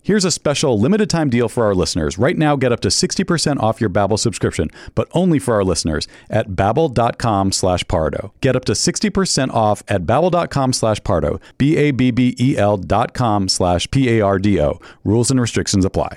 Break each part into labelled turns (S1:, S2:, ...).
S1: Here's a special limited time deal for our listeners. Right now, get up to 60% off your Babbel subscription, but only for our listeners at babbel.com slash pardo. Get up to 60% off at babbel.com slash pardo, B-A-B-B-E-L E dot com slash P-A-R-D-O. Rules and restrictions apply.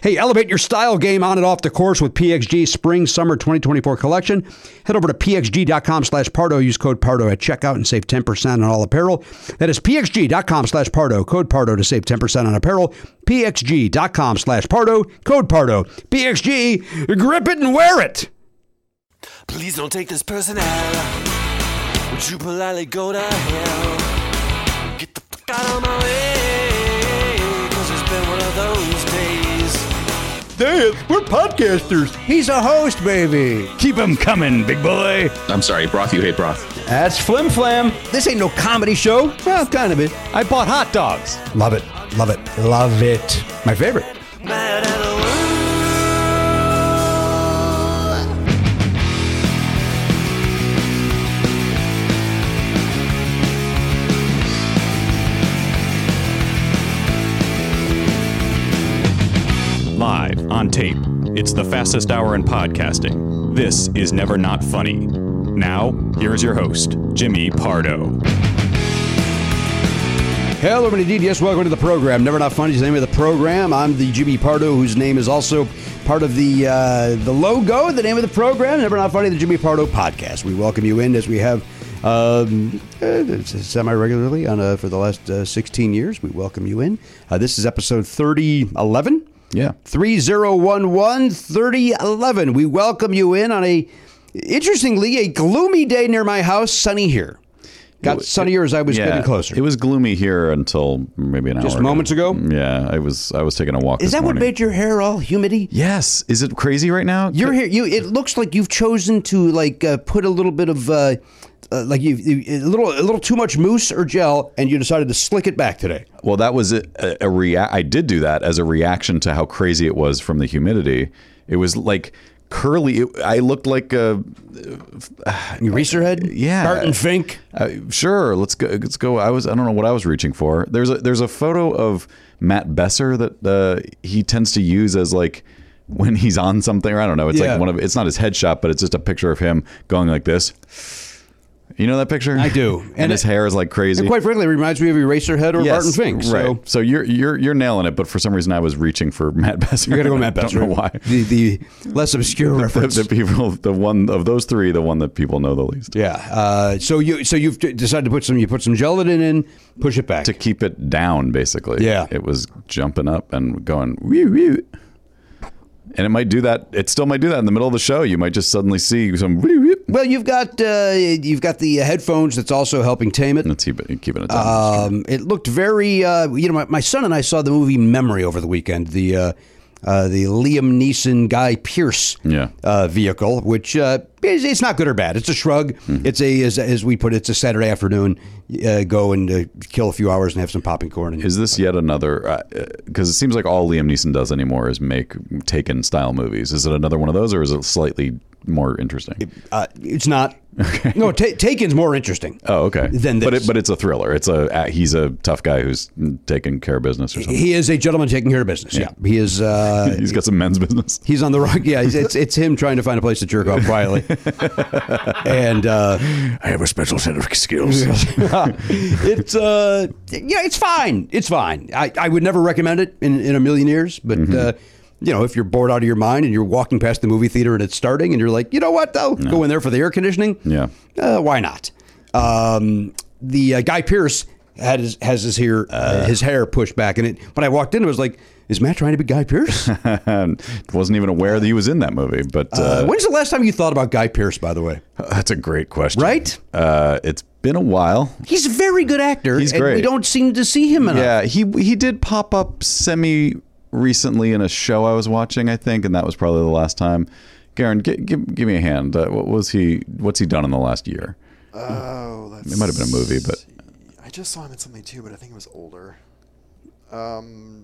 S2: Hey, elevate your style game on and off the course with PXG Spring Summer 2024 collection. Head over to pxg.com slash Pardo. Use code Pardo at checkout and save 10% on all apparel. That is pxg.com slash Pardo. Code Pardo to save 10% on apparel. pxg.com slash Pardo. Code Pardo. PXG, grip it and wear it.
S3: Please don't take this person out. Would you politely go to hell? Get the fuck out of my way. Cause it's been one of those days.
S4: Dance. We're podcasters.
S2: He's a host, baby.
S1: Keep him coming, big boy.
S5: I'm sorry, broth. You hate broth.
S4: That's flim flam.
S2: This ain't no comedy show. Well, kind of it.
S1: I bought hot dogs.
S2: Love it. Love it. Love it. My favorite.
S1: Live on tape. It's the fastest hour in podcasting. This is Never Not Funny. Now, here's your host, Jimmy Pardo.
S2: Hello, everybody. Indeed, yes, welcome to the program. Never Not Funny is the name of the program. I'm the Jimmy Pardo, whose name is also part of the uh, the logo, the name of the program, Never Not Funny, the Jimmy Pardo podcast. We welcome you in as we have um, uh, semi regularly on uh, for the last uh, 16 years. We welcome you in. Uh, this is episode 3011.
S1: Yeah.
S2: 3011 3011. We welcome you in on a, interestingly, a gloomy day near my house, sunny here. Got sunnier as I was getting closer.
S1: It was gloomy here until maybe an hour.
S2: Just moments ago?
S1: Yeah, I was I was taking a walk.
S2: is that what made your hair all humidy?
S1: Yes. Is it crazy right now?
S2: You're here. You. It looks like you've chosen to like uh, put a little bit of uh, uh, like you, you a little a little too much mousse or gel, and you decided to slick it back today.
S1: Well, that was a, a react. I did do that as a reaction to how crazy it was from the humidity. It was like curly. It, I looked like a
S2: You reached your head.
S1: yeah.
S2: Barton Fink.
S1: Uh, sure, let's go. Let's go. I was. I don't know what I was reaching for. There's a there's a photo of Matt Besser that uh, he tends to use as like when he's on something. Or I don't know. It's
S2: Yeah.
S1: like one of it's not his headshot, but it's just a picture of him going like this. You know that picture?
S2: I do.
S1: and,
S2: And
S1: his
S2: it-
S1: hair is like crazy.
S2: And quite frankly, it reminds me of Eraserhead or
S1: Yes,
S2: Barton Fink. So
S1: right. So you're you're you're nailing it, but for some reason I was reaching for Matt Besser.
S2: you gotta go Matt Besser.
S1: I don't know why.
S2: The the less obscure
S1: The,
S2: reference.
S1: the people, the one of those three, the one that people know the least.
S2: yeah. Uh, so you so you've d- decided to put some you put some gelatin in, push it back.
S1: to keep it down basically
S2: Yeah.
S1: it was jumping up and going woo woo and it might do that it still might do that in the middle of the show you might just suddenly see some woo woo
S2: well, you've got uh, you've got the headphones that's also helping tame it.
S1: and it's keep it, keeping it down
S2: Um, it looked very, uh, you know, my, my son and I saw the movie Memory over the weekend. The uh, uh, the Liam Neeson Guy Pierce
S1: Yeah.
S2: uh, vehicle, which uh, is, it's not good or bad. It's a shrug.
S1: Mm-hmm.
S2: It's a as, as we put it, it's a Saturday afternoon. Uh, go and uh, kill a few hours and have some popping corn. And,
S1: is this yet another because it seems like all liam neeson does anymore is make taken style movies is it another one of those or is it slightly more interesting
S2: uh, it's not. No, ta Taken's more interesting.
S1: oh okay
S2: Then
S1: but
S2: this.
S1: it, but it's a thriller it's a uh, he's a tough guy who's taking care of business or something
S2: He is a gentleman taking care of business. Yeah, he is. Uh,
S1: he's got some men's business
S2: He's on the rock. Yeah, it's, it's it's him trying to find a place to jerk off quietly. and uh, I have a special set of skills. it's uh, yeah, it's fine. It's fine. I, I would never recommend it in, in a million years. But uh, you know, if you're bored out of your mind and you're walking past the movie theater and it's starting, and you're like, you know what, though, go in there for the air conditioning.
S1: Yeah.
S2: uh, why not? Um, the uh, guy Pierce. Had his, has his hair uh, his hair pushed back in it. When I walked in, it was like, "Is Matt trying to be Guy Pierce?"
S1: and wasn't even aware that he was in that movie but
S2: Uh,
S1: uh,
S2: when's the last time you thought about Guy Pierce, by the way?
S1: That's a great question.
S2: Right?
S1: Uh, it's been a while.
S2: He's a very good actor.
S1: He's
S2: and we
S1: great.
S2: don't seem to see him enough.
S1: Yeah, he he did pop up semi recently in a show I was watching, I think, and that was probably the last time. Garen, gi- give give me a hand. Uh, what was he? What's he done in the last year?
S5: Oh, that's.
S1: It might have been a movie, but
S5: I just saw him in something too, but I think it was older.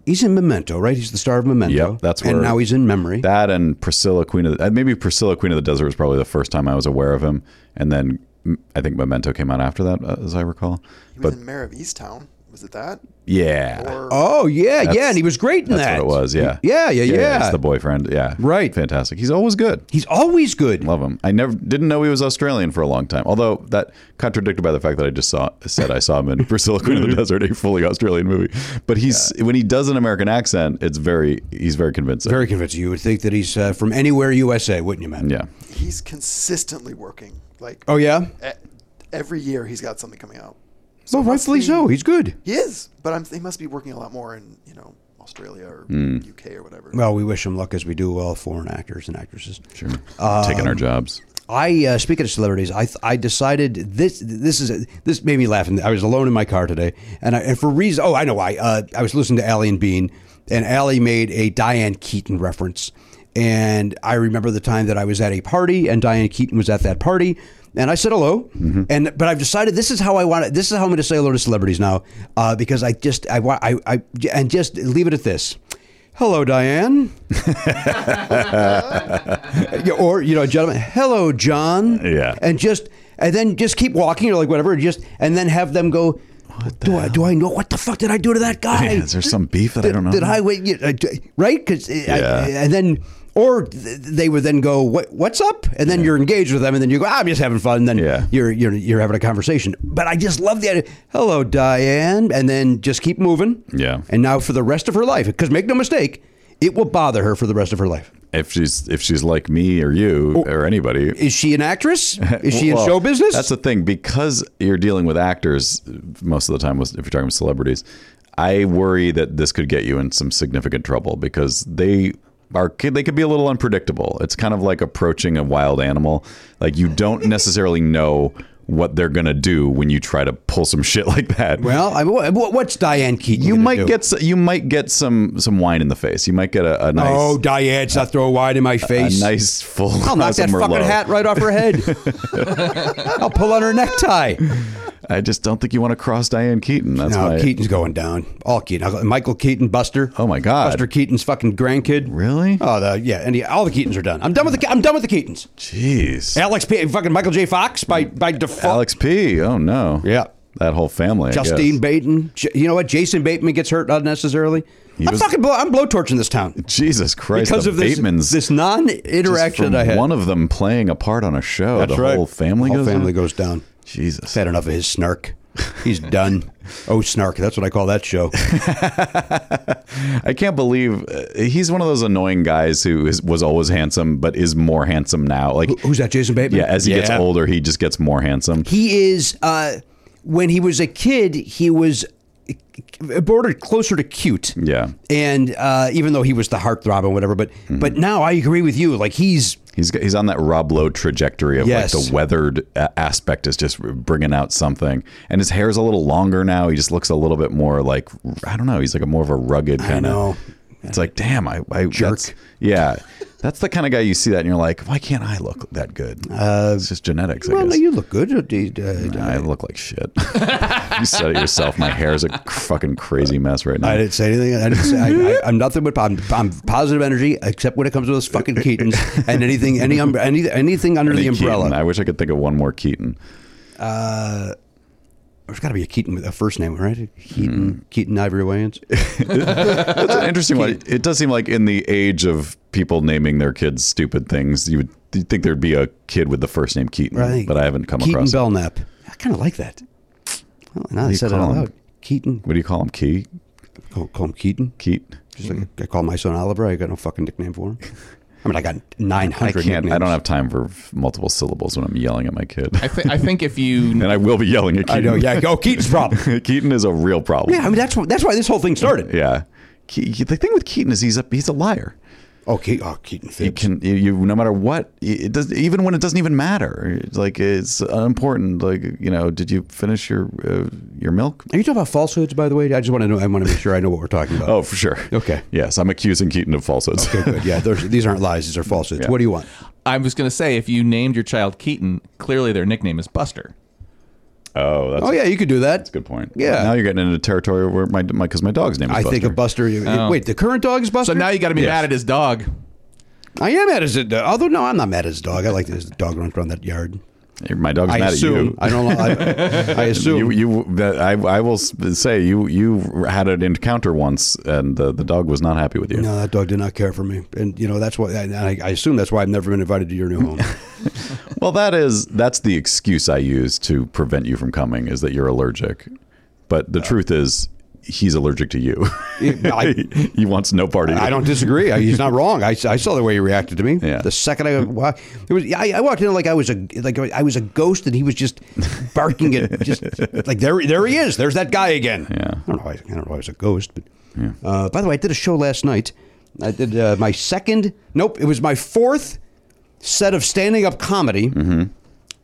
S2: He's in Memento, right? He's the star of Memento.
S1: Yep, that's
S2: And
S1: where-
S2: now he's in Memory.
S1: that and Priscilla Queen of the, uh, maybe Priscilla Queen of the Desert was probably the first time I was aware of him, and then mm, I think Memento came out after that, uh, as I recall.
S5: He was
S1: But
S5: in Mayor of Easttown. Was it that?
S1: yeah,
S5: Or
S2: oh, yeah, yeah.
S1: That's-
S2: And he was great in
S1: that's
S2: that.
S1: what it was. Yeah,
S2: Yeah, yeah, yeah.
S1: It's the boyfriend. Yeah,
S2: Right.
S1: Fantastic. He's always good.
S2: he's always good.
S1: Love him. I never didn't know he was Australian for a long time. Although that contradicted by the fact that I just saw said I saw him in Priscilla Queen of the Desert, a fully Australian movie. But he's when he does an American accent, it's very he's very convincing.
S2: Very convincing. You would think that he's uh, from anywhere USA, wouldn't you, Matt?
S1: yeah.
S5: he's consistently working. Like
S2: Oh, yeah?
S5: e- every year, he's got something coming out.
S2: Well, rightfully so. He's good.
S5: He is, but I'm, he must be working a lot more in you know Australia or UK or whatever.
S2: Hmm. Well, we wish him luck as we do all foreign actors and actresses.
S1: Sure. Um, Taking our jobs.
S2: I uh, speaking of celebrities, I I decided this this is this made me laugh. And I was alone in my car today, and I, and for reason oh I know why. Uh, I was listening to Allie and Bean, and Allie made a Diane Keaton reference, and I remember the time that I was at a party, and Diane Keaton was at that party, and I said hello, and but I've decided this is how I want it. This is how I'm going to say hello to celebrities now, uh, because I just I want I, I and just leave it at this. Hello, Diane. Yeah, or you know, gentlemen, hello, John.
S1: Yeah.
S2: and just and then just keep walking or like whatever, and just and then have them go. do I do I know what the fuck did I do to that guy?
S1: Yeah, is there some beef that I
S2: did,
S1: don't know
S2: Did
S1: about?
S2: I wait? You, I- right? Because
S1: Yeah.
S2: and then. Or th- they would then go, what, "What's up?" And then you're engaged with them, and then you go, "Ah, "I'm just having fun." And then
S1: Yeah.
S2: you're you're you're having a conversation. But I just love the idea. Hello, Diane, and then just keep moving.
S1: Yeah.
S2: And now for the rest of her life, because make no mistake, It will bother her for the rest of her life.
S1: If she's if she's like me or you or anybody,
S2: Is she an actress? Is she
S1: Well,
S2: in show business?
S1: That's the thing because you're dealing with actors most of the time. If you're talking with celebrities, I worry that this could get you in some significant trouble because they are they could be a little unpredictable. It's kind of like approaching a wild animal. Like you don't necessarily know what they're gonna do when you try to pull some shit like that.
S2: well, I, wha- wha- what's Diane Keaton?
S1: you
S2: gonna
S1: might
S2: do?
S1: get s- you might get some some wine in the face. You might get a, a nice
S2: Oh, Diane's not throw wide in my
S1: a
S2: face.
S1: nice full.
S2: I'll knock
S1: glass of
S2: that fucking
S1: Merlot.
S2: hat right off her head. I'll pull on her necktie.
S1: I just don't think you want to cross Diane Keaton. That's
S2: No,
S1: why.
S2: Keaton's going down. All Keaton. Michael Keaton, Buster.
S1: Oh my God.
S2: Buster Keaton's fucking grandkid.
S1: Really?
S2: Oh, the, yeah. And he, all the Keatons are done. I'm done with the. Ke- I'm done with the Keatons.
S1: Jeez.
S2: Alex P. Fucking Michael J. Fox by by default.
S1: Alex P. Oh no.
S2: Yeah.
S1: That whole family. I
S2: Justine
S1: guess.
S2: Bateman. J- You know what? Jason Bateman gets hurt unnecessarily. I'm
S1: was-
S2: fucking. Blow, I'm blowtorching this town
S1: Jesus Christ.
S2: because
S1: the
S2: of this
S1: Batemans,
S2: this
S1: just
S2: non-interaction
S1: from
S2: I had.
S1: One of them playing a part on a show.
S2: That's
S1: the
S2: right.
S1: whole family
S2: Whole
S1: goes.
S2: family
S1: on?
S2: goes down.
S1: Jesus.
S2: I've had enough of his snark. He's done. oh, snark. That's what I call that show.
S1: I can't believe uh, he's one of those annoying guys who is, was always handsome, but is more handsome now. Like,
S2: Who's that? Jason Bateman.
S1: yeah, as he gets
S2: Yeah.
S1: older, he just gets more handsome.
S2: He is. Uh, when he was a kid, he was bordered closer to cute.
S1: Yeah.
S2: And uh, even though he was the heartthrob and whatever, but
S1: Mm-hmm.
S2: but now I agree with you. Like he's
S1: He's got- he's on that Rob Lowe trajectory of
S2: Yes.
S1: like the weathered uh, aspect is just bringing out something, and his hair's a little longer now. He just looks a little bit more like I don't know. He's like a more of a rugged kind
S2: know.
S1: of. It's like damn, I, I
S2: Jerk.
S1: that's- yeah, that's the kind of guy you see that, and you're like, why can't I look that good? it's just genetics, I
S2: Uh, well.
S1: guess.
S2: You look good. Uh,
S1: I look like shit. you said it yourself. My hair's a fucking crazy mess right now.
S2: I didn't say anything. I didn't say, I, I, I'm nothing but I'm, I'm positive energy, except when it comes to those fucking Keatons and anything any, um, any anything under the
S1: Any Keaton.
S2: umbrella.
S1: I wish I could think of one more Keaton.
S2: There's got to be a Keaton with a first name, right?
S1: Hmm.
S2: Keaton, Keaton Ivory Wayans.
S1: That's
S2: Uh,
S1: an interesting one. It does seem like in the age of people naming their kids stupid things, you would you'd think there'd be a kid with the first name Keaton,
S2: Right.
S1: but I haven't come
S2: Keaton
S1: across. it.
S2: Belknap. I kind of like that. Well, now I
S1: you
S2: said it
S1: call
S2: out
S1: him?
S2: loud. Keaton.
S1: What do you call him? Key,
S2: Call, call him Keaton.
S1: Keat.
S2: Just like
S1: Hmm.
S2: I call my son Oliver. I got no fucking nickname for him. I mean, I got nine
S1: I
S2: hundred.
S1: can't. I don't have time for multiple syllables when I'm yelling at my kid,
S6: I, th- I think if you
S1: and I will be yelling at Keaton.
S2: I know. Yeah. Go "Oh, Keaton's problem.
S1: Keaton is a real problem.
S2: Yeah. I mean, that's wh- that's why this whole thing started.
S1: Yeah. Ke- the thing with Keaton is he's a he's a liar.
S2: Oh, Ke- oh Keaton.
S1: You
S2: Fibs.
S1: can you, you no matter what it does even when it doesn't even matter. It's Like it's unimportant. Like you know, did you finish your uh, your milk?
S2: Are you talking about falsehoods, by the way? I just want to know. I want to make sure I know what we're talking about.
S1: Oh, for sure.
S2: Okay.
S1: Yes, I'm accusing Keaton of falsehoods.
S2: Okay, good. Yeah, there's, these aren't lies; these are falsehoods.
S1: Yeah.
S2: What do you want?
S6: I was going to say if you named your child Keaton, clearly their nickname is Buster.
S1: oh, that's
S2: Oh yeah, you could do that.
S1: a good point.
S2: Yeah.
S1: Now you're getting into territory where my my because my dog's name is
S2: I
S1: Buster.
S2: think of Buster. you- Wait, the current dog is Buster.
S6: So now you got to be
S1: Yes.
S6: mad at his dog.
S2: I am mad at his dog. Although no, I'm not mad at his dog. I like that his dog runs around that yard.
S1: My dog's
S2: I
S1: mad
S2: assume. I
S1: at you.
S2: don't. know. I, I
S1: You,
S2: assume.
S1: you, that I, I will s- say you, you had an encounter once, and the, the dog was not happy with you.
S2: no, that dog did not care for me, and you know that's why. And I, I assume that's why I've never been invited to your new home.
S1: Well, that is that's the excuse I use to prevent you from coming is that you're allergic, but the truth is he's allergic to you.
S2: I-
S1: he wants no part of you.
S2: I don't disagree. I, he's not wrong. I, I saw the way he reacted to me.
S1: Yeah.
S2: The second I wa- it was, I, I walked in like I was a like I was a ghost, and he was just barking at just like there there he is. There's that guy again.
S1: Yeah.
S2: I don't know. I, I don't know. I was a ghost, but uh, by the way, I did a show last night. I did uh, my second. Nope, it was my fourth set of standing up comedy
S1: Mm-hmm.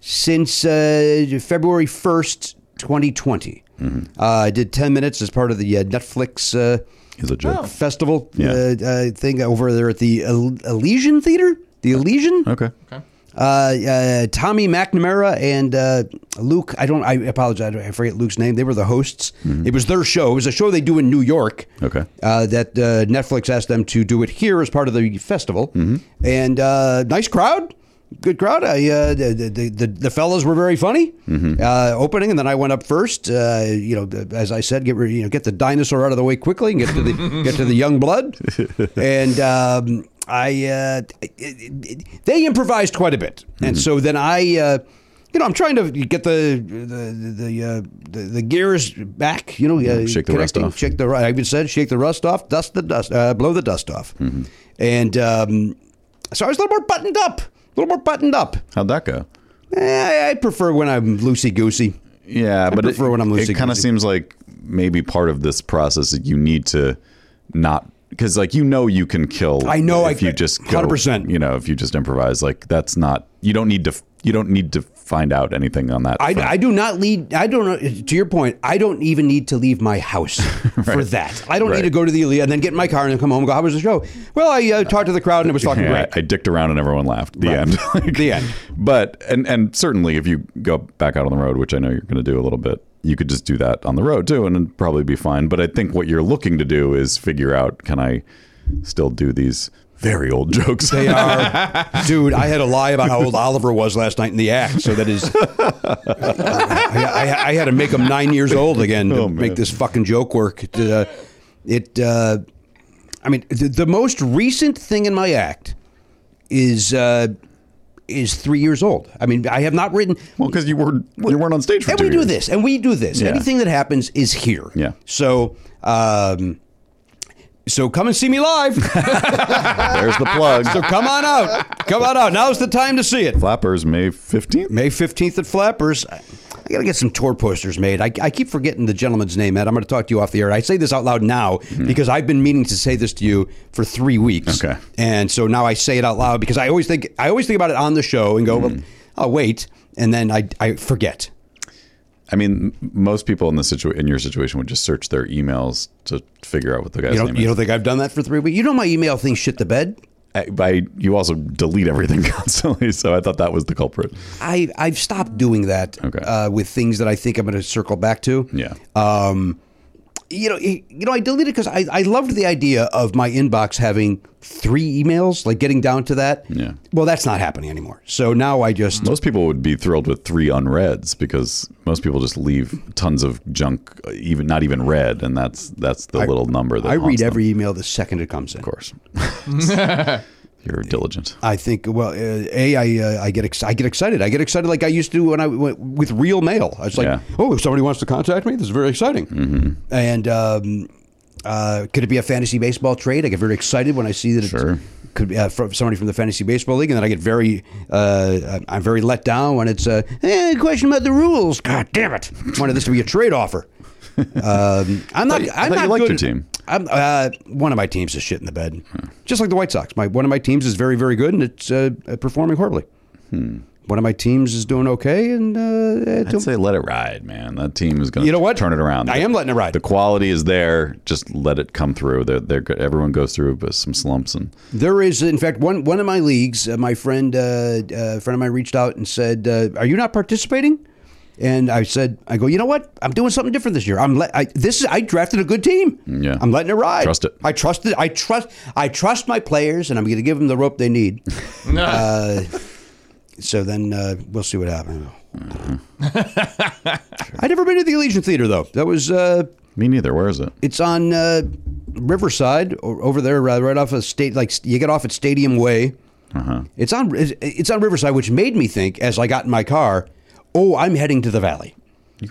S2: since uh, February 1st, 2020.
S1: Mm-hmm.
S2: Uh, I did 10 minutes as part of the uh, Netflix uh,
S1: Is it joke?
S2: uh, festival
S1: Oh. Yeah.
S2: uh, uh, thing over there at the El- Elysian Theater. The Elysian?
S1: Okay.
S6: Okay.
S2: Uh, uh, Tommy McNamara and uh, Luke, I don't, I apologize, I forget Luke's name. They were the hosts. It was their show. It was a show they do in New York.
S1: Okay.
S2: Uh, that uh, Netflix asked them to do it here as part of the festival. And uh, nice crowd. Good crowd. I, uh, the, the, the, the fellas were very funny uh, opening, and then I went up first. Uh, you know, as I said, get rid- you know, get the dinosaur out of the way quickly and get to the get to the young blood. And um, I uh, it- it- it- they improvised quite a bit, and so then I uh, you know, I'm trying to get the the the uh, the, the gears back. You know, uh,
S1: shake the rust
S2: connecting,
S1: off.
S2: Shake the rust. I even said shake the rust off, dust the dust, uh, blow the dust off.
S1: Mm-hmm.
S2: And um, so I was a little more buttoned up, a little more buttoned up.
S1: How'd that go?
S2: Eh, I, I prefer when I'm loosey goosey.
S1: Yeah, but it,
S2: prefer when I'm
S1: it kind
S2: loosey-goosey.
S1: of seems like maybe part of this process that you need to not because like you know you can kill.
S2: I know
S1: if
S2: I-
S1: you just go,
S2: 100%.
S1: You know if you just improvise like that's not you don't need to you don't need to find out anything on that.
S2: I,
S1: front.
S2: I do not lead. I don't. To your point, I don't even need to leave my house for that. I don't need
S1: Right.
S2: to go to the Elite and then get in my car and then come home. and Go, how was the show? Well, I uh, talked to the crowd and it was fucking
S1: Yeah,
S2: great.
S1: I, I dicked around and everyone laughed. The end. Like,
S2: The end.
S1: But and and certainly if you go back out on the road, which I know you're going to do a little bit, you could just do that on the road too, and it'd probably be fine. But I think what you're looking to do is figure out can I still do these very old jokes?
S2: They are, dude. I had a lie about how old Oliver was last night in the act, so that is. I, I, I had to make him nine years old again to
S1: Oh, man.
S2: make this fucking joke work. It, uh, it, uh, I mean, the, the most recent thing in my act is uh, is three years old. I mean, I have not written.
S1: well, because you were you weren't on stage for
S2: and
S1: two
S2: we do
S1: years.
S2: this, and we do this.
S1: Yeah.
S2: Everything that happens is here.
S1: Yeah.
S2: So, um, so come and see me live.
S1: There's the plug.
S2: so come on out. Come on out. Now's the time to see it.
S1: Flappers May 15th.
S2: May 15th at Flappers. I got to get some tour posters made. I, I keep forgetting the gentleman's name, Ed. I'm going to talk to you off the air. I say this out loud now because I've been meaning to say this to you for three weeks.
S1: Mm-hmm. Okay.
S2: And so now I say it out loud because I always think I always think about it on the show and go,
S1: Mm-hmm.
S2: well, I'll wait. And then I, I forget.
S1: I mean, m- most people in the situ- in your situation would just search their emails to figure out what the guy's
S2: You
S1: name
S2: don't, you
S1: is.
S2: don't think I've done that for three weeks? You know my email thing shit the bed.
S1: I, by you also delete everything constantly, so I thought that was the culprit.
S2: I, I've stopped doing that
S1: Okay.
S2: uh, with things that I think I'm going to circle back to.
S1: Yeah.
S2: um, you know, you know, I deleted because I, I loved the idea of my inbox having three emails, like getting down to that.
S1: Yeah.
S2: Well, that's not happening anymore. So now I just
S1: Most people would be thrilled with three unreads because most people just leave tons of junk, uh, even not even read, and that's that's the little number that
S2: I
S1: haunts
S2: read
S1: them,
S2: every email the second it comes in.
S1: Of course, you're diligent.
S2: I think well, uh, a I uh, I get ex- I get excited. I get excited like I used to when I went with real mail. I was like,
S1: Yeah. Mm-hmm.
S2: oh, if somebody wants to contact me, this is very exciting. And um, uh, could it be a fantasy baseball trade? I get very excited when I see that it
S1: Sure.
S2: could be uh, from somebody from the fantasy baseball league, and then I get very uh, I'm very let down when it's a eh, question about the rules. God damn it! wanted this to be a trade offer. Um, I'm not.
S1: you- I
S2: I'm
S1: thought
S2: not
S1: you liked
S2: good-
S1: your team.
S2: I'm, uh, one of my teams is shit in the bed, just like the White Sox. My one of my teams is very, very good, and it's uh, performing horribly. One of my teams is doing okay, and uh, it-
S1: Hmm. I'd say let it ride, man. That team is going to
S2: You know what?
S1: turn it around.
S2: I am letting it ride.
S1: The quality is there. Just let it come through. They're, they're good. Everyone goes through but some slumps and
S2: there is, in fact, one one of my leagues. Uh, my friend, uh, uh, a friend of mine, reached out and said, uh, "Are you not participating?" And I said, "I go, you know what? I'm doing something different this year. I'm let I, this is I drafted a good team.
S1: Yeah.
S2: I'm letting it ride.
S1: Trust it.
S2: I trust it. I trust. I trust my players, and I'm going to give them the rope they need." Uh, so then uh, we'll see what happens.
S1: Mm-hmm.
S2: I'd never been to the Allegiant Theater though. That was uh,
S1: me neither. Where is it?
S2: it's on uh, Riverside o- over there, right, right off of state. Like you get off at Stadium Way. It's on it's on Riverside, which made me think as I got in my car, oh, I'm heading to the Valley.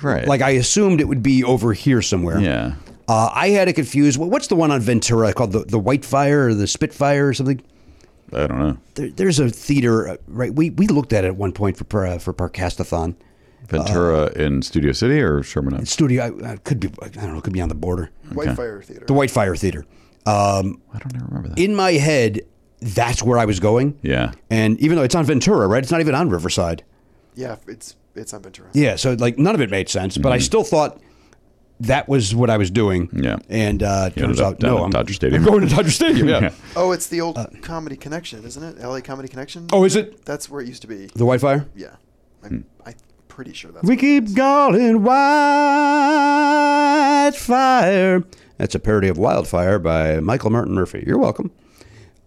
S1: Right.
S2: Like I assumed it would be over here somewhere.
S1: Yeah.
S2: Uh, I had it confused. Wh- What's the one on Ventura called the the White Fire or the Spitfire or something?
S1: I don't know.
S2: There, there's a theater, uh, right? We we looked at it at one point for par- uh, for Parkastathon. Uh,
S1: Ventura in Studio City or Sherman Oaks?
S2: Studio I, I could be I don't know, it could be on the border.
S5: Whitefire Theater.
S2: The White Fire Theater. Um,
S1: I don't remember that.
S2: in my head, that's where I was going.
S1: yeah.
S2: And even though it's on Ventura, right? It's not even on Riverside.
S5: yeah, it's it's on Ventura.
S2: Yeah, so like none of it made sense, but I still thought that was what I was doing.
S1: Yeah.
S2: And uh turns
S1: ended up
S2: out
S1: down
S2: no,
S1: at
S2: I'm,
S1: Dodger Stadium.
S2: I'm going to Dodger Stadium. Yeah.
S1: Yeah.
S5: Oh, it's the old Comedy Connection, isn't it? LA Comedy Connection.
S2: Uh, Oh, is it
S5: that's where it used to be.
S2: the White Fire?
S5: Yeah, I'm, I'm pretty sure that's.
S2: We keep calling White Fire. That's a parody of Wildfire by Michael Martin Murphy. You're welcome.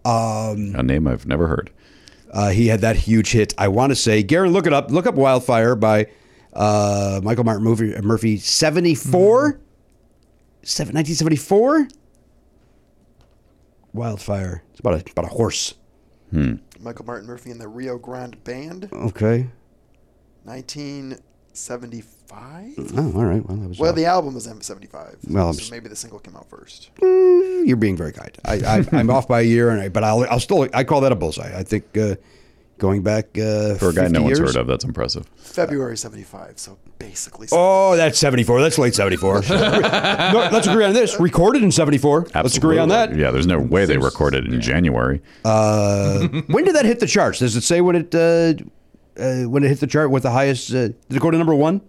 S1: A name I've never heard.
S2: Uh, he had that huge hit. I want to say, Garen, look it up. Look up Wildfire by uh, Michael Martin Murphy, Murphy 74? Seven, 1974? Wildfire. It's about a, about a horse.
S5: Michael Martin Murphy and the Rio Grande Band.
S2: Okay.
S5: 1975.
S2: Oh, all right. Well, that was
S5: Well,
S2: off.
S5: the album was 75.
S2: Well, I'm
S5: so
S2: s-
S5: maybe the single came out first.
S2: You're being very kind. I, I, I'm off by a year, and I, but I'll, I'll still I call that a bullseye. I think uh, going back uh,
S1: For a guy
S2: 50
S1: no one's
S2: years?
S1: heard of, that's impressive.
S5: February 75. So basically,
S2: Oh, that's 74. That's late 74. no, let's agree on this. Recorded in 74. Let's agree on that.
S1: Absolutely. Yeah, there's no way they recorded it in January.
S2: When did that hit the charts? Does it say when it uh, uh, when it hit the chart? What the highest? Uh, did it go to number one?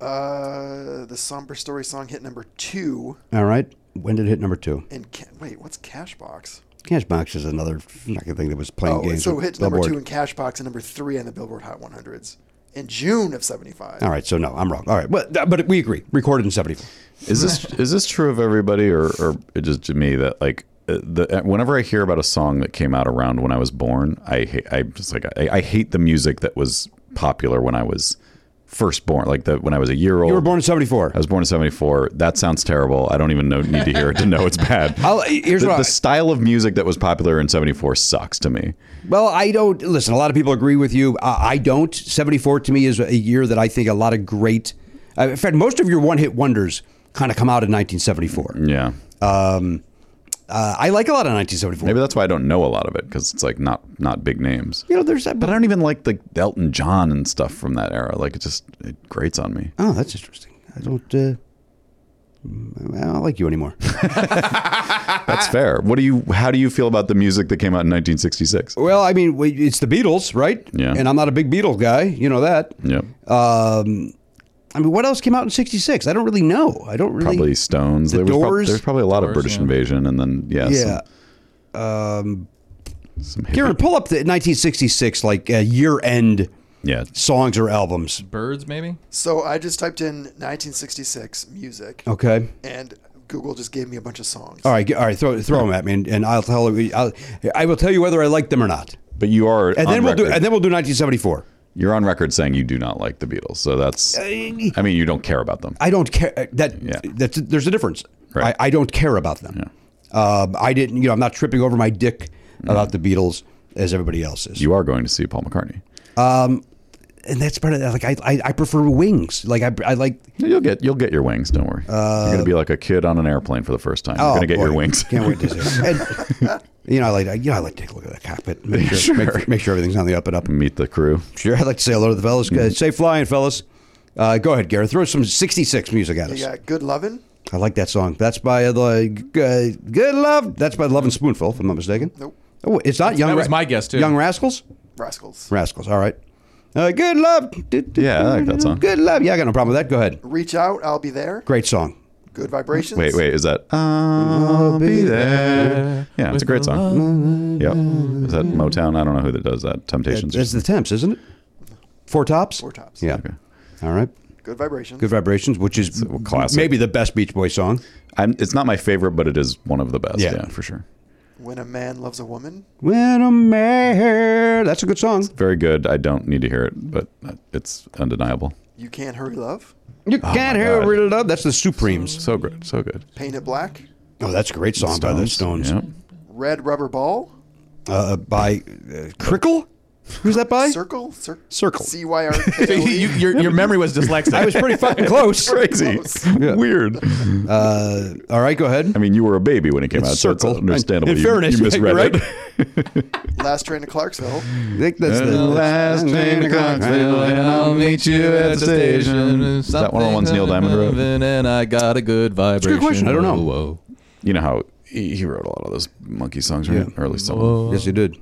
S5: uh, the somber story song hit number two.
S2: All right. When did it hit number two?
S5: And ca- wait, what's Cashbox?
S2: Cashbox is another fucking thing that was playing
S5: Oh,
S2: games.
S5: so
S2: with
S5: it hit number
S2: Billboard.
S5: two in Cashbox and number three on the Billboard Hot 100s in June of 75.
S2: All right. So no, I'm wrong. All right. But uh, but we agree. Recorded in 74.
S1: Is this is this true of everybody, or or it just to me that like uh, the whenever I hear about a song that came out around when I was born, I ha- I just like I, I hate the music that was popular when I was first born, like the when I was a year old.
S2: You were born in 74.
S1: I was born in '74. That sounds terrible. I don't even know, need to hear it to know it's bad.
S2: I'll, uh, here's
S1: the,
S2: what I-
S1: the style of music that was popular in '74 sucks to me.
S2: Well, I don't listen. A lot of people agree with you. I, I don't. Seventy-four to me is a year that I think a lot of great. Uh, in fact, most of your one-hit wonders kind of come out in 1974.
S1: Yeah,
S2: Um, uh, I like a lot of 1974.
S1: maybe that's why I don't know a lot of it because it's like not not big names.
S2: you know, there's that.
S1: But I don't even like the Elton John and stuff from that era. Like it just it grates on me.
S2: oh, that's interesting. I don't. Uh, mm, I don't like you anymore.
S1: That's fair. What do you? How do you feel about the music that came out in 1966?
S2: well, I mean, we- it's the Beatles, right?
S1: Yeah.
S2: And I'm not a big Beatles guy. You know that.
S1: Yep.
S2: Um, I mean, what else came out in '66? I don't really know. I don't really.
S1: probably Stones.
S2: The
S1: there was prob-
S2: Doors?
S1: there's probably a lot of
S6: Doors,
S1: British
S6: yeah.
S1: Invasion, and then yeah,
S2: Yeah.
S1: some, some
S2: Karen,
S1: hippie-
S2: pull up the 1966 like uh, year-end
S1: yeah.
S2: songs or albums.
S6: Birds, maybe?
S5: So I just typed in 1966 music.
S2: Okay.
S5: And Google just gave me a bunch of songs.
S2: Oh. All right. g- All right. Throw throw them at me, and, and I'll tell you. I'll, I will tell you whether I like them or not.
S1: But you are
S2: And
S1: on
S2: then we'll
S1: record.
S2: do. And then we'll do 1974.
S1: You're on record saying you do not like the Beatles, so that's. I mean, you don't care about them.
S2: I don't care. uh, That
S1: Yeah.
S2: that's there's a difference.
S1: Right.
S2: I, I don't care about them. Um, I didn't. You know, I'm not tripping over my dick about the Beatles as everybody else is.
S1: You are going to see Paul McCartney.
S2: and that's part of that. Like I, I, I prefer Wings. Like I, I like.
S1: You'll get you'll get your wings. Don't worry. You're gonna be like a kid on an airplane for the first time. You're
S2: Uh, oh,
S1: gonna get your
S2: boy.
S1: wings.
S2: Can't wait to see. it. And, you know, I like. You know, I like to take a look at the cockpit. Make sure,
S1: Sure.
S2: Make, make sure everything's on the up and up.
S1: Meet the crew.
S2: Sure, I'd like to say hello to the fellas. Uh,
S1: Mm.
S2: Say flying, fellas. Uh, go ahead, Gareth. Throw some 66 music at
S5: You
S2: us.
S5: got Good Lovin'.
S2: I like that song. That's by uh, the uh, Good Love. That's by Love and Spoonful, if I'm not mistaken.
S5: Nope.
S2: Oh, it's not Young.
S6: that was
S2: Ra-
S6: my guess, too.
S2: Young Rascals.
S5: Rascals.
S2: Rascals. All right. Uh, good love.
S1: Yeah, I like that song.
S2: Good love. Yeah, I got no problem with that. Go ahead.
S5: Reach Out, I'll Be There.
S2: Great song.
S5: Good Vibrations.
S1: Wait, wait, is that I'll be there? Yeah, it's a great song. Yep. Is that Motown? I don't know who that does that. Temptations.
S2: It's the Temps, isn't it? Four Tops.
S5: Four Tops.
S2: Yeah.
S1: Okay.
S2: All right.
S5: Good Vibrations.
S2: Good Vibrations, which is
S1: a classic.
S2: maybe the best Beach Boy song.
S1: I'm, it's not my favorite, but it is one of the best.
S2: Yeah.
S1: Yeah, for sure.
S5: When a Man Loves a Woman.
S2: When a man, that's a good song.
S1: Very good. I don't need to hear it, but it's undeniable.
S5: You Can't Hurry Love.
S2: You can't
S1: my
S2: hear
S1: God.
S2: real love. That's the Supremes.
S1: So good, so good.
S5: Paint It Black.
S2: Oh, that's a great song by the Stones.
S1: Yep.
S5: Red Rubber Ball.
S2: Uh, by uh, Crickle? Who's that by?
S5: Circle. Cir-
S2: Circle.
S5: C Y R
S6: So
S5: K. E.
S6: you- you- your, your memory was dyslexic.
S2: I was pretty fucking close.
S1: Crazy,
S2: Yeah.
S1: weird.
S2: Uh, all right, go ahead.
S1: I mean, you were a baby when it came out, so
S2: Circle.
S1: it's understandable.
S2: In
S1: you,
S2: fairness,
S1: you misread
S2: right?
S1: it.
S5: Last Train to Clarksville.
S2: I think that's the
S6: meet you at the station. Is
S1: that one of the ones Neil Diamond wrote?
S6: And I got a good vibration.
S2: good question. I don't know.
S6: Whoa.
S1: You know how he he wrote a lot of those monkey songs, right?
S2: Yeah.
S1: Or at least some. of them.
S2: Yes, you did.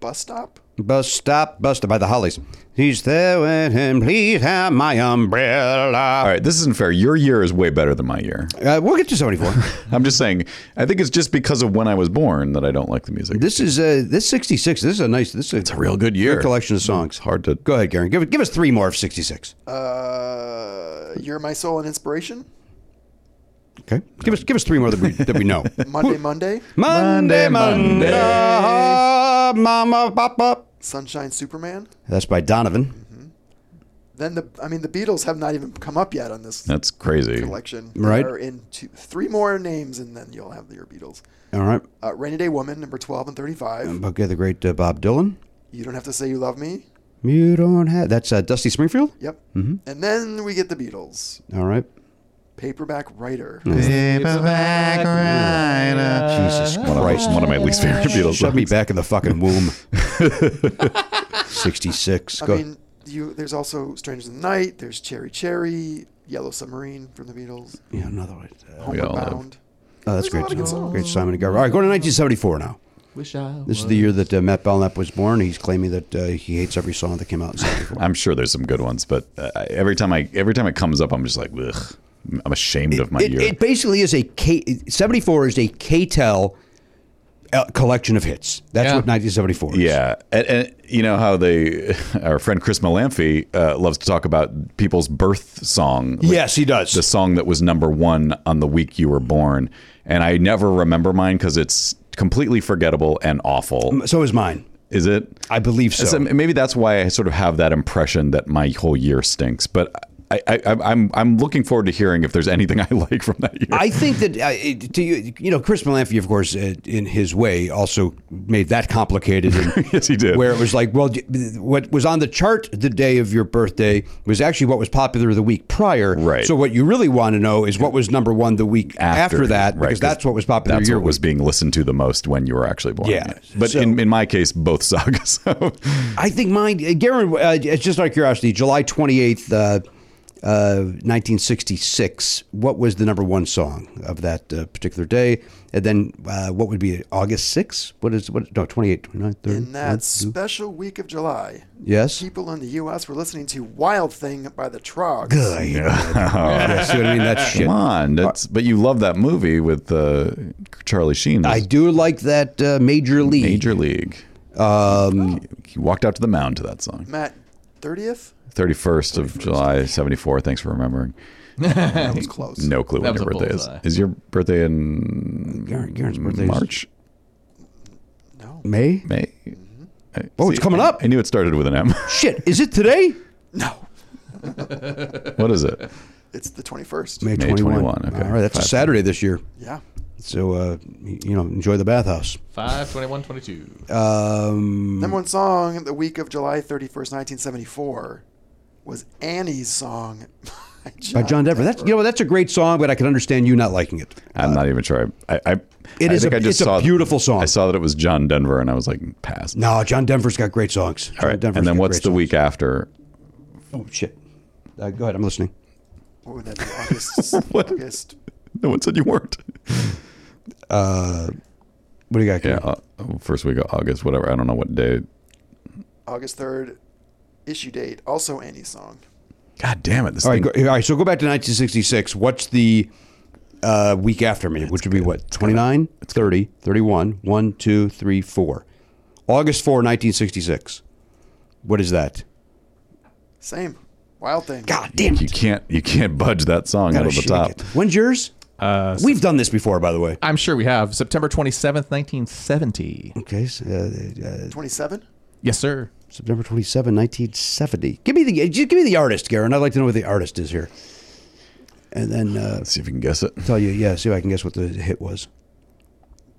S5: Bus Stop.
S2: Bus stop, bus stop by the Hollies. He's there with him. Please have my umbrella.
S1: All right, this isn't fair. Your year is way better than my year.
S2: Uh, we'll get to 74.
S1: I'm just saying. I think it's just because of when I was born that I don't like the music.
S2: this is uh, this 66. This is a nice. This is it's
S1: a real good year.
S2: collection of songs.
S1: It's hard to.
S2: Go ahead, Garen. Give give us three more of 66.
S5: Uh, You're My Soul and Inspiration.
S2: Okay. Give us give us three more that we that we know.
S5: Monday, Monday.
S2: Monday,
S1: Monday,
S2: Monday,
S1: Monday.
S2: Mama, Papa.
S5: Sunshine Superman.
S2: That's by Donovan.
S5: Then the, I mean, the Beatles have not even come up yet on this
S1: That's crazy.
S5: collection.
S2: Right.
S5: There are in two, three more names, and then you'll have your Beatles.
S2: All right.
S5: Uh, Rainy Day Woman, number 12 and 35.
S2: Okay, the great uh, Bob Dylan.
S5: You Don't Have to Say You Love Me.
S2: You don't have. That's uh, Dusty Springfield?
S5: Yep. And then we get the Beatles.
S2: All right.
S5: Paperback Writer.
S2: Jesus
S1: One of, my,
S2: Christ.
S1: Uh-huh. one of my least favorite Beatles
S2: Shove
S1: songs.
S2: me back in the fucking womb. 66.
S5: I
S2: Go.
S5: mean, you. There's also Stranger Than the Night. There's Cherry Cherry, Yellow Submarine from the Beatles,
S2: yeah, another one. Uh,
S5: Homeward
S1: all have-
S5: Bound.
S2: oh, that's great. Great Simon and Garfunkel. All right, go to 1974 now.
S6: Wish I
S2: This is the year that uh, Matt Belknap was born. He's claiming that uh, he hates every song that came out in 74.
S1: I'm sure there's some good ones, but uh, I- every time I every time it comes up, I'm just like, ugh. I'm ashamed of my
S2: it,
S1: year.
S2: it basically is a K. 74 is a K-Tel uh, collection of hits. That's
S6: Yeah.
S2: what 1974 is.
S1: Yeah, and, and you know how they, our friend Chris Malamphy uh, loves to talk about people's birth song. like
S2: Yes, he does.
S1: The song that was number one on the week you were born, and I never remember mine because it's completely forgettable and awful.
S2: So is mine.
S1: Is it?
S2: I believe so.
S1: So maybe that's why I sort of have that impression that my whole year stinks. But I, I, I- I'm I'm looking forward to hearing if there's anything I like from that year.
S2: I think that uh, it- to you, you know, Chris Melanfi, of course, uh, in his way, also made that complicated. And
S1: Yes, he did.
S2: Where it was like, well, d- what was on the chart the day of your birthday was actually what was popular the week prior.
S1: Right.
S2: So what you really want to know is what was number one the week after, that,
S1: right,
S2: because that's what was popular.
S1: That's
S2: your
S1: what was
S2: week.
S1: being listened to the most when you were actually born.
S2: Yeah.
S1: but
S2: So-
S1: in, in my case, both sagas. So
S2: I think mine, uh, Garen, uh, it's just out of curiosity, July 28th, uh, uh, 1966, what was the number one song of that uh, particular day? And then uh, what would be August 6th? What is, what, no, 28, 29, 30.
S5: In that special week of July,
S2: Yes.
S5: people in the U.S. were listening to Wild Thing by the Trogs.
S2: Good. Yeah, see what I mean? That's shit.
S1: come on,
S2: Uh,
S1: that's, but you love that movie with uh, Charlie Sheen.
S2: I do like that uh, Major League.
S1: Major League. Um, he, he walked out to the mound to that song.
S5: Matt, 30th?
S1: Thirty first of July, seventy four. Thanks for remembering.
S5: That was close.
S1: No clue when
S6: That
S1: your
S6: was a
S1: birthday
S6: bullseye.
S1: is. Is your birthday in
S2: Garen, Garen's birthday is
S1: March,
S5: No.
S2: May?
S1: May? I-
S2: Oh, it's
S1: see,
S2: coming
S1: I-
S2: up.
S1: I knew it started with an M.
S2: Shit, is it today?
S5: No.
S1: what is it?
S5: It's the 21st.
S2: May
S1: May 21, okay.
S2: All right, that's a
S1: Five.
S2: Saturday this year.
S5: Yeah.
S2: So, uh, you know, enjoy the bathhouse.
S6: 5, 21, 22.
S2: Um,
S5: Number one song the week of July 31st, 1974 was Annie's song by John,
S2: by Uh, John Denver. That's you know that's a great song, but I can understand you not liking it.
S1: I'm not even sure. I, I, I,
S2: It
S1: I
S2: is
S1: think
S2: a-
S1: I just
S2: it's a
S1: saw
S2: beautiful song.
S1: I saw that it was John Denver, and I was like, pass.
S2: No, John Denver's got great songs. John
S1: All right.
S2: Denver's
S1: And then
S2: got
S1: what's
S2: great
S1: the
S2: songs.
S1: week after?
S2: Oh shit! Uh, go ahead, I'm listening.
S5: What would that be? August.
S1: What?
S5: August.
S1: No one said you weren't.
S2: What do you got?
S1: Yeah.
S2: Karen?
S1: Uh, first week of August, whatever. I don't know what day.
S5: August 3rd. Issue date. Also Annie's song.
S1: God damn it. This
S2: All right,
S1: thing.
S2: go, all right. So go back to 1966. What's the uh, week after me? Which would be what? 29, 30, 31, 1, 2, 3, 4. August 4, 1966. What is that?
S5: Same. Wild Thing.
S2: God damn it!
S1: you can't you can't budge that song out
S2: Gotta
S1: of the
S2: shake
S1: top. Uh,
S2: it. When's yours? We've done this before, by the way.
S6: I'm sure we have. September 27th, 1970.
S2: Okay, so, uh, uh,
S5: 27?
S6: Yes, sir.
S2: September 27, 1970. Give me the just give me the artist, Garen. I'd like to know what the artist is here. And then uh,
S1: Let's see if you can guess it.
S2: tell you, yeah, see if I can guess what the hit was.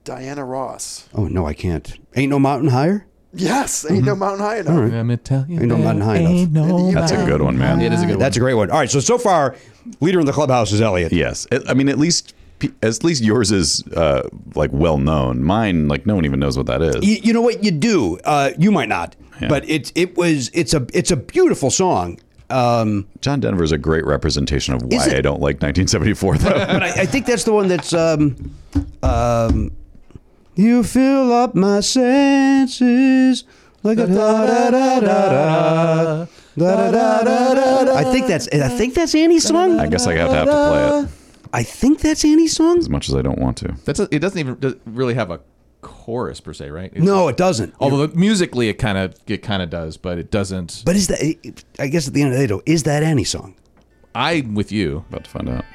S5: Diana Ross.
S2: Oh, no, I can't. Ain't no mountain higher?
S5: Yes. Ain't
S2: Mm-hmm.
S5: no mountain high enough.
S6: Let me tell you.
S2: Ain't no
S6: there
S2: mountain high
S6: ain't no
S1: That's a good one, man.
S6: It is a good
S2: That's a great one. All right, so so far, leader in the clubhouse is Elliot.
S1: Yes. It- I mean, at least pe- at least yours is uh, like well known. Mine, like no one even knows what that is.
S2: You, you know what you do? Uh, you might not, but it it was it's a it's a beautiful song. Um,
S1: John Denver is a great representation of why I don't like 1974. Though.
S2: but I, I think that's the one that's um, um, you fill up my senses like a da da da da da da da da da. da. I think that's I think that's Annie's song.
S1: I guess I have to have to play it
S2: I think that's Annie's song.
S1: as much as I don't want to.
S6: That's a, it doesn't even does- really have a chorus per se, right? It's-
S2: No, it doesn't.
S6: Although musically it kind of it kind of does, but it doesn't.
S2: But is that? I guess at the end of the day, though, is that Annie's song?
S6: I'm with you.
S1: About to find out.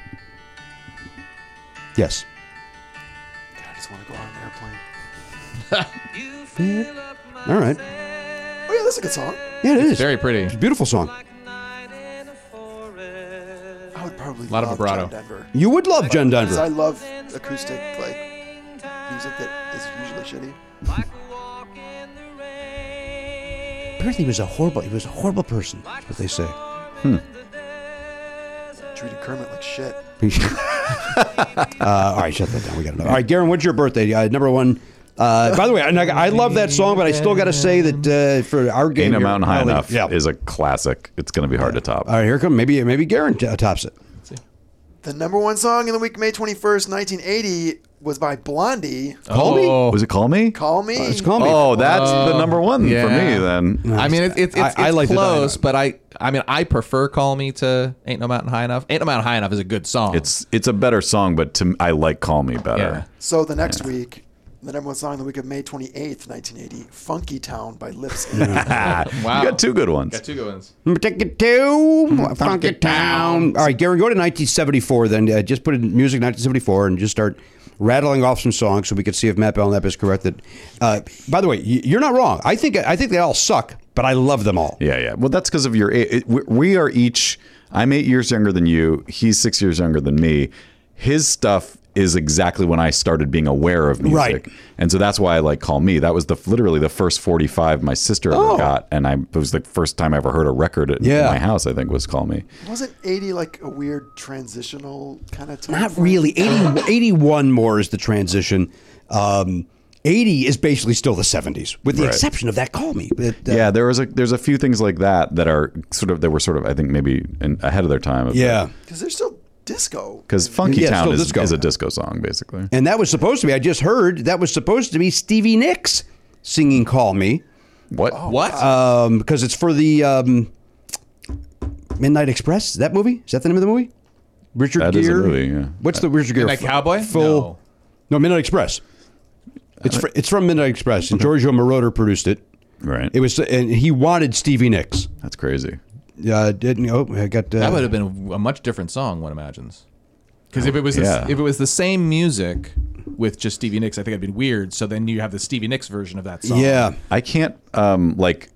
S2: Yes.
S5: God, I just want to go on an airplane.
S2: All right.
S5: Oh, yeah, that's a good song.
S2: Yeah, it is.
S6: Very pretty.
S2: It's a beautiful song.
S5: I would probably
S6: Lot of
S5: love
S6: vibrato.
S5: John Denver.
S2: You would love John
S5: Because I
S2: Denver.
S5: love acoustic like music that is usually shitty.
S2: Apparently, he was a horrible. He was a horrible person. That's what they say.
S5: Treated Kermit like shit.
S2: Uh, all right, shut that down. We got another. All right, Garen, what's your birthday? Uh, number one. Uh, by the way, and I, I love that song, but I still got to say that uh, for our game,
S1: Ain't a
S2: here-
S1: mountain high
S2: I'll leave-
S1: enough
S2: Yeah.
S1: is a classic. It's going to be hard to top.
S2: all right, here come maybe maybe Garen t- uh, tops it.
S5: The number one song in the week, May 21st, 1980, was by Blondie.
S2: Call me?
S6: Oh.
S1: Was it Call Me?
S5: Call Me.
S2: Oh, It's call me.
S1: Oh, that's the number one for me
S6: yeah.
S1: then.
S6: I mean, it's it's,
S2: I-
S6: it's,
S2: I
S6: it's
S2: like the
S6: close,
S2: dialogue.
S6: but I I mean, I prefer "Call Me" to "Ain't No Mountain High Enough." "Ain't No Mountain High Enough" is a good song.
S1: It's it's a better song, but to, I like Call Me better.
S5: So the next week, the number one song in the week of May 28th, 1980, Funky Town by Lips.
S6: Wow.
S1: You got two good ones.
S6: got two good ones.
S2: Take it to Funky Town. All right, Garen, go to 1974 then. Uh, just put in music 1974 and just start rattling off some songs so we could see if Matt Belknap is correct. That, uh, by the way, y- you're not wrong. I think I think they all suck, but I love them all.
S1: Yeah, yeah. Well, that's because of your. a- It, we- we are each. I'm eight years younger than you. He's six years younger than me. His stuff is exactly when I started being aware of music,
S2: Right.
S1: and so that's why I like "Call Me." That was the literally the first 45 my sister ever
S2: Oh.
S1: got, and I it was the first time I ever heard a record at
S2: Yeah.
S1: my house. I think was "Call Me."
S5: Wasn't 80 like a weird transitional kind of time?
S2: Not
S5: frame?
S2: really. 80, 81 more is the transition. Um, 80 is basically still the 70s, with the
S1: Right.
S2: exception of that Call Me. But, uh,
S1: yeah, there was a there's a few things like that that are sort of that were sort of I think maybe in, ahead of their time.
S2: Yeah.
S5: Because there's still disco.
S1: because "Funky
S2: Yeah, it's
S1: Town"
S2: still
S1: is,
S2: disco.
S1: is a disco song basically.
S2: And that was supposed to be, I just heard, that was supposed to be Stevie Nicks singing Call Me.
S1: What?
S6: What?
S2: um, because it's for the um, Midnight Express. Is that movie? Is that the name of the movie? Richard
S1: That
S2: Gere.
S1: is a movie, yeah.
S2: What's the Richard Gere?
S6: Midnight Cowboy?
S2: Full. No,
S6: No.
S2: Midnight Express. It's fr- it's from Midnight Express, and Giorgio Moroder produced it.
S1: Right.
S2: It was, and he wanted Stevie Nicks.
S1: That's crazy.
S2: Uh, didn't oh, I got uh,
S6: that would have been a much different song, one imagines. Because if it was
S1: Yeah.
S6: the, if it was the same music with just Stevie Nicks, I think it'd been weird. So then you have the Stevie Nicks version of that song.
S2: yeah.
S1: I can't um like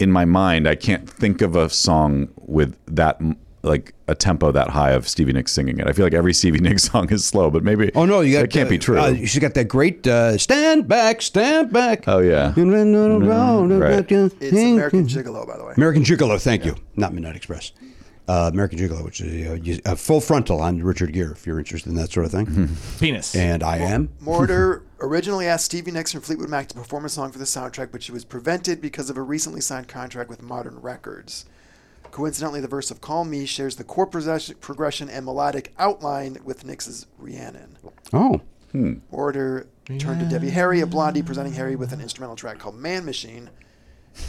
S1: in my mind I can't think of a song with that m- like a tempo that high of Stevie Nicks singing it. I feel like every Stevie Nicks song is slow, but maybe
S2: Oh no, you got
S1: that can't be
S2: uh,
S1: true.
S2: Uh, she's got that great uh, stand back, stand back.
S1: oh yeah, Right.
S5: It's American
S2: Mm-hmm.
S5: Gigolo, by the way.
S2: American Gigolo, thank you. Not Midnight Express. Uh, American Gigolo, which is uh, you- uh, full frontal on Richard Gere, if you're interested in that sort of thing.
S1: Mm-hmm.
S6: penis.
S2: and I am.
S5: Mortar originally asked Stevie Nicks from Fleetwood Mac to perform a song for the soundtrack, but she was prevented because of a recently signed contract with Modern Records. Coincidentally, the verse of Call Me shares the chord progression- progression and melodic outline with Nicks' Rhiannon.
S2: Oh,
S5: Order turned to Debbie Harry, a blondie, presenting Harry with an instrumental track called Man Machine.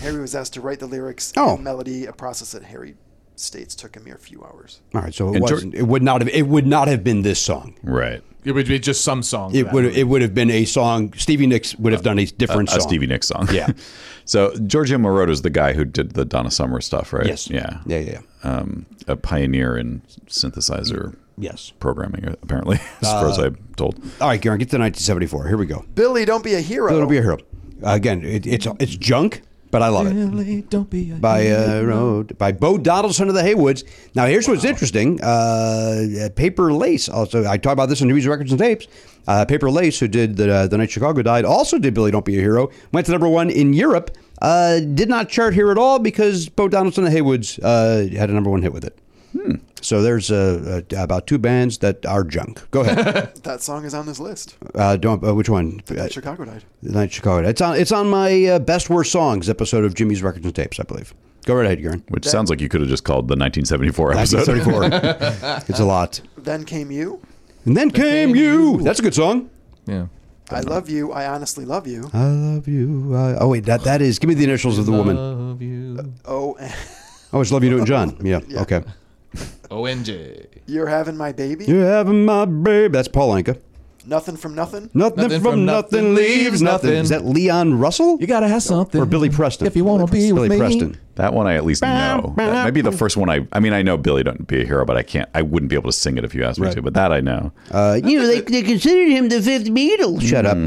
S5: Harry was asked to write the lyrics
S2: Oh.
S5: and melody, a process that Harry states took a mere few hours.
S2: all right. So it
S1: And Geor-
S2: wasn't. It would not have. It would not have been this song.
S1: right.
S6: It would be just some song.
S2: It would. It would have been a song. Stevie Nicks would have done a different
S1: Uh, A
S2: song.
S1: Stevie Nicks song.
S2: Yeah.
S1: so Giorgio Moroder is the guy who did the Donna Summer stuff, right?
S2: Yes.
S1: Yeah.
S2: Yeah. Yeah. yeah.
S1: Um, a pioneer in synthesizer
S2: Yes.
S1: programming, apparently, as far
S2: Uh,
S1: as I'm told.
S2: All right, Garen, get to 1974. Here we go.
S5: Billy, don't be a hero.
S2: It'll be a hero. Again, it, it's it's junk, but I love it.
S6: Don't be a
S2: by uh, road by Bo Donaldson of the Haywoods. Now here's what's interesting: uh, Paper Lace. Also, I talk about this on News Records and Tapes. Uh, Paper Lace, who did the uh, the night Chicago died, also did Billy Don't Be a Hero. Went to number one in Europe. Uh, did not chart here at all because Bo Donaldson of the Haywoods uh, had a number one hit with it. So there's uh, uh, about two bands that are junk. Go ahead.
S5: that song is on this list.
S2: uh, don't uh, which one? Uh,
S5: Chicago died.
S2: the night Chicago. died. It's on. It's on my uh, best worst songs episode of Jimmy's Records and Tapes, I believe. Go right ahead, Garen.
S1: Which sounds like you could have just called the 1974 episode.
S2: 1934. it's a lot.
S5: Then came you.
S2: And then came you. That's a good song.
S6: yeah.
S5: I love you. I honestly love you.
S2: I love you. I, oh wait, that that is. Give me the initials of the woman.
S6: Love you.
S5: Oh,
S2: I always love you, doing John. Yeah. Okay.
S6: ONJ.
S5: you're having my baby.
S2: You're having my babe. That's Paul Anka.
S5: Nothing from nothing.
S2: Nothing,
S6: Nothing
S2: from,
S6: from
S2: nothing,
S6: nothing
S2: leaves
S6: leaves
S2: nothing.
S6: nothing.
S2: Is that Leon Russell
S6: You gotta have something.
S2: or Billy Preston?
S6: If you wanna be
S2: Billy
S6: with me.
S2: Preston.
S1: That one I at least know. That might be the first one I. I mean, I know Billy don't be a hero, but I can't. I wouldn't be able to sing it if you asked me to. But that I know.
S2: Uh, you know they, they considered him the fifth Beatle. Shut up.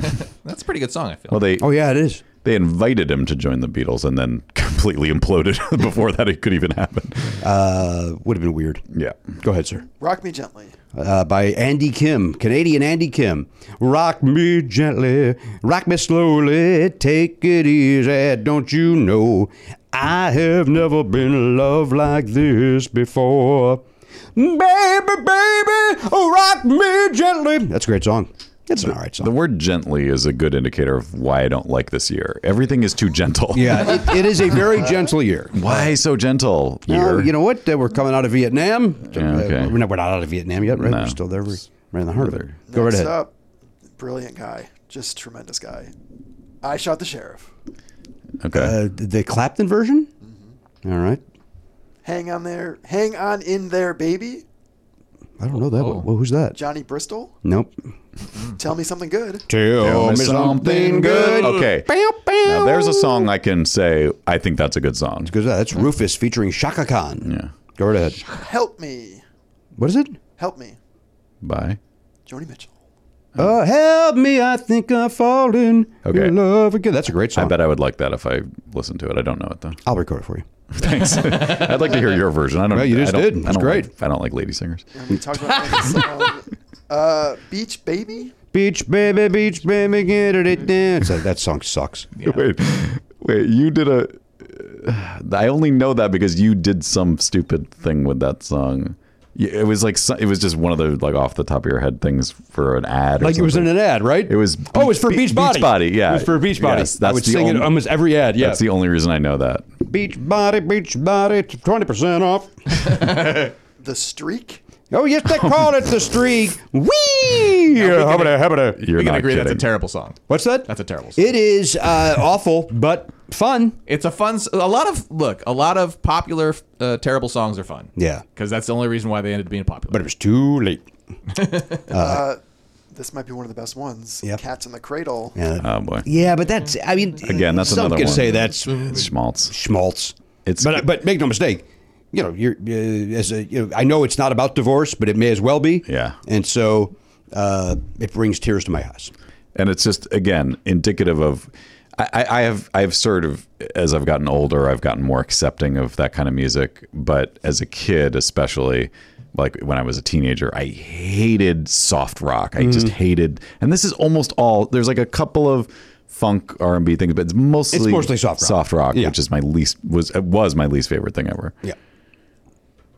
S6: That's a pretty good song. I feel.
S1: well, they
S2: oh yeah, it is.
S1: they invited him to join the Beatles and then completely imploded before that it could even happen.
S2: Uh, would have been weird.
S1: Yeah.
S2: Go ahead, sir.
S5: Rock me gently.
S2: uh, by Andy Kim, Canadian Andy Kim. Rock me gently, rock me slowly, take it easy, don't you know? I have never been in love like this before. Baby, baby, oh, rock me gently. That's a great song. It's an all right song.
S1: The word gently is a good indicator of why I don't like this year. Everything is too gentle.
S2: yeah, it, it is a very gentle year.
S1: Why so gentle?
S2: Well,
S1: Year?
S2: you know what? Uh, we're coming out of Vietnam.
S1: Yeah, okay.
S2: Uh, we're, not, we're not out of Vietnam yet, right?
S1: No.
S2: We're still there. We're right in the heart of it. Go right
S5: Next
S2: ahead.
S5: up, brilliant guy, just tremendous guy. I shot the sheriff.
S1: okay.
S2: Uh, the Clapton version? All right.
S5: Hang on there, hang on in there, baby.
S2: I don't know that. one. Well, who's that?
S5: Johnny Bristol.
S2: Nope. Hmm.
S5: Tell me something good.
S2: Tell
S1: Okay.
S2: Bow, bow.
S1: Now there's a song I can say I think that's a good song.
S2: Because that's Rufus featuring Shaka Khan.
S1: Yeah.
S2: Go right ahead.
S5: Help me,
S2: What is it?
S5: help me,
S1: Bye.
S5: Joni Mitchell.
S2: Oh, help me! I think I'm falling
S1: Okay.
S2: in love again. That's a great song.
S1: I bet I would like that if I listened to it. I don't know it though.
S2: I'll record it for you.
S1: Thanks. I'd like to hear your version. I don't.
S2: Well, you
S1: I
S2: just
S1: don't-
S2: did.
S1: I
S2: That's
S1: don't
S2: great.
S1: like- I don't like lady singers.
S5: And we talked about this, um, uh, Beach Baby.
S2: Beach baby, beach baby, get it dance. That, that song sucks.
S1: Wait, wait. You did a. I only know that because you did some stupid thing with that song. Y- It was like so- it was just one of the like off the top of your head things for an ad. Or
S2: Like it was in
S1: something.
S2: an ad, right?
S1: It was.
S2: Oh, it was for Beach Body.
S1: Beachbody, yeah.
S2: It was for Beach Body.
S1: Yes,
S2: I
S1: that's
S2: would
S1: the
S2: sing it
S1: only-
S2: almost every ad. Yeah.
S1: That's the only reason I know that.
S2: Beach Body, Beach Body, twenty percent off.
S5: The Streak.
S2: Oh yes, they call it the streak. Wee! How about that? How about that?
S1: You're
S6: we can
S1: not
S6: agree that's a
S1: kidding.
S6: terrible song.
S2: What's that?
S6: That's a terrible song.
S2: It is uh, awful, but fun.
S6: It's a fun. s- A lot of look. A lot of popular uh, terrible songs are fun.
S2: Yeah.
S6: because that's the only reason why they ended up being popular.
S2: But it was too late.
S5: This might be one of the best ones.
S2: Yep.
S5: Cats in the Cradle.
S2: Yeah.
S1: Oh boy.
S2: Uh, yeah, but that's. I mean,
S1: Again, that's
S2: some
S1: another
S2: could
S1: one.
S2: say that's
S1: Schmaltz.
S2: schmaltz.
S1: It's-
S2: but but make no mistake. You know, you're uh, as a you know, I know it's not about divorce, but it may as well be.
S1: Yeah.
S2: And so uh, it brings tears to my eyes.
S1: and it's just again indicative of I, I- I have I've sort of as I've gotten older I've gotten more accepting of that kind of music but as a kid especially like when I was a teenager I hated soft rock I
S2: Mm.
S1: just hated and this is almost all there's like a couple of funk R&B things but it's mostly
S2: It's mostly soft rock.
S1: soft rock
S2: Yeah.
S1: which is my least was it was my least favorite thing ever
S2: Yeah.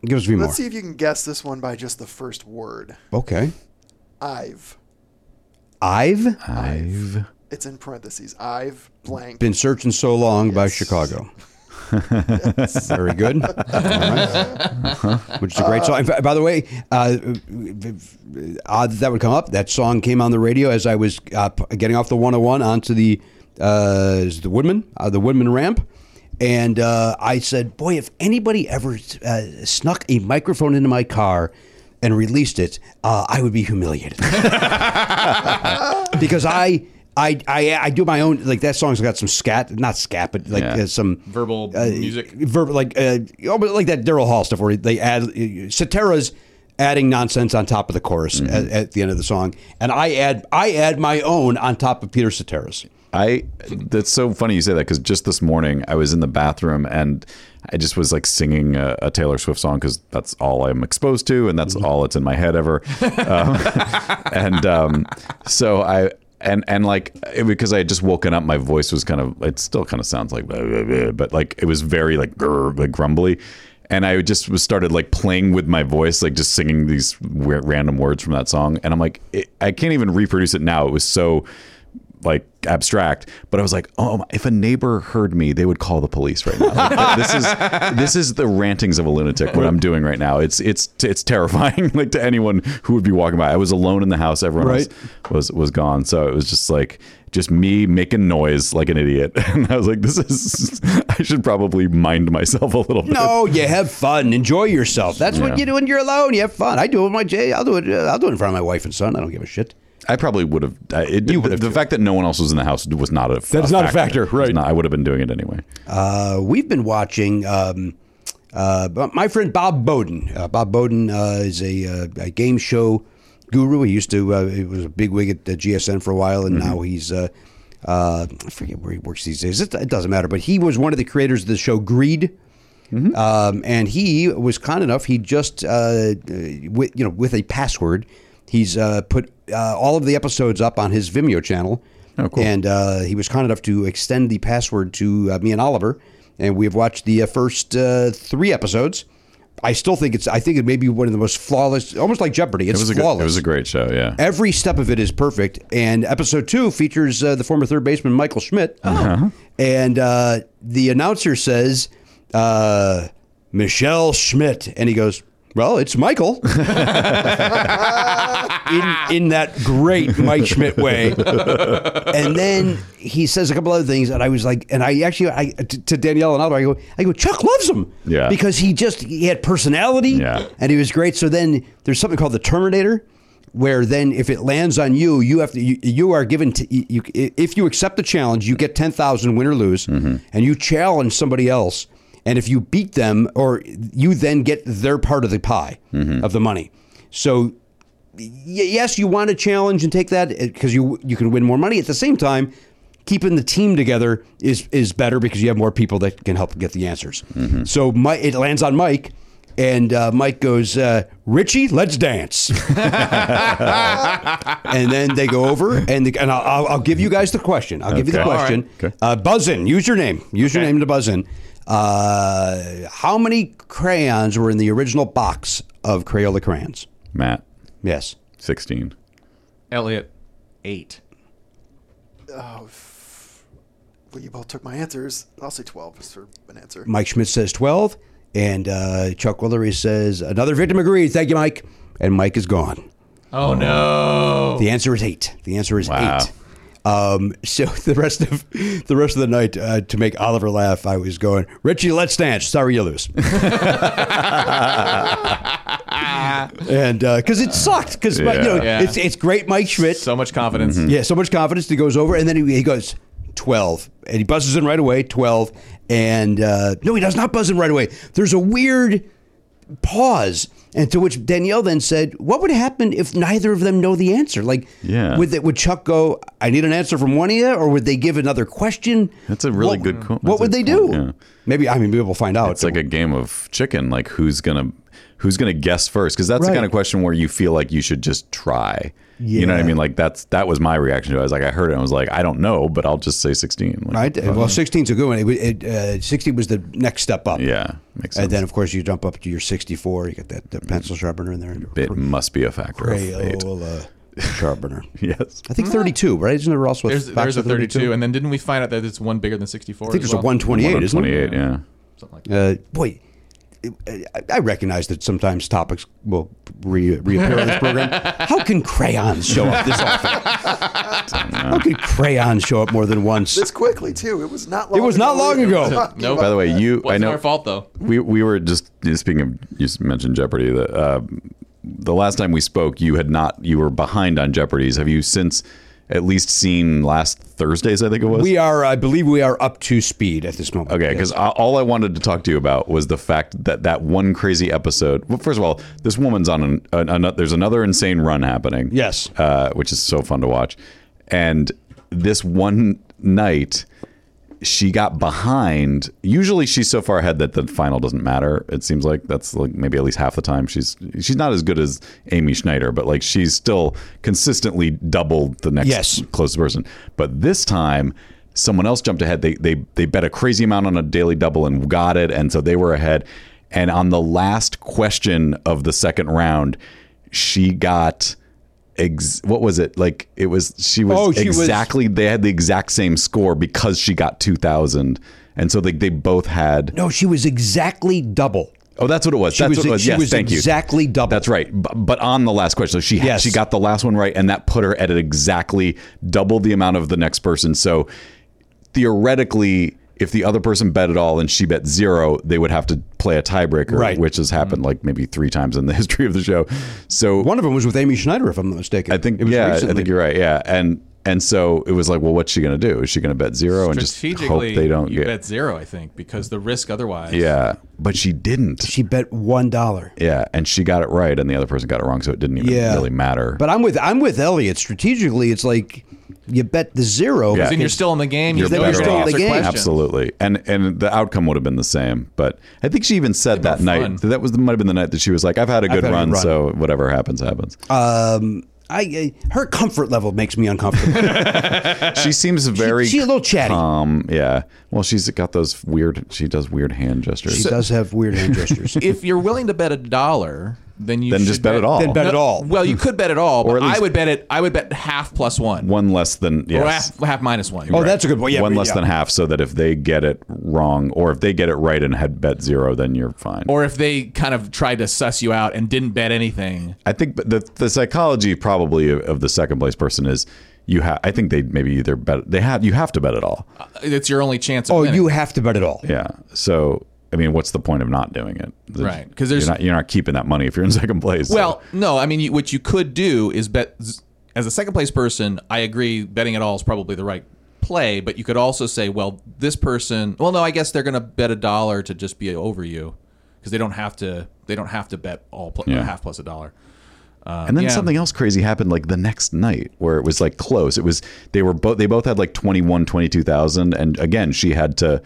S2: Give us a few more.
S5: Let's see if you can guess this one by just the first word.
S2: Okay.
S5: I've.
S2: I've
S1: I've
S5: It's in parentheses. I've blank.
S2: been searching so long by Chicago. Very good. All right. Which is a great song. In fact, By the way, uh, odd that, that would come up. That song came on the radio as I was uh, p- getting off the 101 onto the uh, is the Woodman, uh, the Woodman ramp. And uh, I said, "Boy, if anybody ever uh, snuck a microphone into my car and released it, uh, I would be humiliated." because I, I, I, I do my own like that song's got some scat, not scat, but like
S1: Yeah.
S2: uh, some
S6: Verbal music.
S2: verb like uh, oh, but like that Daryl Hall stuff where they add Satara's adding nonsense on top of the chorus at, at the end of the song, and I add I add my own on top of Peter Satara's.
S1: I that's so funny you say that because just this morning I was in the bathroom and I just was like singing a, a Taylor Swift song because that's all I'm exposed to and that's all that's in my head ever. Um, and um, so I and and like it, because I had just woken up, my voice was kind of it still kind of sounds like blah, blah, blah, but like it was very like grr, like grumbly. And I just was started like playing with my voice, like just singing these weird, random words from that song. And I'm like, it, I can't even reproduce it now. It was so like abstract, but I was like, oh, my- if a neighbor heard me, they would call the police right now. Like, this is this is the rantings of a lunatic. What I'm doing right now, it's it's it's terrifying. Like to anyone who would be walking by, I was alone in the house. Everyone else was was gone, so it was just like just me making noise like an idiot. And I was like, this is I should probably mind myself a little bit.
S2: No, you have fun, enjoy yourself. That's
S1: Yeah.
S2: what you do when you're alone. You have fun. I do it with my Jay. I'll do it. uh, I'll do it in front of my wife and son. I don't give a shit.
S1: I probably would have. I- It, the,
S2: would have
S1: the
S2: too.
S1: fact that no one else was in the house was not a that
S2: is not a factor, right.
S1: I would have been doing it anyway.
S2: Uh, we've been watching. Um, uh, but my friend Bob Bowden. Uh, Bob Bowden uh, is a, uh, a game show guru. He used to uh, he was a big wig at uh, GSN for a while, and now he's uh, uh, I forget where he works these days. It, it doesn't matter. But he was one of the creators of the show Greed,
S1: Mm-hmm.
S2: Um, and he was kind enough. He just, uh, with, you know, with a password, he's uh, put uh, all of the episodes up on his Vimeo channel.
S1: Oh, cool.
S2: And uh, he was kind enough to extend the password to uh, me and Oliver, and we have watched the uh, first uh, three episodes. I still think it's. I think it may be one of the most flawless, almost like Jeopardy. It's
S1: It was a good,
S2: flawless.
S1: it was a great show. Yeah.
S2: Every step of it is perfect. And episode two features uh, the former third baseman Michael Schmidt.
S1: Uh-huh.
S2: Oh. And uh, the announcer says, uh, Michelle Schmidt. And he goes, Well, it's Michael. in, in that great Mike Schmidt way. and then he says a couple other things. And I was like, And I actually, I t- to Danielle and Oliver, I go, I go, Chuck loves him.
S1: Yeah.
S2: Because he just, he had personality
S1: Yeah.
S2: and he was great. So then there's something called the Terminator, where then if it lands on you, you have to you, you are given to you if you accept the challenge, you get ten thousand win or lose, and you challenge somebody else, and if you beat them, or you then get their part of the pie of the money. So y- yes, you want to challenge and take that because you you can win more money. At the same time, keeping the team together is is better because you have more people that can help get the answers.
S1: Mm-hmm.
S2: So my, it lands on Mike, and uh, Mike goes, uh, "Richie, let's dance." and then they go over, and the, and I'll- I'll, I'll give you guys the question. I'll give you the
S1: Okay. All right.
S2: question.
S1: Okay.
S2: Uh, buzz in. Use your name. Use your name to buzz in. Uh, how many crayons were in the original box of Crayola crayons?
S1: Matt,
S2: Yes.
S1: 16.
S6: Elliot, eight.
S5: Well, you both took my answers. I'll say 12 just for an answer.
S2: Mike Schmidt says 12, and uh, Chuck Willery says, another victim agreed. Thank you, Mike. And Mike is gone.
S6: Oh, no.
S2: The answer is eight. The answer is
S1: Wow.
S2: eight. Um, so the rest of the rest of the night, uh, to make Oliver laugh, I was going, Richie, let's dance. Sorry, you lose. and because uh, it sucked, because you know,
S1: Yeah.
S6: Yeah.
S2: it's it's great, Mike Schmidt.
S6: So much confidence.
S2: Yeah, so much confidence that he goes over, and then he, he goes twelve, and he buzzes in right away twelve, and uh, no, he does not buzz in right away. There's a weird pause, and to which Danielle then said, "What would happen if neither of them know the answer? Like,
S1: Yeah.
S2: would that would Chuck go? I need an answer from one of you, or would they give another question?
S1: That's a really
S2: What-
S1: good co-
S2: What
S1: that's a
S2: would they
S1: good
S2: do?
S1: point, yeah.
S2: Maybe I mean maybe we'll find out.
S1: It's like a game of chicken. Like who's gonna who's gonna guess first? Because that's
S2: Right.
S1: the kind of question where you feel like you should just try. You know what
S2: Yeah.
S1: I mean? Like that's that was my reaction to it. I was like, I heard it. and I was like, I don't know, but I'll just say sixteen. Like,
S2: right. Well, 16's a good one. It, wa- it, uh, Sixty was the next step up.
S1: Yeah, makes sense.
S2: And then, of course, you jump up to your 64. You get that, that pencil sharpener in there.
S1: it must be a factor of eight.
S2: Crayola sharpener.
S1: Yes.
S2: oh, uh, I think 32, right? Isn't there also a
S6: Mm. There's,
S2: box
S6: there's a
S2: of
S6: 32, and then didn't we find out that it's one bigger than 64?
S2: I think there's a 128, isn't there?
S1: 28, yeah.
S6: Something like that.
S2: Uh, boy, I- I recognize that sometimes topics will re- reappear on this program. How can crayons show up this often? How can crayons show up more than once?
S5: This quickly, too. It was not long
S2: It was not long
S5: either.
S2: ago.
S6: Nope.
S1: By the way, you I
S6: Wasn't
S1: know
S6: our fault, though.
S1: we we were just speaking of you just mentioned Jeopardy. The uh, the last time we spoke, you had not you were behind on Jeopardy's. Have you since at least seen last Thursday's? I think it was.
S2: We are, I believe, we are up to speed at this moment.
S1: Okay, because all I wanted to talk to you about was the fact that that one crazy episode. Well, first of all, this woman's on an, an, ano- there's another insane run happening.
S2: Yes.
S1: uh, which is so fun to watch. And this one night, she got behind. Usually, she's so far ahead that the final doesn't matter. It seems like that's like maybe at least half the time she's she's not as good as Amy Schneider, but like she's still consistently doubled the next
S2: Yes.
S1: closest person. But this time, someone else jumped ahead. They they they bet a crazy amount on a daily double and got it, and so they were ahead. And on the last question of the second round, she got. Ex- what was it like? It was she was
S2: Oh, she was-
S1: exactly they had the exact same score because she got two thousand, and so they they both had.
S2: No, she was exactly double.
S1: Oh, that's what it was.
S2: She
S1: that's
S2: was-
S1: what it was.
S2: she
S1: yes,
S2: was
S1: thank you.
S2: exactly double.
S1: That's right. But, but on the last question, so she
S2: Yes.
S1: she got the last one right, and that put her at exactly double the amount of the next person. So theoretically, if the other person bet at all and she bet zero, they would have to play a tiebreaker,
S2: Right. Mm-hmm.
S1: which has happened like maybe three times in the history of the show. So
S2: One of them was with Amy Schneider, if I'm not mistaken.
S1: I think
S2: it was
S1: yeah,
S2: recently.
S1: I think you're right. Yeah, and and so it was like, well, what's she gonna do? Is she gonna bet zero and just hope
S6: Strategically,
S1: they don't
S6: you
S1: get?
S6: bet zero, I think, because the risk otherwise.
S1: Yeah, but she didn't.
S2: She bet one dollar.
S1: yeah, and she got it right, and the other person got it wrong, so it didn't even
S2: Yeah.
S1: really matter.
S2: But I'm with I'm with Elliot. Strategically, it's like you bet the zero.
S1: Yeah.
S6: Then you're
S2: because-
S6: still in the game. You
S2: You're
S6: know
S2: better
S6: you're
S2: still in
S6: going
S2: the
S6: to
S2: game.
S6: answer questions.
S1: Absolutely, and and the outcome would have been the same. But I think she even said that
S6: been
S1: night
S6: fun.
S1: that was might have been the night that she was like, "I've had a good,
S2: had a good
S1: run,
S2: run."
S1: so whatever happens, happens."
S2: um, I, I her comfort level makes me uncomfortable.
S1: she seems very
S2: she a little chatty.
S1: calm. Yeah. Well, she's got those weird. She does weird hand gestures.
S2: she does have weird hand gestures.
S6: If you're willing to bet a dollar, then you
S1: Then
S6: should
S1: just bet it all. Then
S2: bet it all.
S6: Well, you could bet it all,
S1: Or
S6: but
S1: at least-
S6: I would bet it. I would bet half plus one,
S1: one less than
S6: or
S1: yes.
S6: half, half minus one.
S2: Oh, that's a good point. Yeah,
S1: one
S2: but-
S1: less
S2: yeah.
S1: than half, so that if they get it wrong, or if they get it right and had bet zero, then you're fine.
S6: or if they kind of tried to suss you out and didn't bet anything.
S1: I think the the psychology probably of, of the second place person is you have. I think they maybe either bet they have you have to bet it all.
S6: It's your only chance. Of
S2: Oh,
S6: winning.
S2: you have to bet it all.
S1: Yeah. So I mean, what's the point of not doing it? There's-
S6: Right, 'cause there's-
S1: you're not, you're not keeping that money if you're in second place. so-
S6: Well, no, I mean, you, what you could do is bet z- as a second place person. I agree, betting at all is probably the right play, but you could also say, well, this person. Well, no, I guess they're going to bet a dollar to just be over you because they don't have to. They don't have to bet all pl-
S1: Yeah.
S6: half plus a dollar.
S1: And then
S6: Yeah.
S1: something else crazy happened like the next night where it was like close. It was they were both they both had like 21 22,000 and again she had to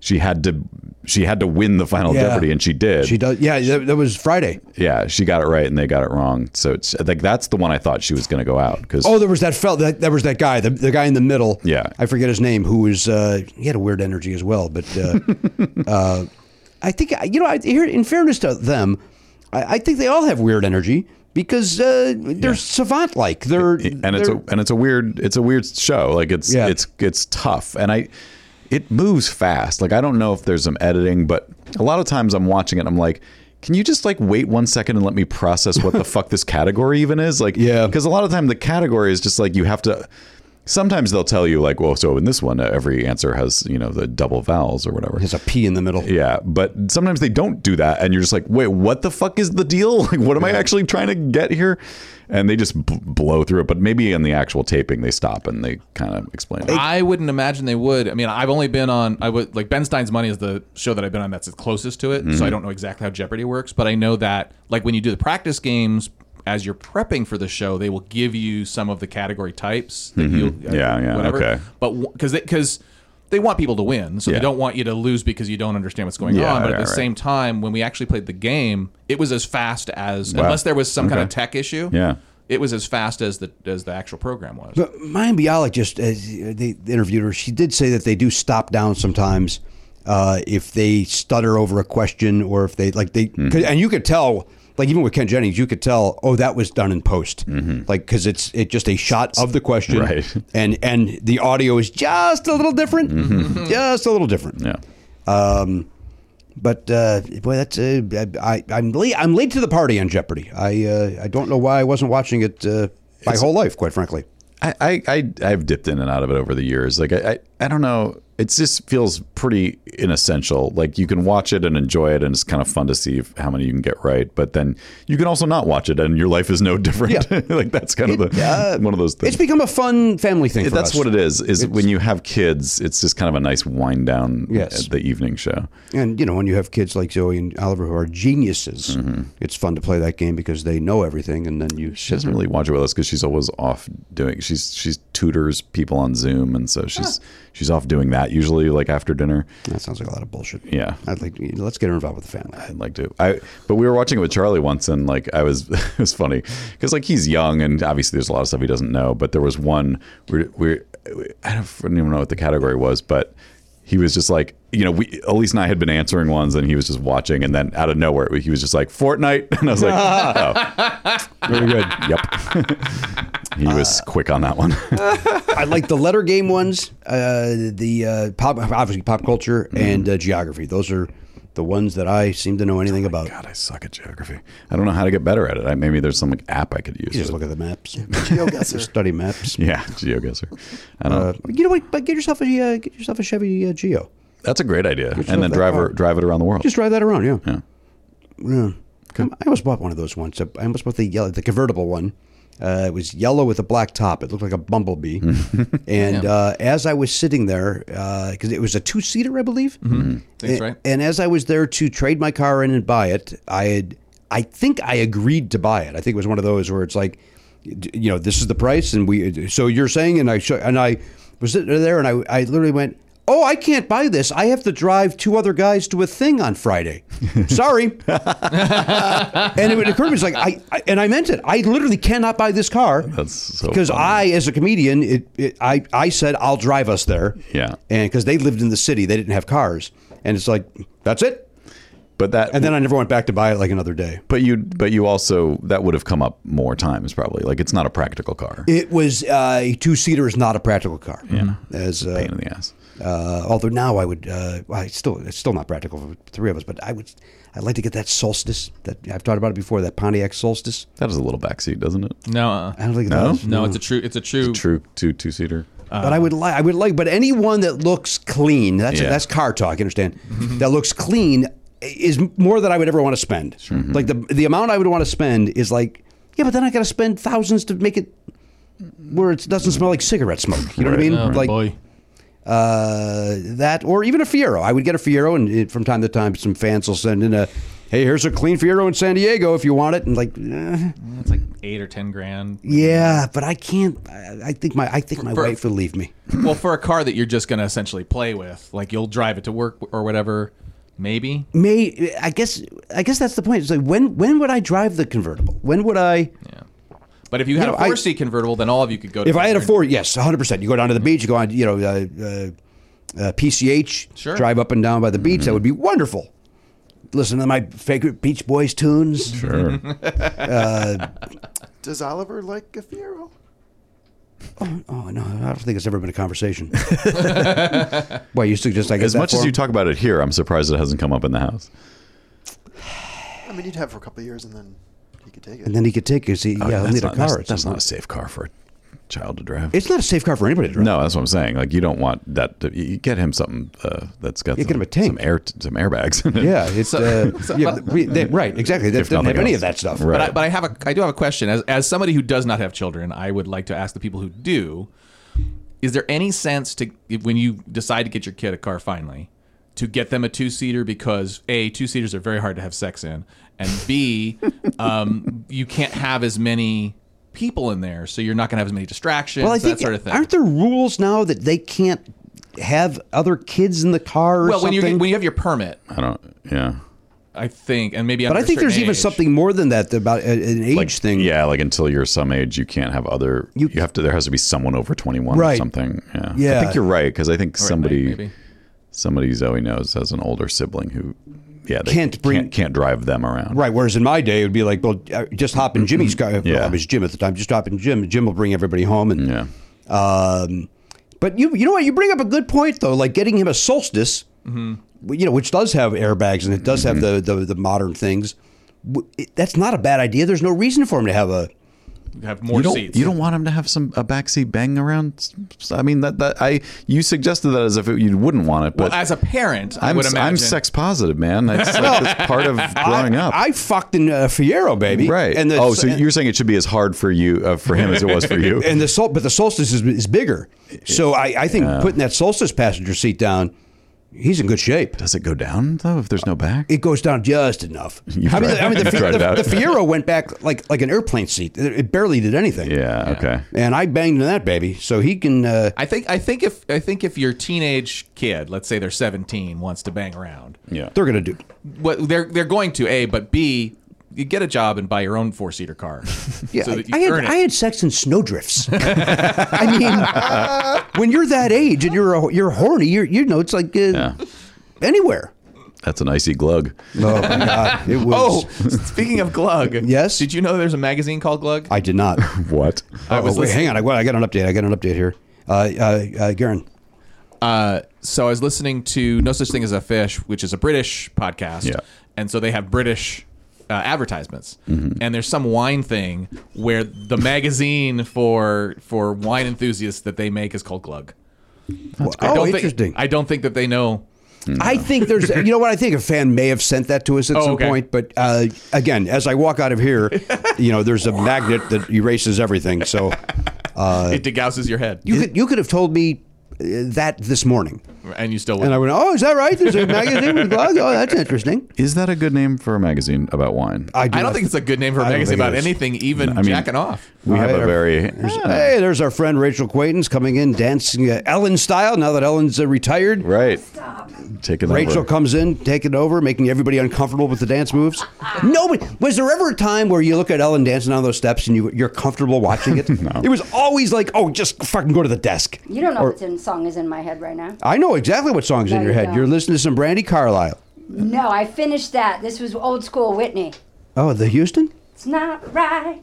S1: she had to she had to win the final
S2: Yeah.
S1: jeopardy and she did.
S2: She does. Yeah, that, that was Friday.
S1: yeah, she got it right and they got it wrong. So it's like that's the one I thought she was going to go out cuz
S2: Oh, there was that felt that there was that guy, the, the guy in the middle.
S1: Yeah.
S2: I forget his name. Who was uh, he had a weird energy as well, but uh, uh, I think you know. I, here, in fairness to them, I, I think they all have weird energy because uh, they're savant like. They're
S1: and it's a
S2: they're-
S1: and it's a weird it's a weird show. Like it's
S2: Yeah.
S1: it's it's tough, and I it moves fast. Like I don't know if there's some editing, but a lot of times I'm watching it, and I'm like. Can you just like wait one second and let me process what the fuck this category even is? Like,
S2: Yeah.
S1: Because a lot of time the category is just like you have to. Sometimes they'll tell you like, well, so in this one, every answer has you know the double vowels or whatever.
S2: there's a P in the middle.
S1: Yeah, but sometimes they don't do that, and you're just like, wait, what the fuck is the deal? Like, what am I actually trying to get here? And they just b- blow through it. But maybe in the actual taping, they stop and they kind of explain. It.
S6: I wouldn't imagine they would. I mean, I've only been on. I would like Ben Stein's Money is the show that I've been on that's the closest to it,
S1: Mm-hmm.
S6: so I don't know exactly how Jeopardy works, but I know that like when you do the practice games as you're prepping for the show, they will give you some of the category types. That you,
S1: Mm-hmm. Yeah, yeah, okay.
S6: But because because they want people to win, so
S1: Yeah.
S6: they don't want you to lose because you don't understand what's going
S1: Yeah,
S6: on. But at
S1: yeah,
S6: the
S1: right.
S6: same time, when we actually played the game, it was as fast as
S1: Wow.
S6: unless there was some kind of
S1: Okay.
S6: tech issue.
S1: Yeah.
S6: It was as fast as the as the actual program was.
S2: But Maya Bialik just as they interviewed her, she did say that they do stop down sometimes uh, if they stutter over a question or if they like they
S1: Mm-hmm.
S2: 'cause- and you could tell. Like even with Ken Jennings, you could tell. Oh, that was done in post, like because it's it just a shot of the question,
S1: Mm-hmm. Right.
S2: And and the audio is just a little different,
S1: Mm-hmm.
S2: just a little different.
S1: Yeah,
S2: Um, but uh, boy, that's uh, I, I'm late. I'm late to the party on Jeopardy. I uh, I don't know why I wasn't watching it uh, my whole life, quite frankly.
S1: I, I, I I've dipped in and out of it over the years. Like, I, I, I don't know. It just feels pretty inessential. Like you can watch it and enjoy it, and it's kind of fun to see if- how many you can get right. But then you can also not watch it, and your life is no different.
S2: Yeah.
S1: like that's kind of the
S2: uh,
S1: one of those things.
S2: It's become a fun family thing. For
S1: that's
S2: us.
S1: what it is. Is when you have kids, it's just kind of a nice wind down
S2: Yes.
S1: at the evening show.
S2: And you know, when you have kids like Zoe and Oliver who are geniuses,
S1: Mm-hmm.
S2: it's fun to play that game because they know everything, and then you
S1: She
S2: sit.
S1: doesn't really watch it with us because she's always off doing. She's she's tutors people on Zoom, and so
S2: Ah.
S1: she's she's off doing that usually, like after dinner.
S2: That sounds like a lot of bullshit.
S1: Yeah.
S2: I'd like. To, let's get her involved with the family.
S1: I'd like to. I but we were watching it with Charlie once, and like I was, it was funny because like he's young, and obviously there's a lot of stuff he doesn't know. But there was one we we I don't, I don't even know what the category was, but he was just like you know we Elise and I had been answering ones, and he was just watching, and then out of nowhere he was just like Fortnite, and I was like, oh, very good, yep. he was quick on that one.
S2: I like the letter game ones, uh, the uh, pop, obviously pop culture
S1: Mm-hmm.
S2: and uh, geography. Those are the ones that I seem to know anything about.
S1: Oh God, I suck at geography. I don't know how to get better at it. I, maybe there's some like, app I could use.
S2: You just
S1: but-
S2: look at the maps,
S5: GeoGuessr.
S2: study maps.
S1: yeah, GeoGuessr. I don't know.
S2: You know what? But get yourself a uh, get yourself a Chevy uh, Geo.
S1: That's a great idea.
S2: love
S1: And then
S2: that
S1: drive, her,
S2: car.
S1: drive it around the world.
S2: Just drive that around, yeah.
S1: Yeah.
S2: Yeah. Um, I almost bought one of those once. I almost bought the yellow, the convertible one. Uh, it was yellow with a black top. It looked like a bumblebee. and uh, as I was sitting there, because it was a two seater, I believe. Mm-hmm.
S6: That's
S2: and,
S6: right.
S2: And as I was there to trade my car in and buy it, I had, I think I agreed to buy it. I think it was one of those where it's like, d- you know, this is the price, and we. So you're saying, and I show, and I was sitting there, and I, I literally went, "Oh, I can't buy this. I have to drive two other guys to a thing on Friday. Sorry." and it occurred to me, it's like I, I, and I meant it. I literally cannot buy this car
S1: That's so
S2: because
S1: funny.
S2: I, as a comedian, it, it I, I said I'll drive us there.
S1: Yeah.
S2: and because they lived in the city, they didn't have cars, and it's like that's it.
S1: But that
S2: And then I never went back to buy it like another day.
S1: but you but you also that would have come up more times probably. Like it's not a practical car.
S2: It was uh, a two seater is not a practical car. Yeah, as uh,
S1: Pain in the ass.
S2: uh, although now I would, uh, well, it's still it's still not practical for the three of us, but I would, I'd like to get that Solstice that I've talked about it before, that Pontiac Solstice.
S1: That is a little backseat, doesn't it?
S6: No, uh,
S2: I don't think
S1: No?
S2: that is,
S6: no, it's a true, it's a true.
S1: True two two seater.
S2: but I would like, I would like, but anyone that looks clean, that's
S1: Yeah.
S2: that's car talk, you understand? That looks clean is more than I would ever want to spend.
S6: Mm-hmm.
S2: Like the the amount I would want to spend is like, yeah, but then I got to spend thousands to make it where it doesn't smell like cigarette smoke. You know what I mean?
S6: Oh,
S2: like
S6: boy.
S2: uh, that or even a Fiero. I would get a Fiero, and it, from time to time, some fans will send in a, "Hey, here's a clean Fiero in San Diego if you want it," and like, eh,
S6: It's like eight or ten grand.
S2: yeah, but I can't. I, I think my I think my
S6: For-
S2: wife will leave me.
S6: well, for a car that you're just going to essentially play with, like you'll drive it to work or whatever, maybe.
S2: May I guess I guess that's the point. It's like when when would I drive the convertible? When would I?
S6: Yeah. But if you had
S2: know,
S6: a
S2: I-
S6: four seat convertible, then all of you could go. to
S2: If I had a
S6: Disney.
S2: four, yes, 100%. You go down to the beach, you go on, you know, uh, uh, uh, PCH,
S6: Sure.
S2: drive up and down by the beach.
S1: Mm-hmm.
S2: That would be wonderful. Listen to my favorite Beach Boys tunes.
S1: Sure.
S5: Does Oliver like a Fiero?
S2: Oh no, I don't think it's ever been a conversation. Why you suggest I get
S1: as
S2: that
S1: much
S2: for
S1: as you
S2: him?
S1: talk about it here, I'm surprised it hasn't come up in the house.
S5: I mean, you'd have it for a couple of years and then he could take it.
S2: and then he could take his. He,
S1: Oh,
S2: yeah, he'll
S1: that's
S2: need
S1: not-
S2: a car.
S1: That's, that's not a safe car for a child to drive.
S2: It's not a safe car for anybody to drive.
S1: no, that's what I'm saying. Like you don't want that. To, you you get him something uh, that's got
S2: You
S1: some,
S2: get him a tank.
S1: some air, some airbags. in it.
S2: Yeah, it's uh, yeah, we, they, right. Exactly. They
S1: If
S2: don't have
S1: nothing
S2: any of
S1: else.
S2: that stuff.
S1: Right.
S6: But I, but I have a I do have a question as as somebody who does not have children, I would like to ask the people who do: Is there any sense to if- when you decide to get your kid a car finally to get them a two seater because a two seaters are very hard to have sex in, and b um, you can't have as many people in there, so you're not going to have as many distractions,
S2: Well, I think
S6: that sort of thing.
S2: aren't there rules now that they can't have other kids in the car or
S6: well, when
S2: something?
S6: you get- when you have your permit,
S1: I don't. Yeah.
S6: I think, and maybe
S2: but I
S6: under a
S2: think there's
S6: certain
S2: even
S6: age.
S2: something more than that about a- an age thing.
S1: Yeah, like until you're some age, you can't have other. You, have to. There has to be someone over 21 or
S2: Right.
S1: something. Yeah. I
S2: Yeah.
S1: think you're right because I think somebody,
S6: maybe.
S1: somebody Zoe knows has an older sibling who, yeah, they
S2: Can't bring-
S1: can't, can't drive them around.
S2: Right. Whereas in my day, it would be like, well, uh, just hop in Jimmy's car. Well,
S1: Yeah.
S2: it was Jim at the time. Just hop in Jim. Jim will bring everybody home. And
S1: Yeah.
S2: Um, but you you know what? You bring up a good point though. Like getting him a Solstice,
S6: Mm-hmm.
S2: w- you know, which does have airbags and it does
S1: Mm-hmm.
S2: have the, the the modern things. W- it- That's not a bad idea. There's no reason for him to have a.
S6: have more
S1: you don't,
S6: seats.
S1: You don't want him to have some a backseat bang around. I mean that that I you suggested that as if it, you wouldn't want it, but
S6: well, as a parent, I
S1: I'm
S6: would imagine
S1: I'm sex positive, man. That's like that's part of growing up.
S2: I fucked in a Fiero, baby.
S1: right.
S2: And the,
S1: oh, so
S2: and,
S1: you're saying it should be as hard for you uh, for him as it was for you.
S2: and the sol- but the Solstice is, is bigger. So I, I think putting that Solstice passenger seat down, he's in good shape.
S1: Does it go down though if there's no back?
S2: It goes down just enough.
S1: You
S2: I
S1: tried-
S2: mean, the, I mean, the,
S1: you
S2: Fi-
S1: tried
S2: the,
S1: that.
S2: the Fiero went back like like an airplane seat. It it barely did anything.
S1: yeah, Okay.
S2: and I banged in that baby, so he can. Uh,
S6: I think I think if I think if your teenage kid, let's say they're 17, wants to bang around,
S1: Yeah.
S2: they're gonna do.
S6: what they're they're going to a but b you get a job and buy your own four seater car,
S2: Yeah,
S6: so
S2: I-
S6: that you
S2: I, had
S6: earn it.
S2: I had sex in snowdrifts. I mean, when you're that age and you're a, you're horny, you're you know it's like uh,
S1: Yeah.
S2: anywhere.
S1: That's an icy glug.
S2: Oh my god, it was.
S6: oh, speaking of Glug,
S2: Yes?
S6: Did you know there's a magazine called Glug?
S2: I did not.
S1: What?
S6: I was
S2: oh, wait,
S6: listening-
S2: hang on. I, well, I got an update. I got an update here. Uh, uh, uh, Garen,
S6: Uh, so I was listening to No Such Thing as a Fish, which is a British podcast.
S1: Yeah.
S6: And so they have British uh, advertisements.
S2: Mm-hmm.
S6: And there's some wine thing where the magazine for for wine enthusiasts that they make is called Glug. I
S2: oh,
S6: don't
S2: interesting.
S6: Think, I don't think that they know.
S2: I think there's, you know what? I think a fan may have sent that to us at
S6: Oh,
S2: some
S6: okay.
S2: point. But uh, again, as I walk out of here, you know, there's a magnet that erases everything. So
S6: it degausses your head.
S2: you could you could have told me uh, that this morning.
S6: and you still would.
S2: And I went, oh, is that right? There's a magazine with glass. Oh, that's interesting.
S1: Is that a good name for a magazine about wine?
S6: I don't think it's a good name for a
S2: don't
S6: magazine
S2: think it
S6: about
S2: is.
S6: anything, even
S1: I mean-
S6: jacking off.
S1: we have
S2: right,
S1: a
S2: our-
S1: very
S2: Hey, there's our friend Rachel Quaintance coming in dancing uh, Ellen style. Now that Ellen's uh, retired,
S1: right. Taking
S2: Rachel
S1: over.
S2: comes in, taking over, making everybody uncomfortable with the dance moves. Nobody was there ever a time where you look at Ellen dancing on those steps and you you're comfortable watching it? It was always like, oh, just fucking go to the desk.
S7: You don't know
S2: Or-
S7: what in song is in my head right now.
S2: I know exactly what songs in
S7: No,
S2: your
S7: you
S2: head.
S7: don't.
S2: You're listening to some Brandy Carlisle.
S7: No, I finished that. This was old school Whitney.
S2: Oh, the Houston?
S7: It's not right,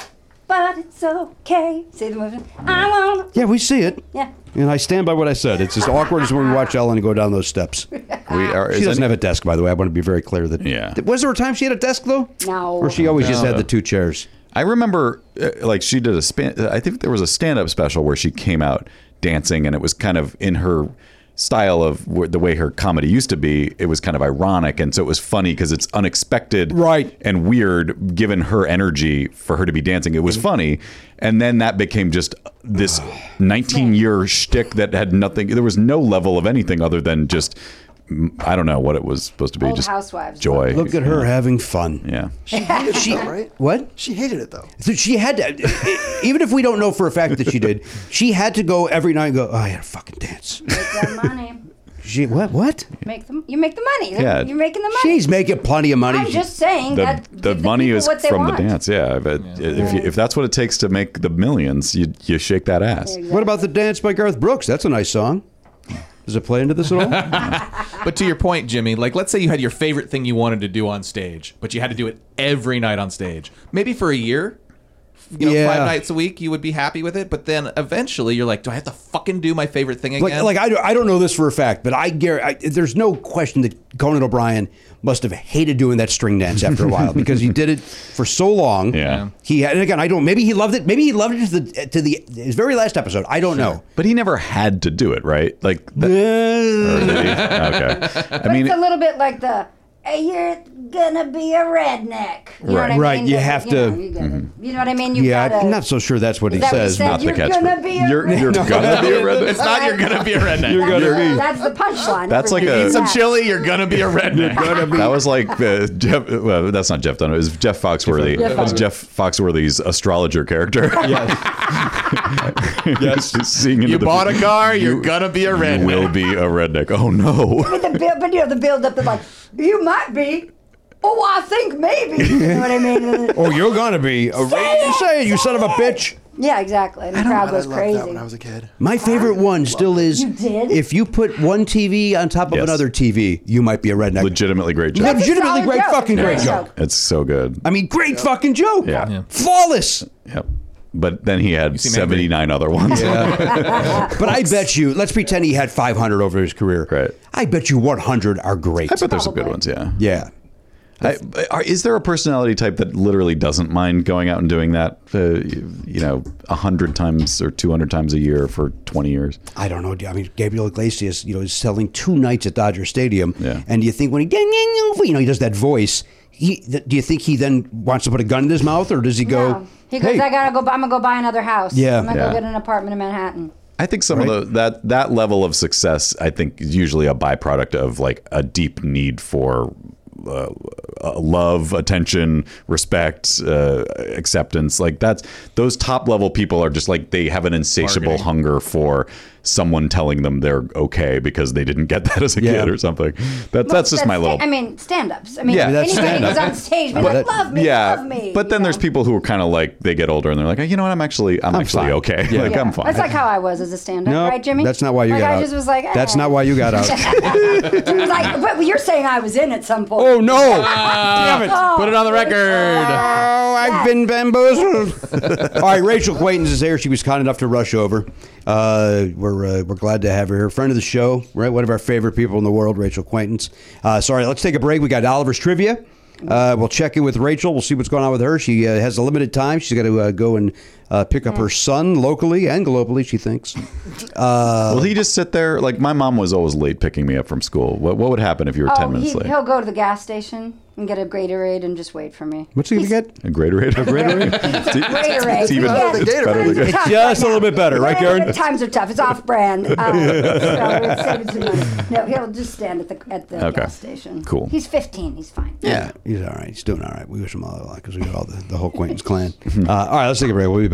S7: but it's okay. See the movement? I want.
S2: Yeah, we see it.
S7: Yeah.
S2: And I stand by what I said. It's as awkward as when we watch Ellen go down those steps.
S1: We are,
S2: She doesn't have a desk, by the way. I want to be very clear that.
S1: Yeah.
S2: Was there a time she had a desk though?
S7: No.
S2: Or she always just had the two chairs.
S1: I remember, uh, like, she did a span. I think there was a stand-up special where she came out dancing, and it was kind of in her style of wh- the way her comedy used to be. It was kind of ironic, and so it was funny because it's unexpected,
S2: Right.
S1: and weird. Given her energy for her to be dancing, it
S2: Mm-hmm.
S1: was funny, and then that became just this 19-year shtick that had nothing. There was no level of anything other than just. mm, I don't know what it was supposed to be.
S7: Old
S1: just
S7: housewives.
S1: joy.
S2: Look at her having fun.
S1: Yeah.
S5: she, right?
S2: What?
S5: She hated it though.
S2: So she had to, e, even if we don't know for a fact that she did, she had to go every night and go, oh, I had a fucking dance.
S7: Make that money.
S2: She, what? What?
S7: Make them. You make the money.
S1: Yeah.
S7: You're making the money.
S2: She's making plenty of money.
S7: I'm just saying
S1: the,
S7: that
S1: the
S7: give
S1: money
S7: people
S1: is
S7: what they
S1: from
S7: want.
S1: the dance. Yeah, but if you, if that's what it takes to make the millions, you you shake that ass.
S2: what about the dance by Garth Brooks? That's a nice song. Does it play into this at all?
S6: But to your point, Jimmy, like let's say you had your favorite thing you wanted to do on stage, but you had to do it every night on stage. Maybe for a year, you know,
S2: Yeah.
S6: five nights a week, you would be happy with it. But then eventually, you're like, do I have to fucking do my favorite thing again?
S2: Like, like I, do- I don't know this for a fact, but I guarantee I, there's no question that Conan O'Brien must have hated doing that string dance after a while because he did it for so long.
S1: Yeah.
S2: He had, and again, I don't. Maybe he loved it. Maybe he loved it to the to the his very last episode. I don't know.
S1: But he never had to do it, right? Like, that, or did he? okay. I
S7: But
S1: mean,
S7: it's a little bit like the "Hey, you're gonna be a redneck. You know what
S1: Right.
S7: I
S2: Right,
S7: mean?
S2: you
S7: That-
S2: have
S7: know,
S2: to-
S7: you, gotta-
S1: Mm-hmm.
S7: you know what I mean? You
S2: yeah,
S7: gotta,
S2: I'm not so sure that's what he
S7: Is that what he
S2: says.
S7: said?
S1: not the
S7: You're
S1: catch.
S7: gonna be a
S1: you're you're
S7: redneck.
S1: gonna be a redneck.
S6: it's not you're gonna be a redneck.
S7: That's,
S2: gonna
S7: the-
S2: be-
S7: that's the punchline.
S1: That's like
S7: Everybody
S1: a-
S7: knows
S1: Some
S7: that.
S6: chili, you're gonna be a redneck.
S1: That was like uh, Jeff. Well, that's not Jeff Dunham. It was Jeff Foxworthy.
S7: Jeff
S1: It was Jeff Foxworthy's astrologer character.
S2: Yes.
S1: yes, seeing into
S6: you
S1: the
S6: bought a
S1: future.
S6: car, you're
S1: You-
S6: gonna be a redneck.
S1: You will be a redneck. Oh no!
S7: But the build, but you know the build up. They're like, you might be. Oh, I think maybe. You know what I mean?
S2: or Oh, you're gonna be a
S7: Say it,
S2: say it, you son of a bitch.
S7: yeah, exactly. And the crowd
S5: God, I
S7: goes
S5: loved
S7: crazy.
S5: that when I was a kid.
S2: My favorite one still is
S7: You did?
S2: if you put one TV on top of
S1: Yes.
S2: another TV, you might be a redneck.
S1: Legitimately great job.
S2: That's legitimately
S7: solid
S2: great
S7: joke.
S2: fucking
S7: Great
S2: great joke.
S7: joke.
S1: It's so good.
S2: I mean, great fucking joke.
S1: Yeah. Yeah.
S2: Flawless.
S1: Yep. But then he had
S6: seem angry.
S1: 79 other ones.
S2: But I bet you, let's pretend he had 500 over his career.
S1: Right.
S2: I bet you 100 are great.
S1: I bet there's some good
S7: Probably.
S1: ones, yeah.
S2: yeah.
S1: I, are, is there a personality type that literally doesn't mind going out and doing that, uh, you know, 100 times or 200 times a year for 20 years?
S2: I don't know. I mean, Gabriel Iglesias, you know, is selling two nights at Dodger Stadium.
S1: Yeah.
S2: And you think when he, you know, he does that voice. He, th- do you think he then wants to put a gun in his mouth, or does he go?
S7: No. He goes,
S2: "Hey,
S7: I gotta go. bu- I'm gonna go buy another house.
S2: Yeah.
S7: I'm gonna
S1: Yeah.
S7: go get an apartment in Manhattan.
S1: I think some of the, that that level of success, I think, is usually a byproduct of like a deep need for uh, uh, love, attention, respect, uh, acceptance. Like that's those top level people are just like they have an insatiable
S6: Bargaining.
S1: hunger for someone telling them they're okay because they didn't get that as a
S2: Yeah.
S1: kid or something. That, that's just my
S7: sta-
S1: little.
S7: I mean, stand-ups. I mean,
S1: Yeah. That's
S7: anybody who's
S1: stand-up.
S7: on stage, be
S1: But
S7: like,
S1: that-
S7: love me,
S1: yeah,
S7: love me.
S1: but then
S7: you
S1: there's
S7: know?
S1: people who are kind of like they get older and they're like, "Oh, you know what? I'm actually, I'm, actually
S2: fine."
S1: okay. like
S7: Yeah.
S1: I'm fine.
S7: That's like how I was as a stand-up,
S2: No,
S7: right, Jimmy?
S2: that's not why you
S7: like,
S2: got
S7: I
S2: out.
S7: just was like,
S2: That's
S7: eh.
S2: not why you got out.
S7: It was like, but you're saying I was in at some point.
S2: oh no! Damn it!
S7: Oh,
S6: Put it on the record.
S2: Oh, I've been bamboozled. All right, Rachel Quaintance is here. She was kind enough to rush over. Uh, we're uh, we're glad to have her here. Friend of the show, right? One of our favorite people in the world, Rachel Quaintance. Uh, sorry, let's take a break. We got Oliver's trivia. Uh, we'll check in with Rachel. We'll see what's going on with her. She uh, has a limited time. She's got to uh, go and uh, pick up her
S1: Mm.
S2: son locally and globally. She thinks.
S1: Will
S2: Um,
S1: he just sit there? Like my mom was always late picking me up from school. What, what would happen if you were ten minutes
S7: Oh, he,
S1: late?
S7: he'll go to the gas station and get a Gatorade and just wait for me.
S2: What's he gonna get?
S1: A Gatorade. A Gatorade. it's,
S7: Gatorade.
S1: It's even.
S7: Yeah,
S1: It's better than
S7: times are
S1: Gatorade.
S7: tough
S2: Just a little bit better, right,
S7: Times-
S2: Karen?
S7: Times are tough. It's off brand. Um, so it's saving some money. No, he'll just stand at the at the
S1: Okay.
S7: gas station.
S1: Cool.
S7: He's 15. He's fine.
S2: Yeah, he's all right. He's doing all right. We wish him all the luck because we got all the, the whole Quaintance clan. Uh, all right, let's take a break. We'll be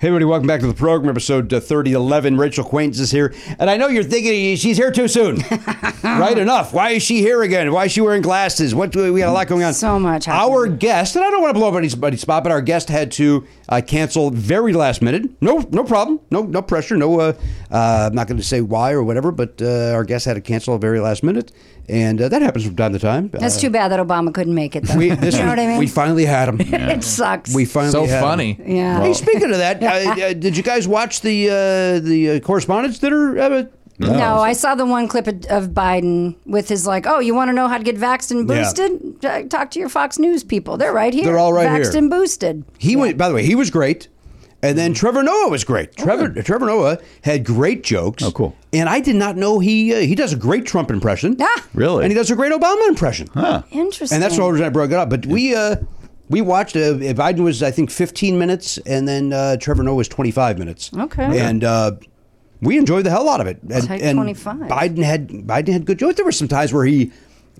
S2: Hey, everybody, welcome back to the program, episode uh, 3011. Rachel Quaintance is here. And I know you're thinking she's here too soon. right enough. Why is she here again? Why is she wearing glasses? What do we, we got a lot going on?
S7: So much happening.
S2: Our guest, and I don't want to blow up anybody's spot, but our guest had to uh, cancel very last minute. No no problem. No no pressure. No, uh, uh, I'm not going to say why or whatever, but uh, our guest had to cancel very last minute. And uh, that happens from time to time.
S7: That's
S2: Uh,
S7: too bad that Obama couldn't make it. Though.
S2: we,
S7: you
S2: this
S7: know
S2: was-
S7: what I mean?
S2: We finally had him.
S7: it sucks.
S2: We finally
S6: So
S2: had him.
S6: funny.
S7: yeah.
S2: Hey, speaking of that, uh, uh, did you guys watch the uh, the uh, correspondence dinner? Uh,
S7: no, I saw the one clip of, of Biden with his like, "Oh, you want to know how to get vaxxed and
S2: Yeah.
S7: boosted? Uh, Talk to your Fox News people. They're right here.
S2: They're all right
S7: vaxxed
S2: here.
S7: and boosted."
S2: he went. By the way, he was great. And then Trevor Noah was great. Trevor Trevor Noah had great jokes.
S1: Oh, cool.
S2: And I did not know he uh, he does a great Trump impression.
S7: Ah.
S1: Really?
S2: And he does a great Obama impression.
S7: Interesting.
S2: And that's the whole reason I brought it up. But we uh, we watched. Uh, Biden was I think 15 minutes, and then uh, Trevor Noah was 25 minutes.
S7: Okay.
S2: And uh, we enjoyed the hell out of it. And,
S7: Take
S2: and
S7: 25.
S2: Biden had Biden had good jokes. There were some times where he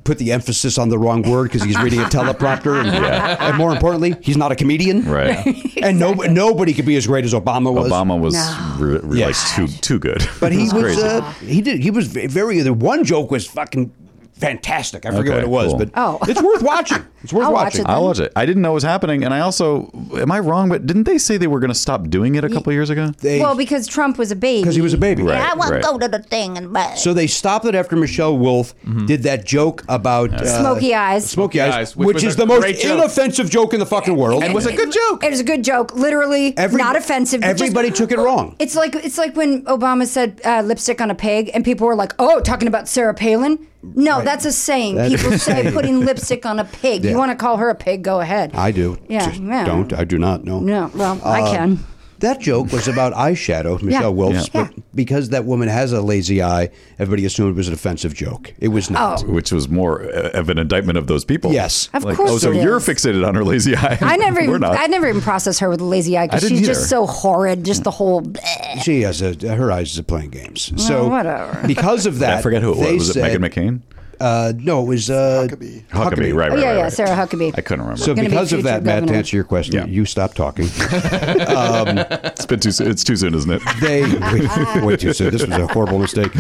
S2: put the emphasis on the wrong word because he's reading a teleprompter, and, and more importantly, he's not a comedian.
S1: Right.
S2: And no, nobody could be as great as Obama was.
S1: Obama was
S7: No.
S1: re- re- like
S2: Yes.
S1: too too good.
S2: But he
S1: It's
S2: was
S1: crazy.
S2: uh, he did he was ve- very the one joke was fucking fantastic. I forget
S1: Okay,
S2: what it was,
S1: cool.
S2: but
S7: Oh.
S2: it's worth watching. It's worth
S7: I'll watch
S2: watching.
S7: it.
S1: I'll watch it. I didn't know it was happening, and I also am I wrong? But didn't they say they were going to stop doing it a couple years ago?
S2: They-
S7: well, because Trump was a baby.
S2: 'Cause he was a baby.
S7: Yeah,
S1: Right,
S7: I want
S1: right.
S7: to go to the thing and buy.
S2: so they stopped it after Michelle Wolf did that joke about uh,
S7: Smoky eyes.
S2: Smoky eyes,
S6: Smoky Eyes,
S2: which,
S6: which was
S2: is
S6: a
S2: the most
S6: great joke.
S2: inoffensive joke in the fucking world.
S6: And was a good joke.
S7: It was a good joke. Literally
S2: Every-
S7: not offensive. but just-
S2: everybody took it wrong.
S7: It's like it's like when Obama said uh, lipstick on a pig, and people were like, "Oh, talking about Sarah Palin." No, that's a saying.
S2: That is
S7: people
S2: a
S7: say
S2: saying.
S7: putting lipstick on a pig.
S2: Yeah.
S7: You want to call her a pig? Go ahead.
S2: I Uh, do.
S7: Yeah,
S2: Just
S7: yeah.
S2: Don't. I do not know.
S7: No, well, I can.
S2: That joke was about eyeshadow, Michelle Wolf's,
S7: Yeah.
S2: but because that woman has a lazy eye, everybody assumed it was an offensive joke. It
S7: Oh.
S2: was not.
S1: Which was more uh, of an indictment of those people.
S2: Yes.
S7: Of
S1: Like,
S7: course
S1: Oh, so
S7: it is.
S1: you're fixated on her lazy eye.
S7: I never
S1: We're
S7: even
S1: not.
S7: I never even processed her with a lazy eye because
S1: I didn't
S7: she's just
S1: either.
S7: so horrid. Just the whole. bleh.
S2: She has a her eyes are playing games. So
S7: whatever.
S2: Because of that,
S1: I forget who it
S2: they
S1: was. Was it
S2: said-
S1: Megan McCain?
S2: Uh, no, it was uh,
S5: Huckabee.
S1: Huckabee. Right. Right.
S7: Oh, yeah,
S1: right,
S7: yeah,
S1: right.
S7: Sarah Huckabee.
S1: I couldn't remember.
S2: So
S7: Gonna be
S2: because of
S7: future
S2: that, Matt, to
S7: governor.
S2: answer your question,
S1: Yeah.
S2: you stop talking.
S1: it's been too. soon- It's too soon, isn't it?
S2: they wait, way too soon. This was a horrible mistake.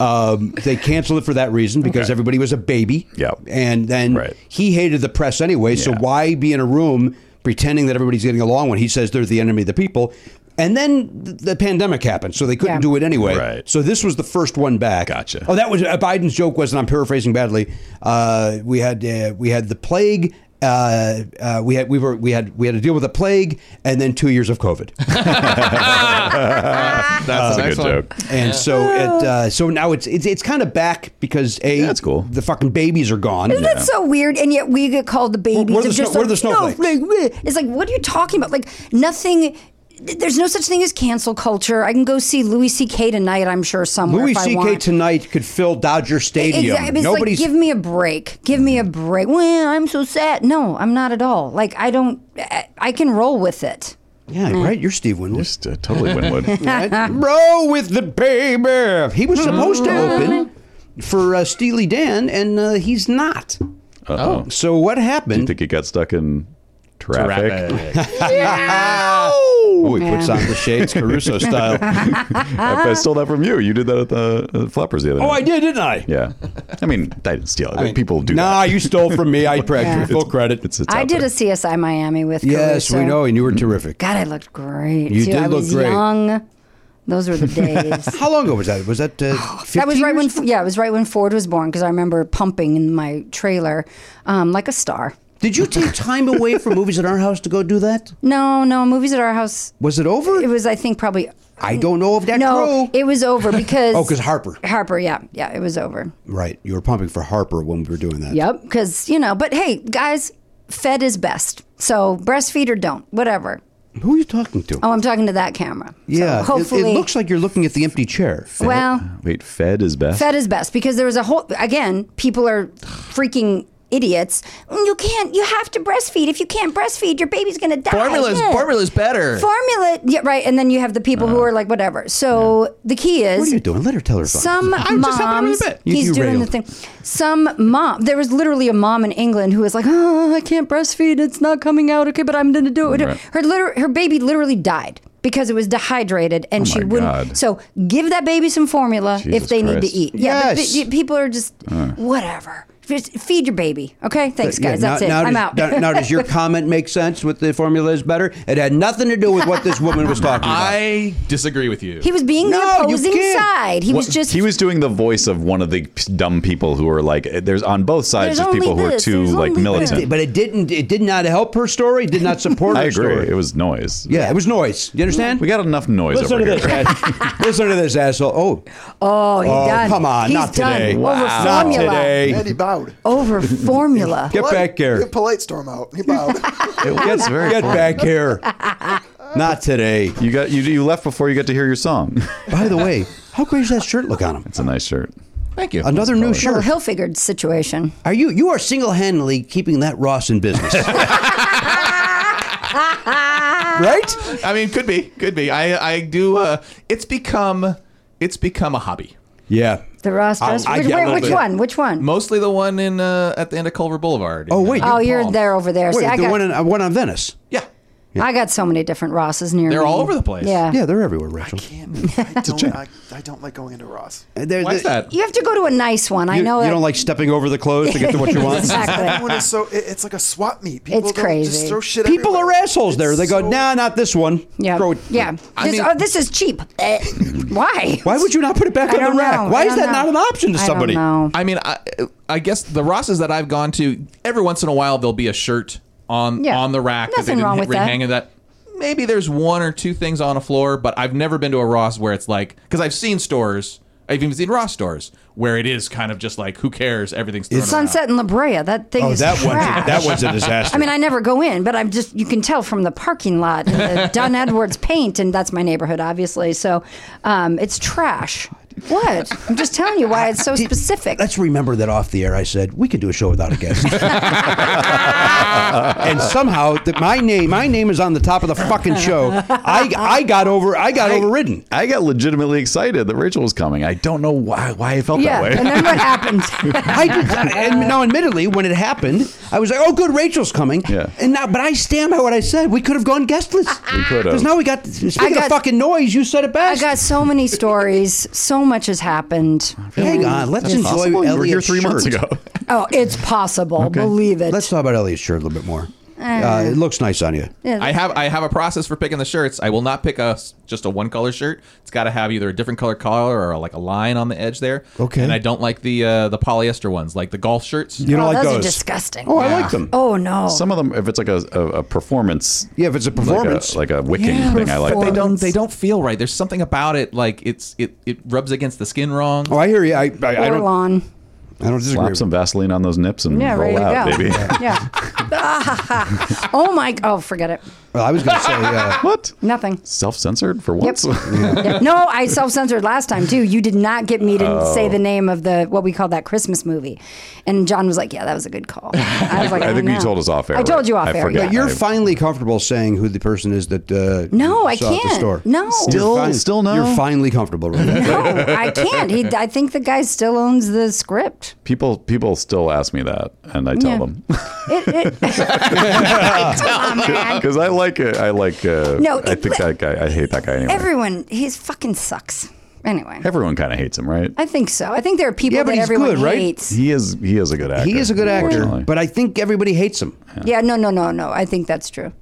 S2: Um, they canceled it for that reason because
S1: Okay.
S2: everybody was a baby.
S1: Yeah.
S2: and then
S1: Right.
S2: he hated the press anyway. So
S1: Yeah.
S2: why be in a room pretending that everybody's getting along when he says they're the enemy of the people? And then th- the pandemic happened, so they couldn't
S7: Yeah.
S2: do it anyway.
S1: Right.
S2: So this was the first one back.
S1: Gotcha.
S2: Oh, that was uh, Biden's joke. Was and I'm paraphrasing badly. Uh, we had uh, we had the plague. Uh, uh, we had we were we had we had to deal with the plague and then two years of COVID.
S6: That's
S1: Good
S6: the Uh, next one.
S1: joke.
S2: And so it uh, so now it's it's, it's kind of back because a
S1: Yeah, that's cool.
S2: the fucking babies are gone.
S7: That's so weird, and yet we get called the babies.
S2: we're
S7: of
S2: the
S7: just
S2: snow- we're
S7: like,
S2: the snowflakes.
S7: snowflake, bleh. It's like, what are you talking about? Like nothing. th- There's no such thing as cancel culture. I can go see Louis C.K. tonight. I'm sure somewhere.
S2: Louis
S7: if I
S2: C.K.
S7: want.
S2: tonight could fill Dodger Stadium.
S7: Exactly. It's
S2: Nobody's
S7: like, give me a break. Give me a break. Well, I'm so sad. No, I'm not at all. Like I don't. I, I can roll with it.
S2: yeah
S7: Mm.
S2: right. You're Steve Winwood,
S1: Just uh, totally Winwood.
S2: right? bro, with the baby. He was supposed to open
S7: Mm.
S2: for uh, Steely Dan, and uh, he's not.
S1: Oh.
S2: So what happened?
S1: Think he got stuck in traffic.
S6: Traffic.
S2: oh, we
S7: Yeah.
S2: puts on the shades Caruso style.
S1: I, I stole that from you. You did that at the uh, Flappers the other
S2: oh,
S1: night.
S2: I did, didn't I?
S1: Yeah. I mean, I didn't steal it.
S2: I mean,
S1: People do
S2: Nah,
S1: that.
S2: you stole from me. I yeah. full credit.
S1: It's, it's
S7: I
S1: out
S7: did
S1: there.
S7: a CSI Miami with.
S2: yes,
S7: Caruso.
S2: we know, and you were terrific.
S7: God, I looked great.
S2: You
S7: too.
S2: did
S7: I
S2: look
S7: was
S2: great.
S7: Young. Those were the days.
S2: How long ago was that? Was that uh, 15
S7: Oh, That was right
S2: years
S7: when,
S2: ago?
S7: yeah, it was right when Ford was born because I remember pumping in my trailer um, like a star.
S2: Did you take time away from movies at our house to go do that?
S7: No, no, movies at our house.
S2: Was it over?
S7: It was, I think, probably.
S2: I don't know if that
S7: No,
S2: true.
S7: it was over because.
S2: Oh, 'cause Harper.
S7: Harper, yeah, yeah, it was over.
S2: right, you were pumping for Harper when we were doing that.
S7: Yep, because you know. But hey, guys, fed is best. So breastfeed or don't, whatever.
S2: Who are you talking to?
S7: Oh, I'm talking to that camera. So
S2: yeah. it-
S7: hopefully,
S2: it, looks like you're looking at the empty chair.
S7: well.
S1: Uh, Wait, Fed is best?
S7: Fed is best because there was a whole again, people are freaking idiots. You can't you have to breastfeed. If you can't breastfeed, your baby's gonna die.
S6: Formula's
S7: Yeah.
S6: formula's better.
S7: Formula yeah, right, and then you have the people who are like whatever. So the key is
S2: Uh-huh. what are you doing? Let her tell her. thoughts.
S7: some
S2: just helping her
S7: moms,
S2: a bit. You-
S7: he's
S2: you
S7: doing
S2: railed.
S7: the thing. Some mom, there was literally a mom in England who was like, "Oh, I can't breastfeed. It's not coming out. Okay, but I'm going to do it."
S1: Right.
S7: Her liter- her baby literally died because it was dehydrated
S2: Oh
S7: and she
S1: my
S7: wouldn't.
S1: God.
S7: So give that baby some formula
S1: Jesus
S7: if they need
S1: Christ.
S7: to eat. Yeah, but
S2: Yes.
S7: pe- people are just whatever. Just feed your baby. Okay, thanks
S2: Yeah,
S7: guys.
S2: now-
S7: That's it.
S2: now
S7: I'm
S2: does,
S7: out.
S2: Now, now does your comment make sense with the formula is better? It had nothing to do with what this woman was talking about.
S6: I disagree with you.
S7: he was being
S2: No, you
S7: the opposing
S2: can't.
S7: side. He was
S1: What-
S7: just
S1: he was doing the voice of one of the dumb people who are like eh, there's on both sides
S7: There's
S1: just people
S7: only
S1: who are
S7: this,
S1: too
S7: there's
S1: like
S7: only
S1: militant.
S7: that.
S2: But it didn't. It did not help her story. Did not support her
S1: I agree.
S2: story.
S1: It was noise.
S2: yeah, it was noise. You understand?
S1: We got enough noise
S2: Listen
S1: over
S2: to
S1: here.
S2: this. ass- Listen to this asshole. Oh,
S7: oh, he's
S2: Oh,
S7: done.
S2: come on,
S7: he's
S2: not
S7: done.
S2: today.
S7: Over
S2: Not
S7: formula.
S5: And he
S2: today.
S5: bowed.
S7: Over formula.
S2: Get back here.
S5: Polite storm out. He bowed.
S1: It was very
S2: Get
S1: fun.
S2: back here. Not today.
S1: You got you, you left before you got to hear your song.
S2: By the way, how great does that shirt look on him?
S1: it's a nice shirt.
S6: Thank you.
S2: Another new
S7: Little
S2: shirt.
S7: Hilfiger situation.
S2: Are you you are single handedly keeping that Ross in business? right?
S6: I mean, could be, could be. I I do. Uh, it's become it's become a hobby.
S2: Yeah.
S7: The Ross dress.
S2: Oh, I
S7: Which,
S2: get a
S7: wait,
S2: little
S7: which
S2: bit.
S7: one? Which one?
S6: Mostly the one in uh, at the end of Culver Boulevard.
S2: Oh, wait.
S7: oh,
S6: In
S7: you're
S6: Palm.
S7: there over there. See,
S2: Wait,
S7: I
S2: the
S7: got
S2: one on, one on Venice.
S6: Yeah.
S7: I got so many different Rosses near.
S6: They're
S7: me.
S6: all over the place.
S7: Yeah.
S2: Yeah, they're everywhere, Rachel.
S5: Can't, I, don't, I, I don't like going into Ross.
S2: They're-
S6: Why is
S2: they're-
S6: that?
S7: You have to go to a nice one. I
S2: You,
S7: know.
S2: you
S7: it-
S2: don't like stepping over the clothes to get to what you want.
S7: exactly.
S5: Everyone is so. it- it's like a swap meet. People
S7: It's
S5: don't
S7: crazy.
S5: Just throw shit.
S2: People are
S5: everywhere.
S2: assholes there. They go,
S5: so-
S2: nah, not this one.
S7: Yeah.
S2: Throw it-
S7: Yeah.
S6: I
S7: This-
S6: mean-
S7: oh, this is cheap. Eh, Why?
S2: Why would you not put it back
S7: I
S2: on
S7: don't
S2: the rack?
S7: know. I
S2: Why is
S7: don't
S2: that
S7: know.
S2: not an option to somebody?
S7: I don't know.
S6: I mean, I I guess the Rosses that I've gone to every once in a while there'll be a shirt on
S7: Yeah.
S6: on the rack that they
S7: Nothing
S6: didn't
S7: wrong with that.
S6: hanging that. Maybe there's one or two things on a floor, but I've never been to a Ross where it's like because I've seen stores. I've even seen Ross stores where it is kind of just like who cares? Everything's thrown around.
S7: Sunset in La Brea. That thing
S2: Oh,
S7: is
S2: that one's
S7: trash.
S2: a, that one's a disaster.
S7: I mean, I never go in, but I'm just, you can tell from the parking lot and the Don Edwards paint, and that's my neighborhood, obviously. So um, it's trash. What? I'm just telling you why it's so specific.
S2: Let's remember that off the air I said we could do a show without a guest. and somehow that my name my name is on the top of the fucking show. I I got over I got overridden.
S1: I got legitimately excited that Rachel was coming. I don't know why why I felt
S7: yeah.
S1: that
S7: And
S1: way.
S7: then what happened?
S2: I did, and now admittedly when it happened, I was like, "Oh good, Rachel's coming."
S1: Yeah.
S2: And now but I stand by what I said. We could have gone guestless.
S1: We could have.
S2: Cuz now we got speaking
S7: got-
S2: of fucking noise, you said it
S7: I
S2: best.
S7: got so many stories. So much has happened.
S2: Hang on, let's enjoy
S1: Possible?
S2: Elliot's
S1: You were here three
S2: shirt.
S1: months ago.
S7: Oh, it's possible. Believe it. Eh.
S2: Let's talk about Elliot's shirt a little bit more. Uh, it looks nice on you.
S6: I have I have a process for picking the shirts. I will not pick a s- just a one color shirt. It's got to have either a different color collar or like a line on the edge there.
S2: Okay.
S6: And I don't like the uh, the polyester ones, like the golf shirts.
S2: You don't
S7: oh,
S2: like
S7: those,
S2: those?
S7: are disgusting.
S2: Oh, I like them.
S7: Oh, no.
S1: Some of them, if it's like a, a, a performance,
S2: Yeah, if it's a performance.
S1: like a, like a wicking
S7: Yeah,
S1: thing, I like.
S6: They
S1: that.
S6: don't they don't feel right. There's something about it like it's it it rubs against the skin wrong.
S2: Oh, I hear you. I, I, I
S7: or
S2: don't.
S7: lawn.
S2: I don't disagree.
S1: Slap some Vaseline on those nips and
S7: Yeah, ready
S1: roll
S7: to
S1: out,
S7: go.
S1: baby.
S7: Yeah. oh, my. Oh, forget it.
S2: Well, I was going to say. Uh,
S1: What?
S7: Nothing.
S1: Self-censored for once.
S7: Yeah. No, I self censored last time too. You did not get me to say
S1: Oh.
S7: the name of the what we call that Christmas movie, and John was like, "Yeah, that was a good call." I was like,
S1: I think
S7: "Oh,
S1: you
S7: no."
S1: told us off air,
S7: I told
S1: right?
S7: you off
S1: I
S7: air.
S1: forgot.
S7: Yeah.
S2: but you're
S1: I-
S2: finally comfortable saying who the person is that. Uh,
S7: No,
S2: you
S7: I
S2: saw At
S7: can't.
S2: the store.
S7: No.
S1: Still-
S2: You're
S1: still no?
S2: You're finally comfortable. With that.
S7: No, I can't. He, I think the guy still owns the script.
S1: People people still ask me that, and I tell
S7: Yeah.
S1: them
S7: It, it, Come on, man.
S1: because I like it. I like. Uh,
S7: No,
S1: I
S7: it-
S1: think that guy. I hate that guy anyway.
S7: Everyone, he's fucking sucks. Anyway,
S1: Everyone kind of hates him, right?
S7: I think so. I think there are people
S2: Yeah, but
S7: that
S2: he's
S7: everyone
S2: good, right?
S7: hates.
S1: He is. He is a good actor.
S2: He is a good actor,
S1: unfortunately.
S2: but I think everybody hates him.
S7: Yeah, no, no, no, no. I think that's true.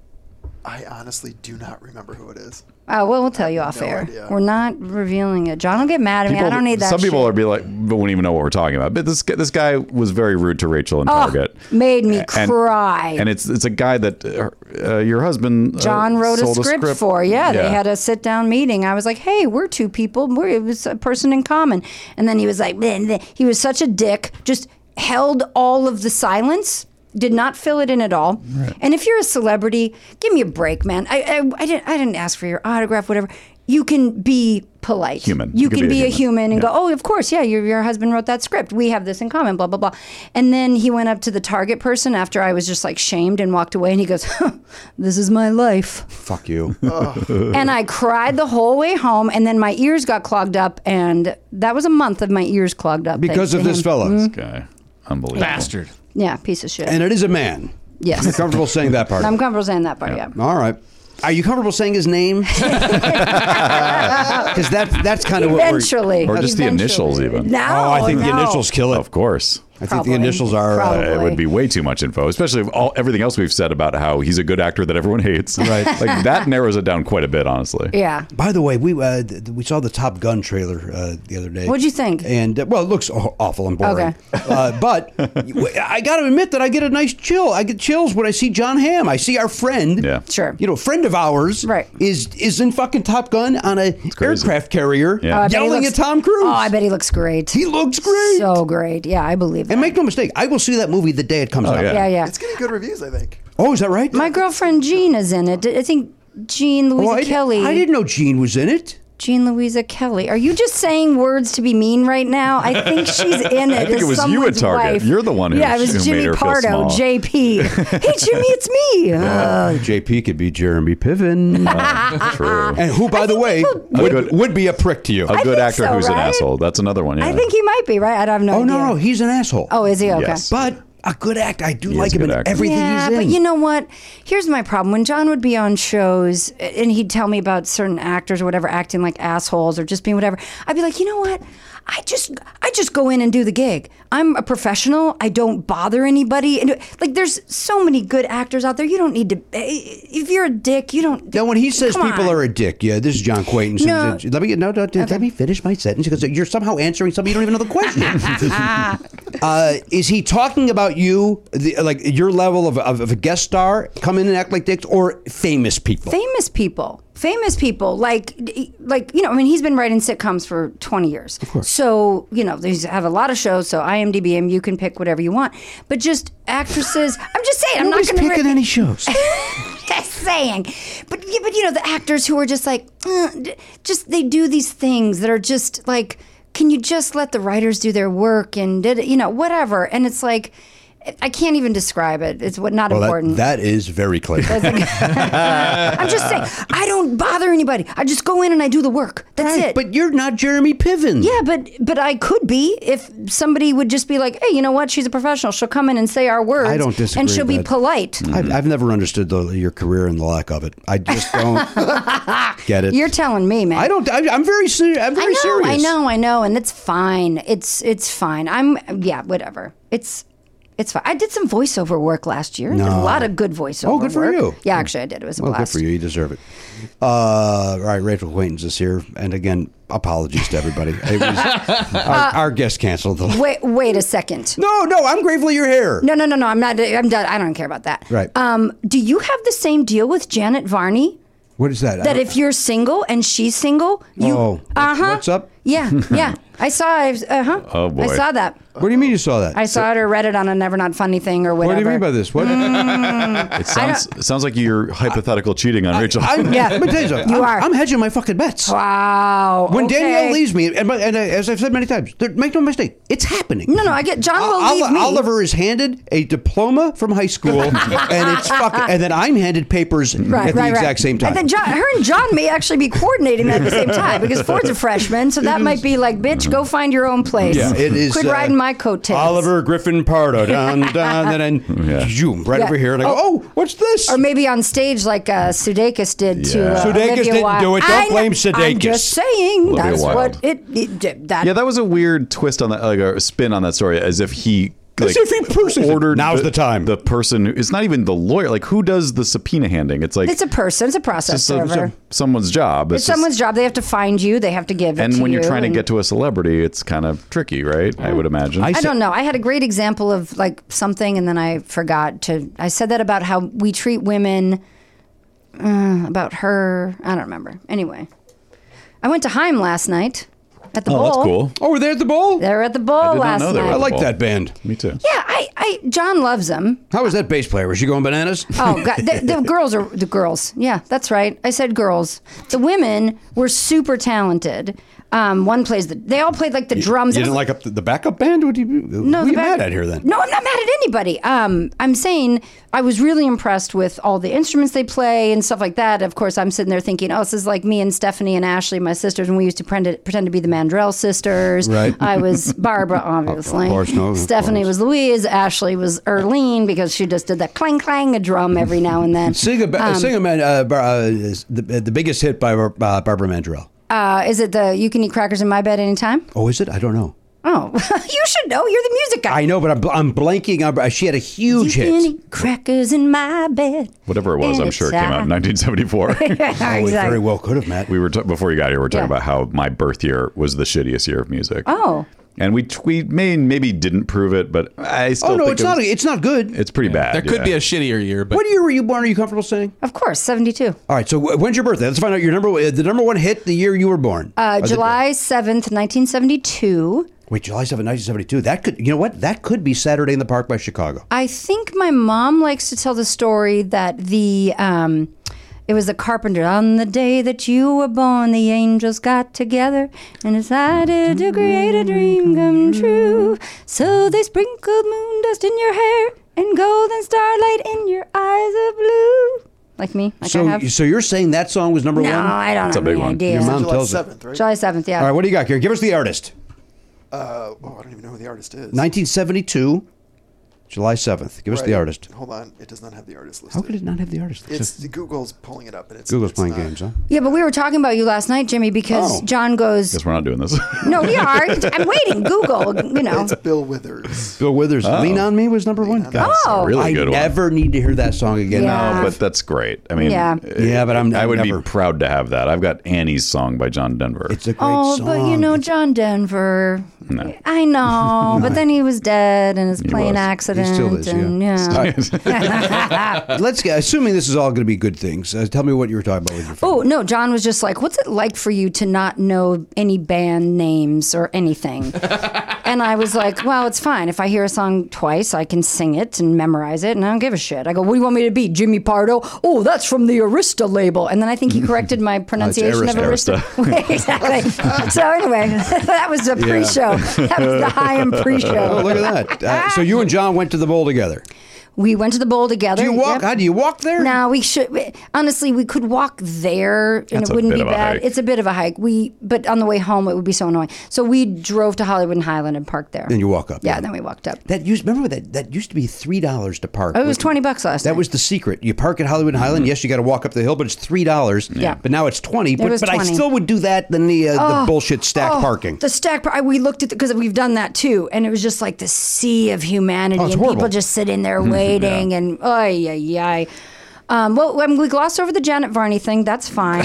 S5: I honestly do not remember who it is.
S7: Uh, well, we'll tell you off air.
S5: idea.
S7: We're not revealing it. John will get mad at me. I don't need that.
S1: Some people
S7: shit.
S1: are be like, won't even know what we're talking about. But this guy- this guy was very rude to Rachel in Target.
S7: made me
S1: And-
S7: cry.
S1: And it's it's a guy that uh, uh, your husband uh,
S7: John wrote a
S1: sold
S7: script, for. Yeah, they had a sit down meeting. I was like, "Hey, we're two people. We're, it was a person in common." And then he was like, bleh, bleh. "He was such a dick. Just held all of the silence." Did not fill it in at all. And if you're a celebrity, give me a break, man. I, I, I didn't I didn't ask for your autograph, whatever. You can be polite.
S1: Human.
S7: You, can, be, a human, and go, oh, of course, yeah, your, your husband wrote that script. We have this in common, blah, blah, blah. And then he went up to the target person after I was just like shamed and walked away, and he goes, this is my life.
S2: Fuck you.
S7: and I cried the whole way home, and then my ears got clogged up, and that was a month of my ears clogged up.
S2: because
S7: thanks
S2: of
S7: to
S2: this
S7: him.
S2: fella.
S1: guy. Unbelievable.
S7: Yeah, piece of shit.
S2: And it is a man.
S7: Yes.
S2: You're comfortable saying that part.
S7: I'm comfortable saying that part, yeah.
S2: All right. Are you comfortable saying his name? Because that, that's kind of what we're.
S7: Eventually.
S1: Or just the
S7: Eventually.
S1: initials even.
S7: No.
S2: Oh, I think the
S7: no.
S2: initials kill it.
S1: Of course.
S2: I think
S7: Probably.
S2: the initials are.
S7: Probably.
S2: Uh,
S1: It would be way too much info, especially if all everything else we've said about how he's a good actor that everyone hates. Right, like that narrows it down quite a bit, honestly.
S7: Yeah.
S2: By the way, we uh, th- we saw the Top Gun trailer uh, the other day.
S7: What'd you think?
S2: And uh, well, it looks aw- awful and boring.
S7: Okay.
S2: Uh, but w- I got to admit that I get a nice chill. I get chills when I see John Hamm. I see our friend.
S1: Yeah.
S7: Sure.
S2: You know, friend of ours.
S7: Right.
S2: Is is in fucking Top Gun on a
S1: crazy.
S2: aircraft carrier,
S1: Yeah. Oh, I
S7: bet he
S2: yelling
S7: looks-
S2: at Tom Cruise.
S7: Oh, I bet he looks great.
S2: he looks great.
S7: So great. Yeah, I believe that.
S2: and make no mistake, I will see that movie the day it comes out.
S1: yeah.
S7: yeah, yeah.
S5: It's getting good reviews, I think.
S2: Oh, is that right?
S7: My girlfriend Jean is in it. I think Jean Louisa
S2: Well, Oh, I,
S7: Kelly.
S2: I didn't know Gene was in it.
S7: Jean Louisa Kelly. Are you just saying words to be mean right now? I think she's in it. I
S1: think it was you at Target. You're the one who-
S7: Yeah, it
S1: who
S7: was
S1: made
S7: Jimmy
S1: her feel
S7: Pardo,
S1: small.
S7: JP. hey, Jimmy, it's me. Uh,
S2: JP could be Jeremy Piven.
S1: True.
S2: and who, by the way, would,
S1: good-
S2: would be a prick to you.
S1: A good
S7: think
S1: actor
S7: so,
S1: who's an
S7: right?
S1: asshole. That's another one. Yeah.
S7: I think he might be right. I don't know.
S2: oh, no, no. He's an asshole.
S7: Oh, is he okay?
S1: Yes.
S2: But a good actor. I do
S1: is
S2: like
S1: a
S2: him in
S1: good actor.
S2: everything
S7: yeah,
S2: he's in.
S7: but you know what? Here's my problem. When John would be on shows and he'd tell me about certain actors or whatever acting like assholes or just being whatever, I'd be like, you know what? I just I just go in and do the gig. I'm a professional. I don't bother anybody. And like, there's so many good actors out there. You don't need to. eh, If you're a dick, you don't.
S2: Now, when he says
S7: Come
S2: people
S7: on.
S2: are a dick, yeah, this is John Quaid. and
S7: No.
S2: says- Let me no, no, let me finish my sentence because you're somehow answering something you don't even know the question. uh, is he talking about you, the, like your level of, of, of a guest star, come in and act like dicks, or famous people?
S7: famous people famous people like like you know i mean he's been writing sitcoms for 20 years of course. so you know they have a lot of shows so imdb and you can pick whatever you want but just actresses i'm just saying i'm not
S2: Nobody's
S7: going to
S2: picking any shows.
S7: just saying but yeah, but you know the actors who are just like uh, d- just they do these things that are just like can you just let the writers do their work and did it, you know whatever and it's like i can't even describe it it's what not important
S2: that is very clever.
S7: I'm just saying, I don't bother anybody. I just go in and I do the work. That's
S2: Right,
S7: it.
S2: But you're not Jeremy Piven.
S7: yeah, but but I could be if somebody would just be like, hey, you know what? She's a professional. She'll come in and say our words.
S2: I don't disagree Mm.
S7: And she'll be
S2: with that.
S7: polite.
S2: I've, I've never understood the, your career and the lack of it. I just don't get it.
S7: You're telling me, man.
S2: I don't. I, I'm very. Ser- I'm
S7: I
S2: very
S7: know.
S2: serious.
S7: I know. I know. And it's fine. It's it's fine. I'm yeah. Whatever. It's. It's fine. I did some voiceover work last year. There's a lot of good voiceover.
S2: Oh, good for
S7: work.
S2: you.
S7: Yeah, actually, I did. It was a
S2: Well, good
S7: blast.
S2: for you. You deserve it. Uh, all right, Rachel Quaintance is here, and again, apologies to everybody. It was,
S7: Uh,
S2: our, our guest canceled. The,
S7: Wait, wait a second.
S2: no, no, I'm grateful you're here.
S7: No, no, no, no. I'm not. I'm done. I don't care about that.
S2: Right.
S7: Um, do you have the same deal with Janet Varney?
S2: What is that?
S7: That if you're single and she's single, you.
S2: Oh,
S7: uh huh.
S2: what's up?
S7: Yeah, yeah. I saw. I uh huh.
S1: Oh, boy.
S7: I saw that.
S2: what do you mean you saw that?
S7: I saw it or read it on a Never Not Funny thing or
S2: what
S7: whatever. Mm.
S2: do you mean by this? What?
S1: it sounds it sounds like you're hypothetical cheating on Rachel.
S2: I'm,
S7: Yeah.
S2: let me tell you something.
S7: You
S2: I'm,
S7: are. Oh,
S2: I'm hedging my fucking bets.
S7: Wow.
S2: When
S7: okay.
S2: Danielle leaves me, and, and, uh, as I've said many times, there, make no mistake, it's happening.
S7: No, no. I get John will
S2: Ol-
S7: leave me.
S2: Oliver is handed a diploma from high school, and it's fucking, and then I'm handed papers
S7: Right,
S2: at the
S7: right,
S2: exact
S7: right.
S2: same time.
S7: And then John, her and John may actually be coordinating at the same time because Ford's a freshman, so that might be like, bitch, go find your own place.
S2: Yeah, it is.
S7: Quit
S2: uh,
S7: riding my coattails.
S2: Oliver Griffin Pardo. Dun, dun, and then zoom right
S7: Yeah.
S2: over here. And I go, oh,
S7: Oh.
S2: what's this?
S7: Or maybe on stage like uh, Sudeikis did to
S1: Yeah.
S7: uh,
S2: Sudeikis
S7: Olivia
S2: didn't
S7: Wilde.
S2: do it. Don't
S7: I know.
S2: blame
S7: I'm just
S2: Sudeikis.
S7: saying
S1: Olivia
S7: that's
S1: Wilde.
S7: what it, it- it- that,
S1: yeah, that was a weird twist on that, like a spin on that story, as if he. Like,
S2: if he personally said,
S1: ordered
S2: "Now's the time."
S1: The person who, it's not even the lawyer. Like who does the subpoena handing? It's like
S7: it's a person, it's a process
S1: it's a- it's a-
S7: server. It's,
S1: someone's job. It's, just-
S7: someone's job. They have to find you. They have to give. it
S1: and
S7: to
S1: when
S7: you,
S1: you're trying to
S7: and-
S1: get to a celebrity, it's kind of tricky, right? I would imagine.
S7: I don't know. I had a great example of like something, and then I forgot to. I said that about how we treat women. Uh, about her, I don't remember. Anyway, I went to Heim last night at the
S1: oh,
S7: bowl.
S1: that's cool.
S2: oh, we're there at the bowl?
S7: They were at the bowl
S1: I did not
S7: last
S1: know they were
S7: night.
S1: at
S2: I
S1: the
S2: like
S1: bowl.
S2: that band.
S1: Me too.
S7: yeah, I, I, John loves them.
S2: How was that bass player? Was she going bananas?
S7: Oh god, the, the girls are the girls. Yeah, that's right. I said girls. The women were super talented. Um, one plays the. They all played like the drums.
S2: you
S7: It was
S2: didn't like up the, the backup band? What do you,
S7: Um, no,
S2: who
S7: the
S2: you
S7: back-
S2: mad at here then?
S7: No, I'm not mad at anybody. Um, I'm saying I was really impressed with all the instruments they play and stuff like that. Of course, I'm sitting there thinking, oh, this is like me and Stephanie and Ashley, my sisters, when we used to pretend to, pretend to be the Mandrell sisters.
S2: Right.
S7: I was Barbara, obviously.
S2: course, no, of
S7: Stephanie
S2: course.
S7: was Louise. Ashley was Erlene because she just did that clang clang a drum every now and then.
S2: Sing a, ba- sing a man, uh, bar, uh, is the, uh, the biggest hit by Bar- uh, Barbara Mandrell.
S7: Uh, is it the You Can Eat Crackers in My Bed Anytime?
S2: Oh, is it? I don't know.
S7: Oh, you should know. You're the music guy.
S2: I know, but I'm, bl- I'm blanking. on uh, she had a huge
S7: you
S2: hit.
S7: can eat crackers in my bed.
S1: Whatever it was, I'm sure it came out in 1974.
S7: Yeah,
S2: Oh, it
S7: exactly.
S2: very well could have, Matt.
S1: we were t- before you got here. We are talking
S7: Yeah.
S1: about how my birth year was the shittiest year of music.
S7: Oh.
S1: and we t- we may maybe didn't prove it, but I still
S2: oh, no,
S1: think
S2: it's
S1: it
S2: not,
S1: was-
S2: it's not good.
S1: it's pretty bad.
S6: There could
S1: yeah.
S6: be a shittier year, but
S2: what year were you born? Are you comfortable saying?
S7: Of course, 72.
S2: All right. So wh- when's your birthday? Let's find out your number. uh, The number one hit the year you were born.
S7: Uh,
S2: Or the-
S7: July 7th, 1972.
S2: wait, July seventh, nineteen seventy two. That could. You know what? That could be Saturday in the Park by Chicago.
S7: I think my mom likes to tell the story that the. Um, It was the Carpenter. On the day that you were born, the angels got together and decided to create a dream come true. So they sprinkled moon dust in your hair and golden starlight in your eyes of blue. Like me, like I
S2: so,
S7: have.
S2: so you're saying that song was number
S7: no,
S2: one?
S7: I don't
S1: It's a
S7: have
S1: big
S7: any
S1: one.
S7: idea.
S2: Your mom
S5: July
S2: tells it.
S5: 7th, right?
S7: July seventh. Yeah.
S2: All right, what do you got here? Give us the artist.
S5: Uh, oh, I don't even know who the artist is.
S2: 1972, July 7th. Give us
S5: Right.
S2: the artist.
S5: Hold on, it does not have the artist listed.
S2: How could it not have the artist?
S5: It's Google's pulling it up, and it's
S2: Google's
S5: it's
S2: playing
S5: not-
S2: games, huh?
S7: Yeah, but we were talking about you last night, Jimmy, because
S2: Oh.
S7: John goes.
S1: Guess we're not doing this.
S7: No, we are. I'm waiting. Google. You know.
S5: It's Bill Withers.
S2: Bill Withers, Lean On Me was number one. God,
S1: That's
S7: Oh.
S1: a really
S2: I
S1: good one.
S2: never need to hear that song again.
S7: Yeah.
S1: No, but that's great. I mean, eh,
S7: Yeah.
S2: Yeah, but I'm-
S1: I would
S2: never-
S1: be proud to have that. I've got Annie's song by John Denver.
S2: It's a great
S7: Oh,
S2: song.
S7: but you know John Denver.
S1: No.
S7: I know, but then he was dead in his plane
S1: was. He
S7: accident.
S2: still is, yeah.
S7: and,
S2: All right. Let's get, assuming this is all going to be good things. Uh, tell me what you were talking about with your friend.
S7: Oh no, John was just like, "What's it like for you to not know any band names or anything?" and I was like, "Well, it's fine. If I hear a song twice, I can sing it and memorize it, and I don't give a shit." I go, "What do you want me to be, Jimmy Pardo?" Oh, that's from the Arista label. And then I think he corrected my pronunciation of
S1: Arista.
S7: Arista. exactly. so anyway, that was a pre-show. That was the high end
S2: Oh,
S7: pre-show.
S2: look at that. Uh, so you and John went to the bowl together.
S7: We went to the bowl together.
S2: Do you walk?
S7: Yep.
S2: How do you walk there?
S7: No, we should. we- honestly, we could walk there, and
S1: That's a
S7: it wouldn't
S1: bit
S7: be
S1: of a
S7: bad.
S1: hike.
S7: It's a bit of a hike. We, but on the way home, it would be so annoying. So we drove to Hollywood and Highland and parked there.
S2: Then you walk up.
S7: Yeah, then we walked up.
S2: That used remember that that used to be three dollars to park.
S7: Oh, It was twenty bucks last
S2: That
S7: night.
S2: was the secret. You park at Hollywood Highland. Yes, you got to walk up the hill, but it's three dollars.
S7: Yeah.
S2: But now it's twenty. But,
S7: was
S2: but I
S7: 20.
S2: still would do that than the uh, the bullshit stack
S7: Oh,
S2: parking.
S7: The stack. par- I- We looked at because we've done that too, and it was just like the sea of humanity,
S2: Oh, it's
S7: and
S2: horrible.
S7: people just sit in there waiting, and oh yeah, yeah. Um, well, um, we glossed over the Janet Varney thing. That's fine.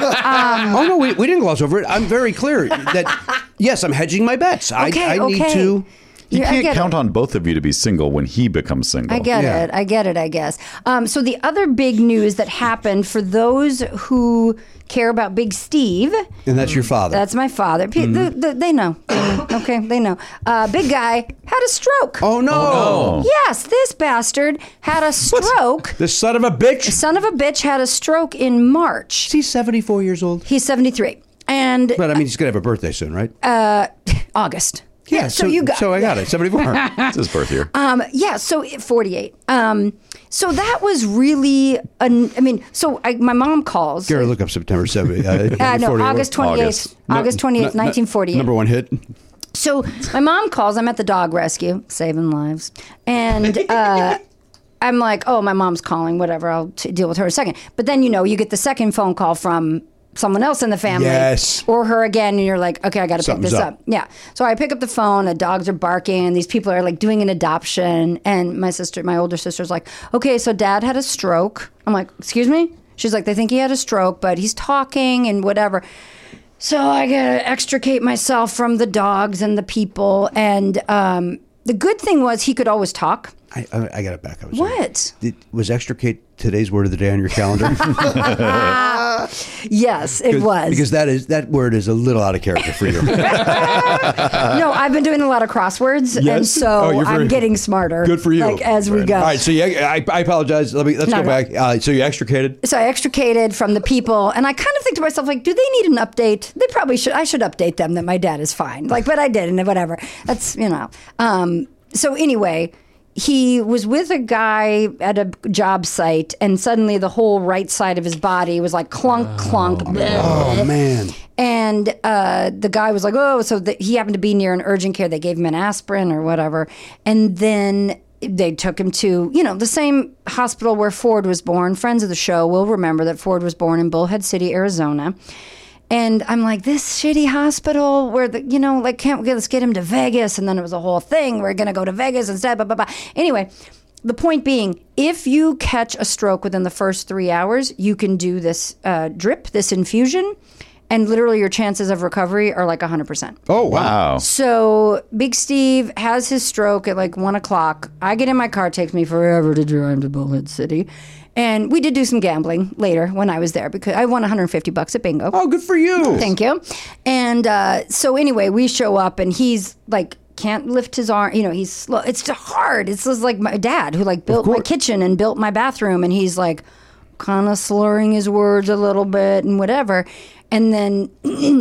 S2: oh no, we,
S7: Uh-huh.
S2: we didn't gloss over it. I'm very clear that yes, I'm hedging my bets.
S7: Okay,
S2: I, I need
S7: okay.
S2: to.
S1: you
S7: Yeah, I
S1: can't
S7: get it.
S1: count on both of you to be single when he becomes single.
S7: I get
S2: Yeah.
S7: it. I get it. I guess. Um, so the other big news that happened for those who care about Big Steve,
S2: And that's your father.
S7: that's my father.
S2: Mm-hmm.
S7: Pe- the- the- they know. They know. okay, they know. Uh, big guy had a stroke.
S2: oh no.
S7: Yes, this bastard had a stroke.
S2: This son of a bitch.
S7: Son of a bitch had a stroke in March.
S2: He's 74 years old.
S7: He's seventy three, and
S2: But I mean, he's gonna have a birthday soon, right?
S7: August. uh, so, you got
S2: So I got it. 74.
S1: It's his birth year.
S7: Um, yeah, so it- 48. Um, so that was really, an, I mean, so I, my mom calls.
S2: Gary, look up September 7th. Uh,
S7: Uh, no,
S2: 40.
S7: August 28th. August, 28th, 1948.
S2: Number one hit.
S7: So my mom calls. I'm at the dog rescue, saving lives. And uh, I'm like, oh, my mom's calling, whatever. I'll t- deal with her in a second. But then, you know, you get the second phone call from someone else in the family
S2: Yes.
S7: or her again and you're like okay i gotta
S2: Something's
S7: pick this
S2: up.
S7: up. yeah so i pick up the phone the dogs are barking these people are like doing an adoption and my sister my older sister's like okay so dad had a stroke i'm like excuse me she's like they think he had a stroke but he's talking and whatever so I gotta extricate myself from the dogs and the people. And um, the good thing was he could always talk.
S2: I, I, I got it back. I was
S7: What?
S2: Did, was extricate today's word of the day on your calendar?
S7: Yes, it was.
S2: because that is that word is a little out of character for you.
S7: no, I've been doing a lot of crosswords, and
S2: Yes? Oh,
S7: so
S2: you're very-
S7: I'm getting smarter.
S2: Good for you.
S7: Like as we
S1: Right.
S7: go.
S2: All right, so you, I, I apologize. Let me let's
S7: No,
S2: go
S7: no.
S2: back. Uh, so you extricated.
S7: So I extricated from the people, and I kind of think to myself, like, do they need an update? They probably should. I should update them that my dad is fine. Like, but I didn't. Whatever. That's you know. Um, so anyway, he was with a guy at a job site, and suddenly the whole right side of his body was like clunk, clunk. bleh.
S2: Oh man,
S7: And uh, the guy was like, oh, so the, he happened to be near an urgent care. They gave him an aspirin or whatever. And then they took him to, you know, the same hospital where Ford was born. Friends of the show will remember that Ford was born in Bullhead City, Arizona. And I'm like, this shitty hospital where the, you know, like, can't we let's get him to Vegas? And then it was a whole thing. We're going to go to Vegas instead, blah, blah, blah. Anyway, the point being, if you catch a stroke within the first three hours, you can do this uh, drip, this infusion, and literally your chances of recovery are like 100%.
S1: Oh, wow.
S7: So Big Steve has his stroke at like one o'clock. I get in my car, takes me forever to drive to Bullhead City. And we did do some gambling later when I was there because I won 150 bucks at bingo.
S2: oh good for you.
S7: Thank you. And uh, so anyway, we show up and he's like can't lift his arm. You know, he's slow. It's hard. It's just like my dad who like built my kitchen and built my bathroom, and he's like. kind of slurring his words a little bit and whatever. And then,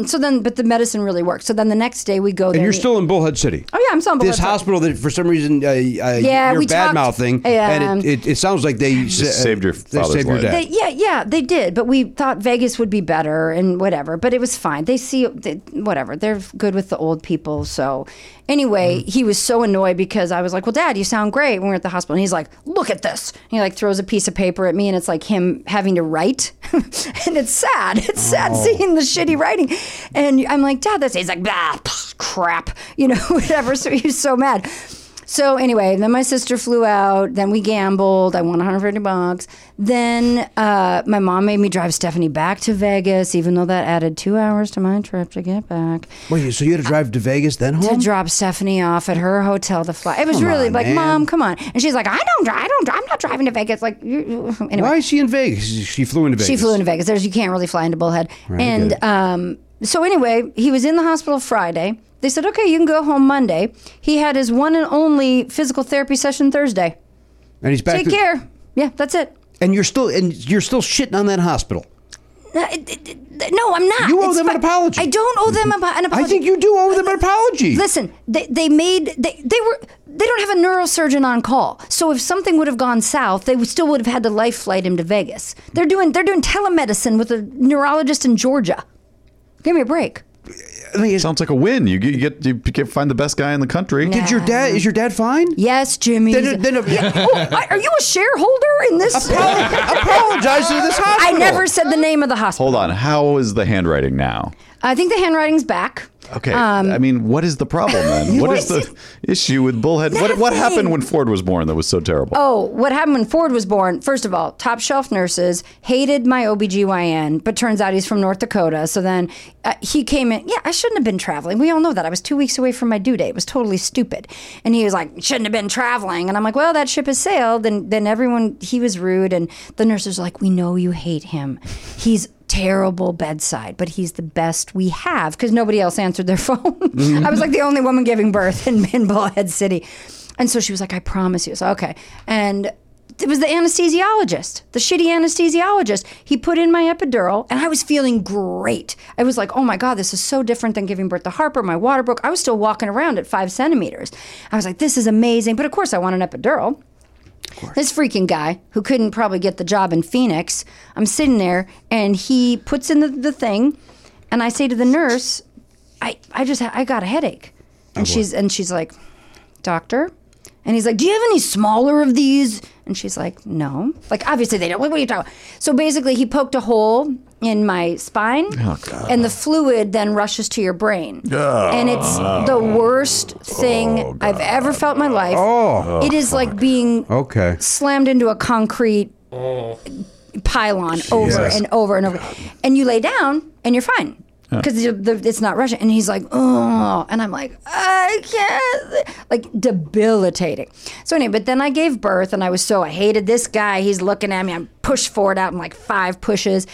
S7: so then, but the medicine really worked. So then the next day we go there.
S2: And you're
S7: he-
S2: still in Bullhead City.
S7: Oh, yeah, I'm still in
S2: This
S7: Bullhead City.
S2: hospital that for some reason uh, uh,
S7: Yeah,
S2: you're
S7: we
S2: bad
S7: talked-
S2: mouthing,
S7: Yeah.
S2: and it, it, it sounds like they sa- uh,
S1: saved your
S2: they
S1: father's
S2: saved your
S1: life.
S2: dad.
S7: They, yeah, yeah, they did, but we thought Vegas would be better and whatever. But it was fine. They see they, whatever. They're good with the old people. So anyway, he was so annoyed because I was like, "Well, Dad, you sound great." When we are at the hospital, and he's like, "Look at this." And he like throws a piece of paper at me, and it's like him having to write, and it's sad. It's sad seeing the shitty writing, and I'm like, "Dad, that's." He's like, "Bah, pff, crap," you know, whatever. So he was so mad. So anyway, then my sister flew out. Then we gambled. I won 150 bucks. Then uh, my mom made me drive Stephanie back to Vegas, even though that added two hours to my trip to get back
S2: Wait, so you had to drive to Vegas then
S7: to
S2: home?
S7: drop Stephanie off at her hotel to fly. It was
S2: Come
S7: really
S2: on,
S7: like,
S2: man.
S7: mom, come on. And she's like, I don't drive. I don't drive. I'm not driving to Vegas. Like, you, you- anyway.
S2: Why is she in Vegas? She flew into Vegas.
S7: She flew into Vegas. There's you can't really fly into Bullhead. and
S2: good.
S7: um, so anyway, he was in the hospital Friday. They said, okay, you can go home Monday. He had his one and only physical therapy session Thursday.
S2: and he's back.
S7: Take
S2: to-
S7: care. Yeah, that's it.
S2: And you're still and you're still shitting on that hospital.
S7: No, it- it- it- no, I'm not.
S2: You owe
S7: It's
S2: them an
S7: fi-
S2: apology.
S7: I don't owe them a- an
S2: I
S7: apology.
S2: think you do owe them an apology.
S7: Listen, they, they made they, they were they don't have a neurosurgeon on call. So if something would have gone south, they would still would have had to life flight him to Vegas. They're doing they're doing telemedicine with a neurologist in Georgia. Give me a break.
S2: I mean, is-
S1: Sounds like a win. You get you, get, you get, find the best guy in the country.
S7: Yeah.
S2: did your dad is your dad fine?
S7: Yes, Jimmy.
S2: Then, then
S7: oh, I- are you a shareholder in this?
S2: apologize to this
S7: I
S2: hospital.
S7: never said the name of the hospital.
S1: Hold on. How is the handwriting now?
S7: I think the handwriting's back.
S1: Okay.
S7: Um,
S1: I mean, what is the problem then? what is the issue with Bullhead? What, what
S7: Nothing.
S1: happened when Ford was born that was so terrible?
S7: Oh, what happened when Ford was born? First of all, top shelf nurses hated my OBGYN, but turns out he's from North Dakota. So then uh, he came in. Yeah, I shouldn't have been traveling. We all know that. I was two weeks away from my due date. It was totally stupid. And he was like, shouldn't have been traveling. And I'm like, well, that ship has sailed. And then everyone, he was rude. And the nurses are like, we know you hate him. He's terrible bedside, but he's the best we have because nobody else answered their phone. I was like the only woman giving birth in, in Bullhead City. And so she was like, I promise you. So, okay. And it was the anesthesiologist, the shitty anesthesiologist. He put in my epidural and I was feeling great. I was like, oh my God, this is so different than giving birth to Harper. My water broke. I was still walking around at five centimeters. I was like, this is amazing. But of course, I want an epidural this freaking guy who couldn't probably get the job in Phoenix. I'm sitting there and he puts in the, the thing and I say to the nurse, I, I just ha- I got a headache. And she's and she's like, "Doctor?" And he's like, "Do you have any smaller of these?" And she's like, "No." Like obviously they don't. What, what are you talking about? So basically he poked a hole in my spine and the fluid then rushes to your brain. And it's the worst thing I've ever felt in my life. Oh. It is like being
S2: Okay.
S7: slammed into a concrete pylon over and over and over. And you lay down and you're fine because it's not rushing. And he's like, oh. And I'm like, I can't. Like, debilitating. So, anyway, but then I gave birth and I was so, I hated this guy. He's looking at me. I'm pushed forward out in like five pushes.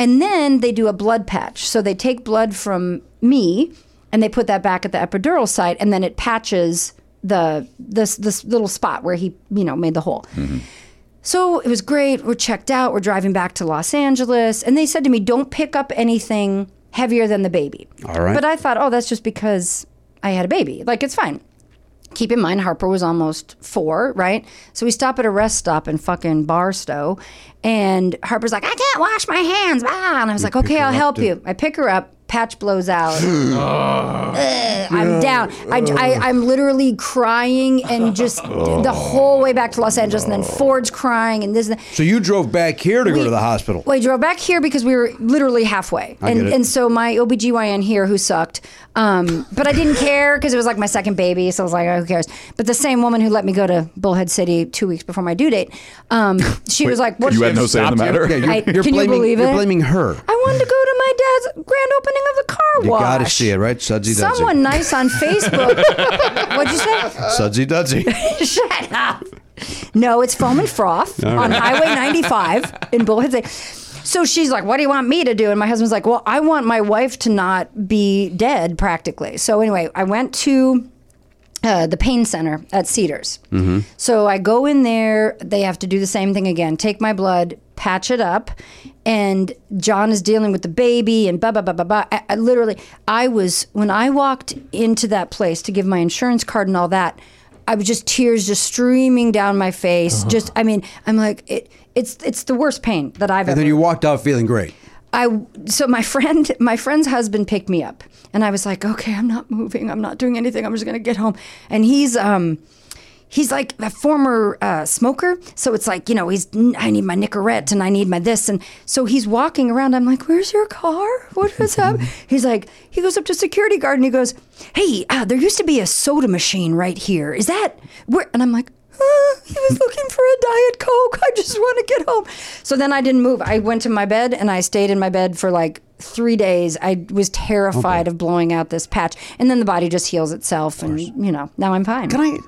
S7: And then they do a blood patch. So they take blood from me and they put that back at the epidural site and then it patches the this this little spot where he you know made the hole so it was great. We're checked out. We're driving back to Los Angeles. And they said to me, don't pick up anything heavier than the baby. All
S2: right.
S7: But I thought, oh, that's just because I had a baby. Like, it's fine. Keep in mind, Harper was almost four, right? So we stop at a rest stop in fucking Barstow. And Harper's like, I can't wash my hands. Ah. And I was like, okay, I'll help you. I pick her up. Patch blows out. I'm down. I, I, am literally crying and just the whole way back to Los Angeles, and then Ford's crying, and this. And that.
S2: So you drove back here to go to the hospital.
S7: Well, I drove back here because we were literally halfway. and,
S2: get it.
S7: and so my OBGYN here, who sucked, um, but I didn't care because it was like my second baby. So I was like, oh, who cares? But the same woman who let me go to Bullhead City two weeks before my due date, um, she was like, what
S1: you had no say in the matter.
S2: Yeah, you're,
S7: I-
S2: you're
S7: can you
S2: blaming,
S7: believe
S2: are
S7: it?
S2: blaming her.
S7: I wanted to go to my dad's grand opening of the car
S2: You
S7: wash.
S2: gotta see it, right? Sudsy Dudsy.
S7: Someone nice on Facebook. What'd you say?
S2: Sudsy Dudsy.
S7: Shut up. No, it's foam and froth on Highway 95 in Bullhead. City. So she's like, "What do you want me to do?" And my husband's like, "Well, I want my wife to not be dead practically." So anyway, I went to uh, the pain center
S2: Mm-hmm.
S7: at Cedars. So I go in there. They have to do the same thing again: take my blood, patch it up. And John is dealing with the baby and blah, blah, blah, blah, blah. I, I literally, I was, when I walked into that place to give my insurance card and all that, I was just tears just streaming down my face.
S2: Uh-huh.
S7: Just, I mean, I'm like, it, it's it's the worst pain that I've
S2: And
S7: ever.
S2: then you walked out feeling great.
S7: I so my friend my friend's husband picked me up and I was like, "Okay, I'm not moving. I'm not doing anything. I'm just going to get home." And he's um he's like a former uh, smoker, so it's like, you know, he's I need my Nicorette and I need my this and so he's walking around. I'm like, "Where's your car? What is up?" he's like, he goes up to security guard and he goes, "Hey, uh, there used to be a soda machine right here. Is that where?" And I'm like, uh, he was looking for a diet coke i just want to get home so then i didn't move i went to my bed and i stayed in my bed for like three days i was terrified of blowing out this patch and then the body just heals itself and you know now i'm fine
S2: Can I?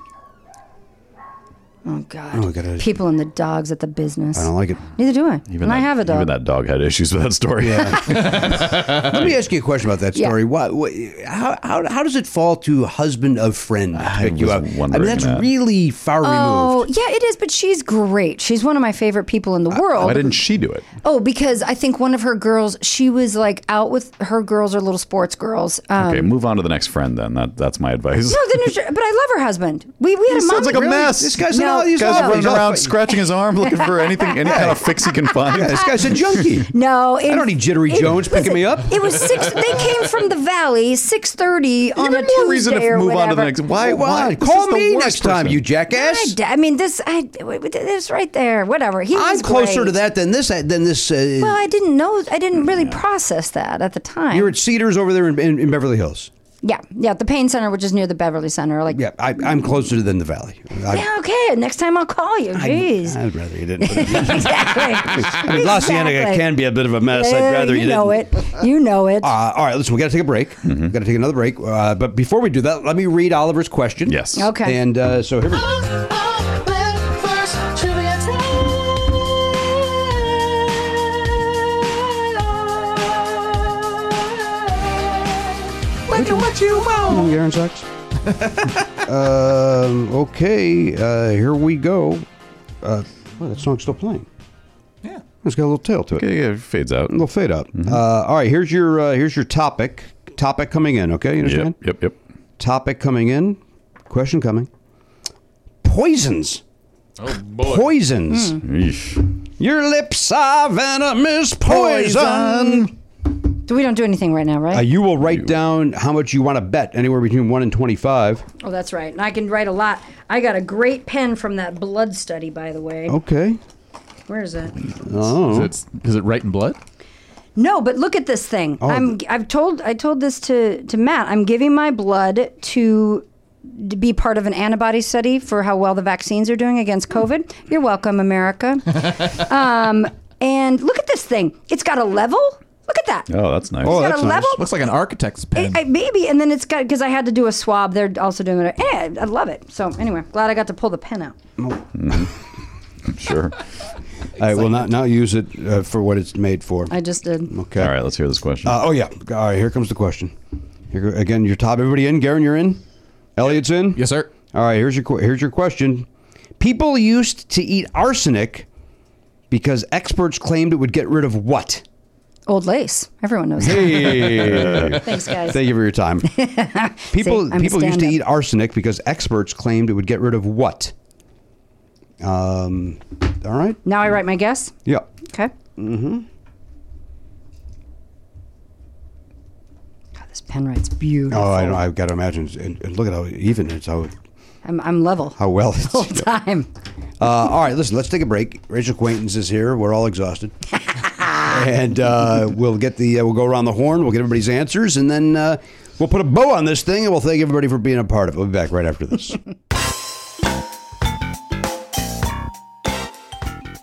S7: oh god
S2: Oh, I gotta-
S7: people and the dogs at the business
S2: I don't like it.
S7: neither do i and i
S1: that-
S7: have a dog
S1: Even that dog had issues with that story.
S2: Let me ask you a question about that
S7: Yeah.
S2: story. Why, what, how, how, how does it fall to husband of friend to pick you
S1: was
S2: up? I mean,
S1: wondering
S2: that's
S1: that.
S2: really far
S7: Oh,
S2: removed.
S7: yeah, it is, but she's great. She's one of my favorite people in the world.
S1: Why didn't she do it?
S7: Oh, because I think one of her girls, she was like out with her girls are little sports girls. Um,
S1: Okay, move on to the next friend then. That that's my advice.
S7: No, the New- but I love her husband. We we had a
S1: sounds
S7: mommy-
S1: like a
S7: Really?
S1: mess.
S2: This guy's
S7: No.
S2: not. He's
S1: Guys
S2: not-
S1: running
S2: he's not-
S1: around scratching his arm, looking for anything, any kind of fix he can find.
S2: Yeah, this guy's a junkie.
S7: No, it,
S2: I don't need Jittery Jones picking me up.
S7: It was six. They came from the valley, six thirty on
S1: Even more
S7: a Tuesday
S1: reason to
S7: or
S1: move
S7: whatever.
S1: on to the next. Why?
S2: Why?
S1: Why? This
S2: Call
S1: is the
S2: me
S1: worst
S2: next time,
S1: person.
S2: you
S7: I,
S2: jackass.
S7: d- I mean, this. I this right there. Whatever. He
S2: I'm
S7: was
S2: closer
S7: great.
S2: to that than this. Than this. Uh,
S7: Well, I didn't know. I didn't really process that at the time.
S2: you're at Cedars over there in, in, in Beverly Hills.
S7: yeah, yeah. The pain center, which is near the Beverly Center, like.
S2: Yeah, I, I'm closer than the Valley. I,
S7: Yeah, okay. Next time I'll call you. Jeez.
S2: I'd rather you didn't. Put it
S7: exactly.
S2: I mean, La Cienega
S7: Exactly.
S2: can be a bit of a mess. I'd
S7: Yeah,
S2: rather you,
S7: you know
S2: didn't.
S7: it. You know it.
S2: Uh, all right, listen, we got to take a break. we got to take another break. Uh, but before we do that, let me read Oliver's question.
S1: Yes.
S7: Okay.
S2: And uh, so here we go. Ooh, Aaron Sachs. um, okay, uh, here we go. Uh, well, that song's still playing.
S6: Yeah.
S2: It's got a little tail to it.
S1: Yeah, yeah, it fades out.
S2: A little fade out. Uh, all right, here's your uh, here's your topic. Topic coming in. Okay, you understand?
S1: Yep. Yep. Yep.
S2: Topic coming in. Question coming. Poisons.
S6: Oh boy.
S2: Poisons.
S1: Eesh.
S2: Your lips are venomous poison.
S7: Do we don't do anything right now, right?
S2: Uh, you will write down how much you want to bet, anywhere between one and twenty-five.
S7: oh, that's right. And I can write a lot. I got a great pen from that blood study, by the way.
S2: Okay.
S7: Where is it?
S2: Oh.
S6: Is it, is it right in blood?
S7: No, but look at this thing.
S2: Oh,
S7: I'm I've told I told this to to Matt. I'm giving my blood to to be part of an antibody study for how well the vaccines are doing against
S2: Hmm.
S7: COVID. You're welcome, America. um, and look at this thing. It's got a level. Look at that.
S1: Oh, that's nice.
S2: Oh,
S7: it's got
S2: that's
S7: a
S2: nice.
S7: level.
S6: Looks like an architect's pen.
S7: I, I- maybe, and then it's got because I had to do a swab. They're also doing it. Eh, I love it. So anyway, glad I got to pull the pen out.
S1: sure.
S2: I will not now use it uh, for what it's made for.
S7: I just did.
S2: Okay.
S1: All right. Let's hear this question.
S2: Uh, oh yeah. All right. Here comes the question. Here go- again, your top. Everybody in. Garen, you're in. Elliot's in.
S6: yes, sir.
S2: All right. Here's your que- here's your question. People used to eat arsenic because experts claimed it would get rid of what?
S7: Old lace. Everyone knows. that.
S2: Hey.
S7: Thanks, guys.
S2: Thank you for your time. People
S7: See, I'm a
S2: people used to
S7: stand-up.
S2: eat arsenic because experts claimed it would get rid of what? Um. All right.
S7: Now I write my guess.
S2: Yeah.
S7: Okay. Mm-hmm. God, this pen writes beautiful.
S2: Oh, I, I've got to imagine. And, and look at how even it's how
S7: I'm, I'm level.
S2: how well it's.
S7: Whole time.
S2: Uh, all right, listen, let's take a break. Rachel Quaintance is here. We're all exhausted. and uh, we'll get the uh, we'll go around the horn. We'll get everybody's answers, and then uh, we'll put a bow on this thing, and we'll thank everybody for being a part of it. We'll be back right after this.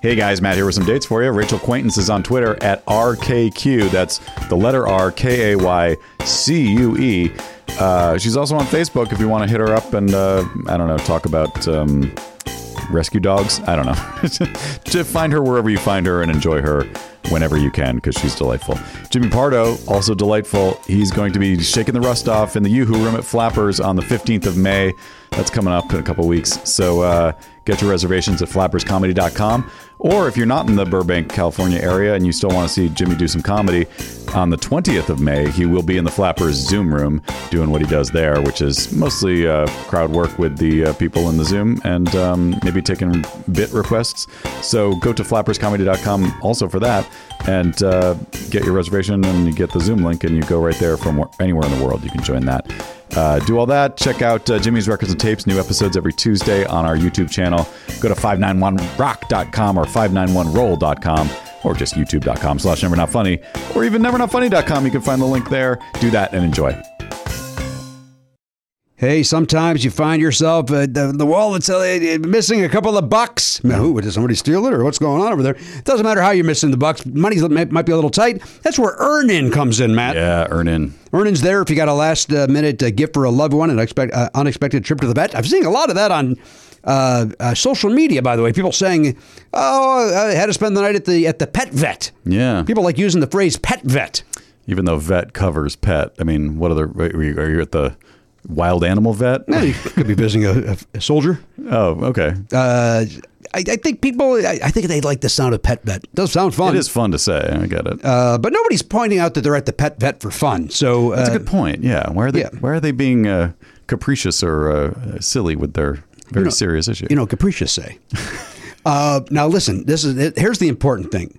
S1: Hey guys, Matt here with some dates for you. Rachel Quaintance is on Twitter at RKQ. That's the letter R K A Y C U E. Uh, she's also on Facebook if you want to hit her up and, uh, I don't know, talk about um, rescue dogs. I don't know. to find her wherever you find her and enjoy her. whenever you can because she's delightful. Jimmy Pardo, also delightful. He's going to be shaking the rust off in the Yoo-Hoo room at Flappers on the 15th of May. That's coming up in a couple weeks. So uh, get your reservations at flapperscomedy.com. Or if you're not in the Burbank, California area and you still want to see Jimmy do some comedy, on the 20th of May, he will be in the Flappers Zoom room doing what he does there, which is mostly uh, crowd work with the uh, people in the Zoom and um, maybe taking bit requests. So go to flapperscomedy.com also for that and uh, get your reservation and you get the Zoom link and you go right there from where, anywhere in the world. You can join that. Uh, do all that. Check out uh, Jimmy's Records and Tapes, new episodes every Tuesday on our YouTube channel. Go to 591rock.com or 591roll.com or just youtube.com slash never not funny or even never not funny.com. You can find the link there. Do that and enjoy.
S2: Hey, sometimes you find yourself uh, the, the wallet's uh, missing a couple of bucks. Now, Who did somebody steal it or what's going on over there? It doesn't matter how you're missing the bucks. Money might be a little tight. That's where earn in comes in, Matt.
S1: Yeah, earn in.
S2: Earnings there if you got a last uh, minute uh, gift for a loved one, an expect, uh, unexpected trip to the vet. I've seen a lot of that on uh, uh, social media, by the way. People saying, "Oh, I had to spend the night at the at the pet vet."
S1: Yeah.
S2: People like using the phrase "pet vet."
S1: Even though vet covers pet, I mean, what other are you, are you at the wild animal vet?
S2: Eh, you could be visiting a, a soldier.
S1: Oh, okay.
S2: Uh, I, I think people. I, I think they like the sound of pet vet. does sound fun.
S1: it is fun to say. I get it.
S2: Uh, but nobody's pointing out that they're at the pet vet for fun. So uh,
S1: That's a good point. Yeah. Why are they
S2: yeah.
S1: why are they being uh, capricious or uh, silly with their very serious issue?
S2: you know, capricious say. uh, now listen, this is here's the important thing.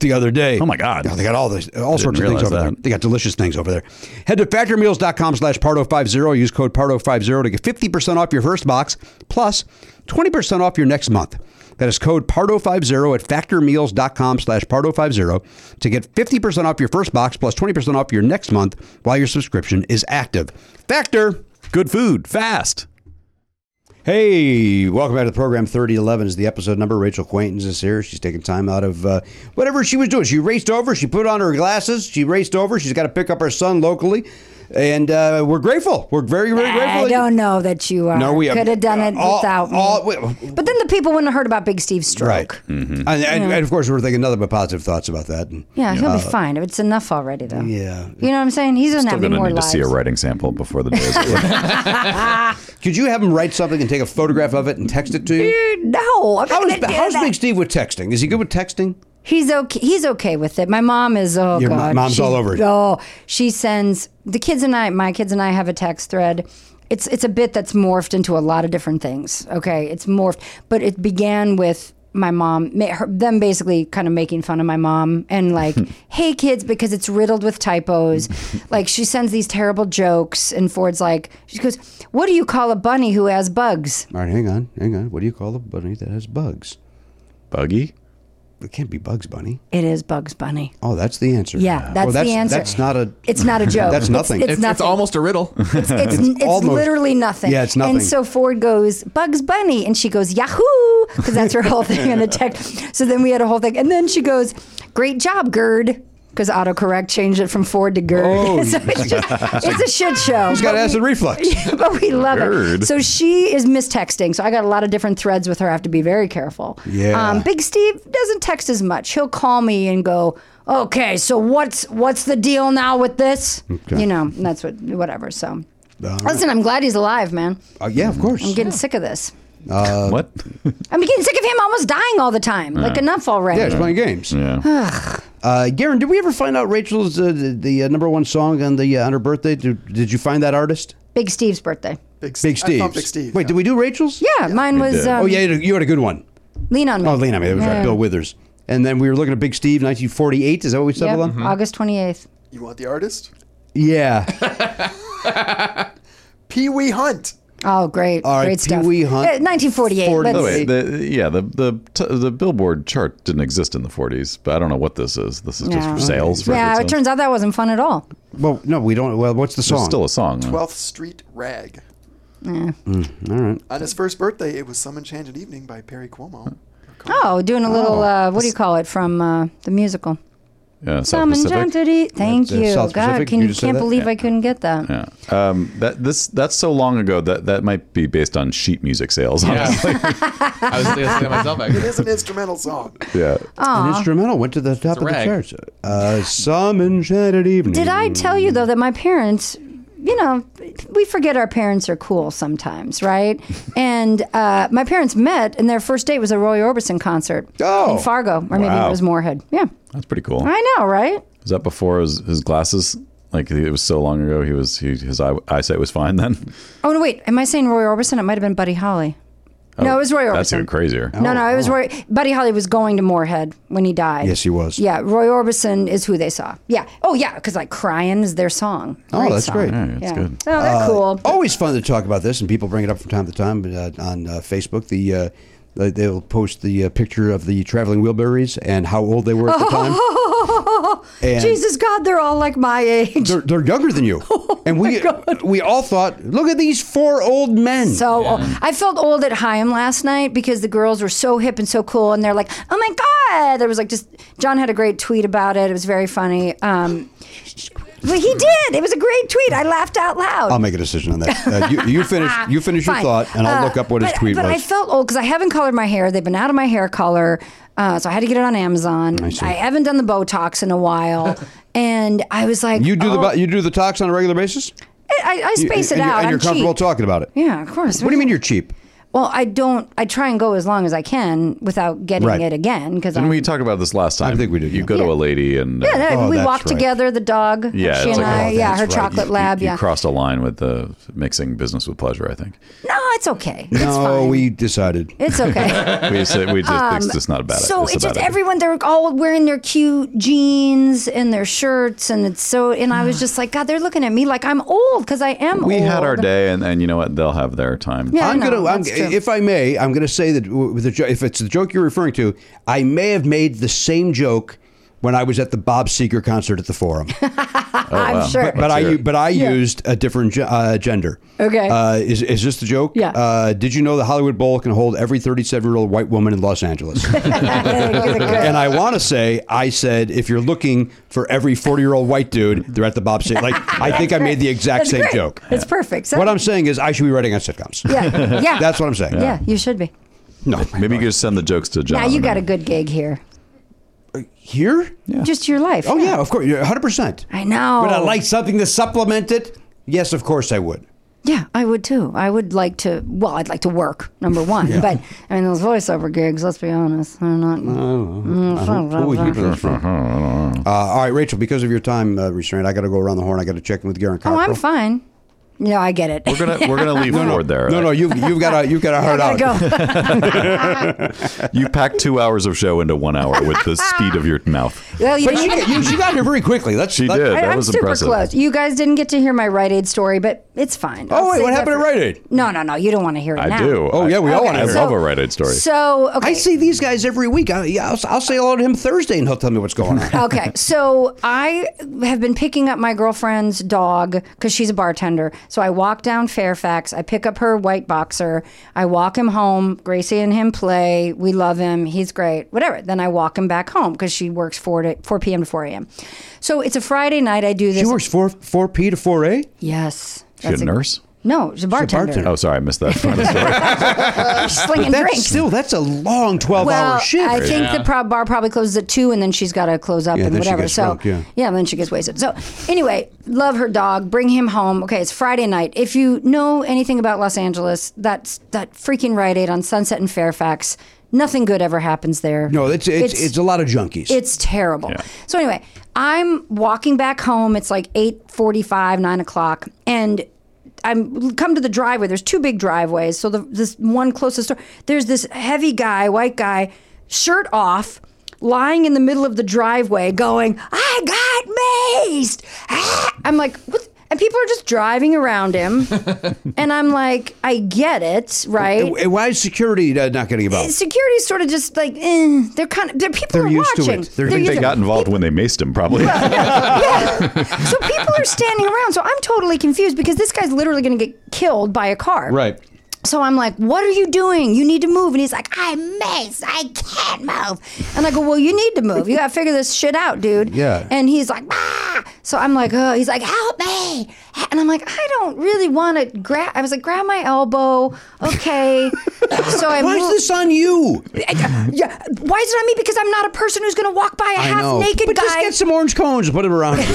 S2: the other day.
S1: Mm. Oh, my God.
S2: Yeah, they got all this, all sorts of things
S1: realize
S2: over there.
S1: that.
S2: They got delicious things over there. Head to factormeals.com slash pardo50. Use code pardo50 to get 50% off your first box plus 20% off your next month. That is code pardo50 at factormeals.com slash pardo50 to get 50% off your first box plus 20% off your next month while your subscription is active. Factor.
S1: Good food, fast.
S2: Hey, welcome back to the program. 3011 is the episode number. Rachel Quaintance is here. She's taking time out of uh, whatever she was doing. She raced over. She put on her glasses. She raced over. She's got to pick up her son locally. And uh, we're grateful. We're very, very grateful.
S7: I don't know that you are.
S2: No, we have-
S7: could have done it
S2: all-
S7: without me.
S2: all- we-
S7: but then the people wouldn't have heard about Big Steve's stroke.
S2: Right. Mm-hmm. And, and, and of course, we we're thinking nothing but positive thoughts about that. And,
S7: Yeah, he'll be fine. It's enough already, though.
S2: Uh, Yeah.
S7: You know what I'm saying? He's gonna
S1: Still
S7: have
S1: going to
S7: more
S1: need
S7: lives.
S1: to see a writing sample before the day is over.
S2: Could you have him write something and take a photograph of it and text it to you?
S7: No, I'm not
S2: How's,
S7: gonna do
S2: how's
S7: that.
S2: Big Steve with texting? Is he good with texting?
S7: He's okay. He's okay with it. My mom is. Oh
S2: Your mo-
S7: God,
S2: mom's
S7: She-
S2: all over it.
S7: Oh, she sends the kids and I. My kids and I have a text thread. It's it's a bit that's morphed into a lot of different things. Okay, it's morphed, but it began with my mom, ma- her, them basically kind of making fun of my mom and like, hey kids, because it's riddled with typos. like she sends these terrible jokes, and Ford's like, she goes, "What do you call a bunny who has bugs?"
S2: All right, hang on, hang on. What do you call a bunny that has bugs?
S1: Buggy?
S2: It can't be Bugs Bunny.
S7: It is Bugs Bunny.
S2: Oh, that's the answer.
S7: Yeah, that's
S2: well,
S7: the
S2: that's,
S7: answer.
S2: That's not a.
S7: It's not a joke.
S2: That's
S7: It's-
S2: nothing.
S7: It's,
S6: It's, it's
S7: nothing.
S6: almost a riddle.
S7: It's, it's, it's
S2: almost-
S7: literally nothing.
S2: Yeah, it's nothing.
S7: And so Ford goes, Bugs Bunny. And she goes, Yahoo! Because that's her whole thing in the text. So then we had a whole thing. And then she goes, Great job, Gerd. Because autocorrect changed it from Ford to Gerd.
S2: Oh.
S7: so it's, just, it's a shit show.
S2: He's got
S7: But
S2: acid
S7: we-
S2: reflux.
S7: but we love
S1: Gerd.
S7: it. So she is mistexting. So I got a lot of different threads with her. I have to be very careful. Um,
S2: Yeah.
S7: Big Steve doesn't text as much. He'll call me and go, "Okay, so what's what's the deal now with this?" You know, and that's what whatever. So, listen, I'm glad he's alive, man.
S2: Uh, yeah, of course.
S7: I'm getting sick of this.
S2: Uh,
S1: what?
S7: I'm getting sick of him almost dying all the time. Like enough already.
S2: yeah, he's playing games.
S1: yeah.
S2: Uh, Garen, did we ever find out Rachel's uh, the, the uh, number one song on the uh, on her birthday? Did, did you find that artist?
S7: Big Steve's birthday.
S5: Big,
S2: Big Steve.
S5: I thought Big Steve.
S2: Wait, did we do Rachel's?
S7: Yeah, mine was.
S1: did.
S7: Um,
S2: Oh yeah, you had a- you had a good one.
S7: Lean on me.
S2: Oh, Lean on me. That was right.
S7: Yeah.
S2: Bill Withers. And then we were looking at Big Steve, 1948. Is that what we
S7: Yep,
S2: settled on?
S7: August 28th.
S5: You want the artist?
S2: Yeah.
S5: Pee Wee Hunt.
S7: Oh, great.
S2: All right,
S7: great stuff.
S2: Pee Wee Hunt.
S7: Uh, 1948.
S2: Forty-
S1: By
S7: let's-
S1: the way, the, yeah, the the, t- the Billboard chart didn't exist in the 40s, but I don't know what this is. This is just
S7: No.
S1: for sales. record
S7: Yeah, it
S1: sales.
S7: turns out that wasn't fun at all.
S2: well, no, we don't. Well, what's the
S1: It's
S2: song?
S1: still a song. huh?
S5: 12th Street Rag.
S2: All right.
S5: On his first birthday, it was Some Enchanted Evening by Perry Cuomo.
S7: Oh, doing a little, uh, what do you call it, from uh, the musical?
S1: yeah, South
S7: Some
S1: Pacific.
S7: enchanted. E- Thank
S2: That's, uh,
S7: you.
S2: South
S7: God,
S2: Pacific,
S7: can
S2: you
S7: you,
S2: just said
S7: can't
S2: that?
S7: believe I couldn't get that.
S1: Yeah. Um, that this that's so long ago that that might be based on sheet music sales. Honestly.
S6: I was thinking to myself, actually.
S5: It is an instrumental song.
S1: Yeah.
S7: Uh,
S2: An instrumental went to the top of the
S6: rag.
S2: charts. Uh, some enchanted evening.
S7: Did I tell you though that my parents, you know, we forget our parents are cool sometimes, right? and uh, my parents met, and their first date was a Roy Orbison concert
S2: Oh.
S7: in Fargo, or maybe
S1: Wow.
S7: it was Moorhead. Yeah,
S1: That's pretty cool.
S7: I know, right?
S1: Was that before his, his glasses? Like it was so long ago. He was he, his eye, eyesight was fine then.
S7: Oh no, wait, am I saying Roy Orbison? It might have been Buddy Holly. no, it was Roy Orbison.
S1: That's even crazier.
S2: Oh,
S7: No, no, it was Roy. Buddy Holly was going to Moorhead when he died.
S2: Yes, he was.
S7: Yeah, Roy Orbison is who they saw. Yeah. Oh, yeah, because like "Crying" is their song.
S2: Oh, that's
S7: song.
S2: great. Uh,
S1: Yeah, that's
S7: yeah.
S1: good.
S7: Oh, they're cool.
S2: Always fun to talk about this, and people bring it up from time to time but, uh, on uh, Facebook. The uh, they- they'll post the uh, picture of the traveling Wilburys and how old they were
S7: Oh,
S2: at the time. And-
S7: Jesus God, they're all like my age.
S2: They're, they're younger than you,
S7: Oh,
S2: and we we all thought, look at these four old men.
S7: So old. I felt old at Haim last night because the girls were so hip and so cool, and they're like, "Oh my God!" There was like just John had a great tweet about it. It was very funny. Um, well, he did. It was a great tweet. I laughed out loud.
S2: I'll make a decision on that. Uh, you, you finish you finish your
S7: Fine.
S2: thought, and I'll
S7: Uh,
S2: look up what his
S7: but-
S2: tweet
S7: but I
S2: was.
S7: felt old because I haven't colored my hair. They've been out of my hair color, uh, so I had to get it on Amazon. I, haven't done the Botox in a while, and I was like,
S2: you do the
S7: oh,
S2: bo- you do the talks on a regular basis.
S7: I, I
S2: You-
S7: space
S2: and
S7: it
S2: you-
S7: out.
S2: and
S7: I'm
S2: you're comfortable
S7: cheap.
S2: talking about it.
S7: Yeah, of course.
S2: What do you mean you're cheap?
S7: Well, I don't. I try and go as long as I can without getting
S2: Right.
S7: it again because
S1: Didn't
S7: I'm.
S1: we talk about this last time?
S2: I think we did,
S1: You
S2: yeah.
S1: go to a lady and uh,
S7: yeah,
S2: Oh,
S7: we
S2: that's
S7: walked
S2: right.
S7: together. The dog,
S1: Yeah, it's
S7: she and
S1: like,
S7: I,
S1: oh,
S7: yeah,
S2: that's
S7: her
S2: right.
S7: chocolate
S1: you-
S7: lab,
S1: you
S7: yeah.
S1: crossed a line with the mixing business with pleasure. I think
S7: no, it's okay.
S2: No,
S7: it's fine.
S2: we decided.
S7: it's okay.
S1: we said we just it's just not about it.
S7: Um, So it's
S1: about
S7: just
S1: it.
S7: everyone they're all wearing their cute jeans and their shirts and it's so and I was just like God they're looking at me like I'm old because I am
S1: We
S7: old.
S1: had our day, and, and you know what? They'll have their time.
S7: Yeah,
S2: I'm
S7: no,
S2: gonna, I'm,
S7: that's true.
S2: if I may, I'm gonna say that w- with the jo- if it's the joke you're referring to, I may have made the same joke when I was at the Bob Seger concert at the Forum.
S7: I'm sure.
S2: But I
S1: hear
S2: u-
S1: it.
S2: but I used a different ge- uh, gender.
S7: Okay.
S2: Uh, is is this the joke?
S7: Yeah.
S2: Uh, did you know the Hollywood Bowl can hold every 37 year old white woman in Los Angeles? and I want to say I said if you're looking for every 40 year old white dude, they're at the Bob Seger. Like I think I made the exact
S7: That's
S2: same
S7: great.
S2: joke.
S7: It's perfect. So-
S2: What I'm saying is I should be writing on sitcoms.
S7: yeah, yeah.
S2: That's what I'm saying.
S7: Yeah, you should be.
S2: No.
S1: Maybe you could just send the jokes to John.
S7: Now you
S1: and
S7: got a
S1: then-
S7: good gig here.
S2: Here?
S7: Just your life.
S2: Oh yeah, of course, 100. percent
S7: I know.
S2: Would I like something to supplement it? Yes, of course I would.
S7: Yeah, I would too. I would like to. Well, I'd like to work number one, but I mean those voiceover gigs. Let's be honest, they're not.
S2: Uh,
S7: Mm,
S2: Who would you do that for? Uh, all right, Rachel, because of your time uh, restraint, I got to go around the horn. I got to check in with Garen
S7: oh,
S2: Cockrell.
S7: I'm fine. No, I get it.
S1: We're gonna we're gonna leave Ford there.
S2: No, no, you've, you've got a you've got a
S7: I
S2: hard
S7: gotta
S2: out.
S7: go.
S1: You packed two hours of show into one hour with the speed of your mouth.
S7: Well, you
S2: But
S7: know,
S2: she, you, she got here very quickly. Let's.
S1: She
S2: let-
S1: did.
S7: I,
S1: That
S7: am
S1: was
S7: super
S1: impressive.
S7: close. You guys didn't get to hear my Rite Aid story, but it's fine. I'll
S2: Oh wait,
S7: save
S2: what
S7: that
S2: happened at
S7: for-
S2: Rite Aid?
S7: No, no, no. You don't want to hear it
S1: I
S7: now.
S1: do.
S2: Oh,
S1: I-
S2: yeah, we all wanna
S1: I
S2: hear
S1: love
S7: so-
S1: a Rite Aid story.
S7: So okay.
S2: I see these guys every week. I, yeah, I'll, I'll say hello to him Thursday, and he'll tell me what's going on.
S7: okay, so I have been picking up my girlfriend's dog because she's a bartender. So I walk down Fairfax. I pick up her white boxer. I walk him home. Gracie and him play. We love him. He's great. Whatever. Then I walk him back home because she works four to four p.m. to four a.m. So it's a Friday night. I do this.
S2: She works four four p to four a.
S7: Yes.
S1: She a nurse?
S7: No, she's a bartender.
S2: bartender.
S1: Oh, sorry, I missed that part of the story.
S7: She's slinging
S2: That's
S7: drinks.
S2: still that's a long twelve
S7: well,
S2: hour shift.
S7: I think the prob- bar probably closes at two, and then she's got to close up
S2: Yeah,
S7: and
S2: then she
S7: whatever.
S2: gets
S7: so
S2: drunk, yeah.
S7: then she gets wasted. So anyway, love her dog. Bring him home. Okay, it's Friday night. If you know anything about Los Angeles, that's that freaking Rite Aid on Sunset and Fairfax. Nothing good ever happens there.
S2: no, it's it's, it's a lot of junkies.
S7: It's terrible. So anyway, I'm walking back home. It's like 8:45, 9 o'clock, and I'm come to the driveway. There's two big driveways. So the this one closest door, there's this heavy guy, white guy, shirt off, lying in the middle of the driveway, going, "I got mazed." Ah! I'm like, what? And people are just driving around him, and I'm like, I get it, right?
S2: And Why is security uh, not getting involved?
S7: Security's sort of just like eh, they're kind of they're people
S2: They're
S7: are
S2: used to
S7: watching.
S2: it. They're-
S1: I think
S7: used
S1: they
S7: to-
S1: got involved when they maced him, probably.
S7: yeah. So people are standing around. So I'm totally confused because this guy's literally going to get killed by a car.
S6: Right.
S7: So I'm like, what are you doing? You need to move. And he's like, I'm mazed. I can't move. And I go, well, you need to move. You got to figure this shit out, dude.
S2: Yeah.
S7: And he's like, ah. So I'm like, oh, he's like, help me. And I'm like, I don't really want to grab. I was like, grab my elbow. Okay. so I
S2: Why
S7: moved-
S2: is this on you?
S7: yeah. Why is it on me? Because I'm not a person who's going to walk by a
S2: I
S7: half
S2: know.
S7: naked
S2: but
S7: guy.
S2: just get some orange cones and put them around. you.
S7: it's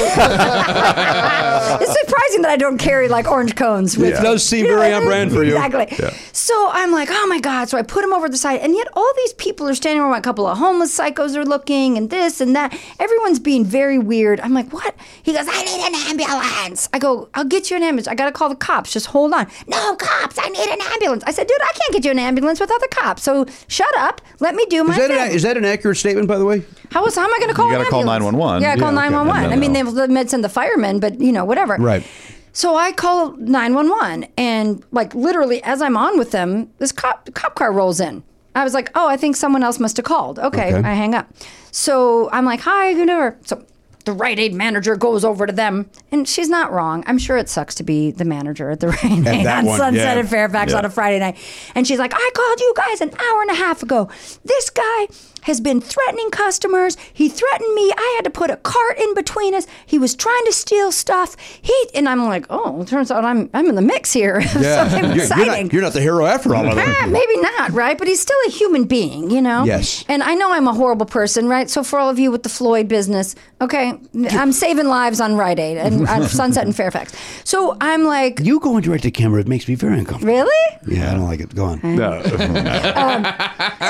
S7: surprising that I don't carry like orange cones with
S2: It does seem
S7: You know
S2: very
S7: what I
S2: on
S7: mean?
S2: brand for you.
S7: Exactly. So I'm like, oh my God. So I put him over the side. And yet all these people are standing around. A couple of homeless psychos are looking and this and that. Everyone's being very weird. I'm like, what? He goes, I need an ambulance. I go, I'll get you an ambulance. I got to call the cops. Just hold on. No, cops. I need an ambulance. I said, dude, I can't get you an ambulance without the cops. So shut up. Let me do my
S2: Is that,
S7: thing.
S2: an, is that an accurate statement, by the way?
S7: How was how am I going to call?
S1: You gotta
S7: an
S1: call
S7: ambulance?
S1: 911.
S7: Yeah, I
S1: Yeah,
S7: call
S1: okay.
S7: nine one one.
S1: And
S7: I
S1: then
S7: mean, they
S1: they'll-
S7: would send the firemen, but you know, whatever.
S2: Right.
S7: So I call nine one one, and like literally, as I'm on with them, this cop cop car rolls in. I was like, oh, I think someone else must have called. Okay,
S2: Okay.
S7: I hang up. So I'm like, hi, whoever. So the Rite Aid manager goes over to them, and she's not wrong. I'm sure it sucks to be the manager at the Rite Aid
S2: that
S7: on
S2: one,
S7: Sunset
S2: yeah.
S7: and Fairfax
S1: Yeah.
S7: on a Friday night. And she's like, I called you guys an hour and a half ago. This guy has been threatening customers. He threatened me. I had to put a cart in between us. He was trying to steal stuff. He and I'm like, oh, turns out I'm I'm in the mix here. Something
S2: Uh, you're, you're
S7: exciting.
S2: not, you're not the hero after all of
S7: Ah,
S2: them.
S7: maybe not, right? But he's still a human being, you know?
S2: Yes.
S7: And I know I'm a horrible person, right? So for all of you with the Floyd business, okay, I'm saving lives on Rite Aid and on Sunset and Fairfax. So I'm like,
S2: You going direct to camera, it makes me very uncomfortable.
S7: really?
S2: Yeah, I don't like it. Go on.
S1: No.
S7: Um,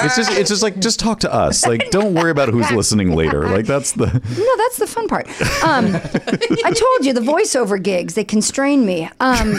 S1: it's just it's just like just talk to us. Like don't worry about who's listening later. Like that's the
S7: No, that's the fun part. Um, I told you the voiceover gigs they constrain me. Um,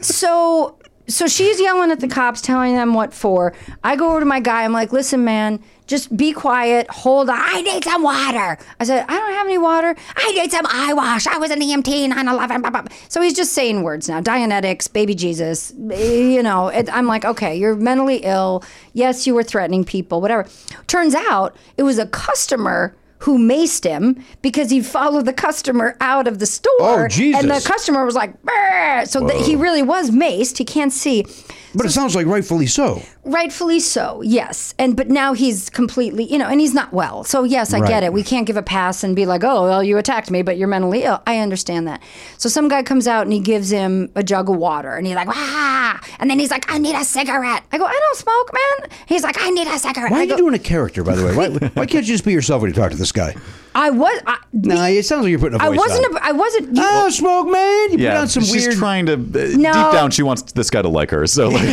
S7: so so she's yelling at the cops, telling them what for. I go over to my guy. I'm like, listen, man, just be quiet. Hold on. I need some water. I said, I don't have any water. I need some eye wash. I was E an EMT 911. Blah, blah, blah. So he's just saying words now. Dianetics, baby Jesus. You know, it, I'm like, okay, you're mentally ill. Yes, you were threatening people, whatever. Turns out it was a customer who maced him because he followed the customer out of the store.
S2: Oh, Jesus.
S7: And the customer was like, "Brr." so that he really was maced. He can't see.
S2: But it sounds like rightfully so.
S7: Rightfully so, yes. And but now he's completely, you know, and he's not well. So yes, I
S2: Right.
S7: get it. We can't give a pass and be like, "Oh, well, you attacked me, but you're mentally ill." I understand that. So some guy comes out and he gives him a jug of water, and he's like, "Wah!" And then he's like, "I need a cigarette." I go, "I don't smoke, man." He's like, "I need a cigarette."
S2: Why
S7: I
S2: are you
S7: go,
S2: doing a character, by the way? Why, why can't you just be yourself when you talk to this guy?
S7: I was. I,
S2: Nah, it sounds like you're putting a voice
S7: I wasn't.
S2: on.
S7: A, I wasn't. You,
S2: oh, smoke man. You put
S1: Yeah,
S2: on some
S1: she's
S2: weird.
S1: trying to. uh,
S7: No.
S1: Deep down, she wants this guy to like her, so like,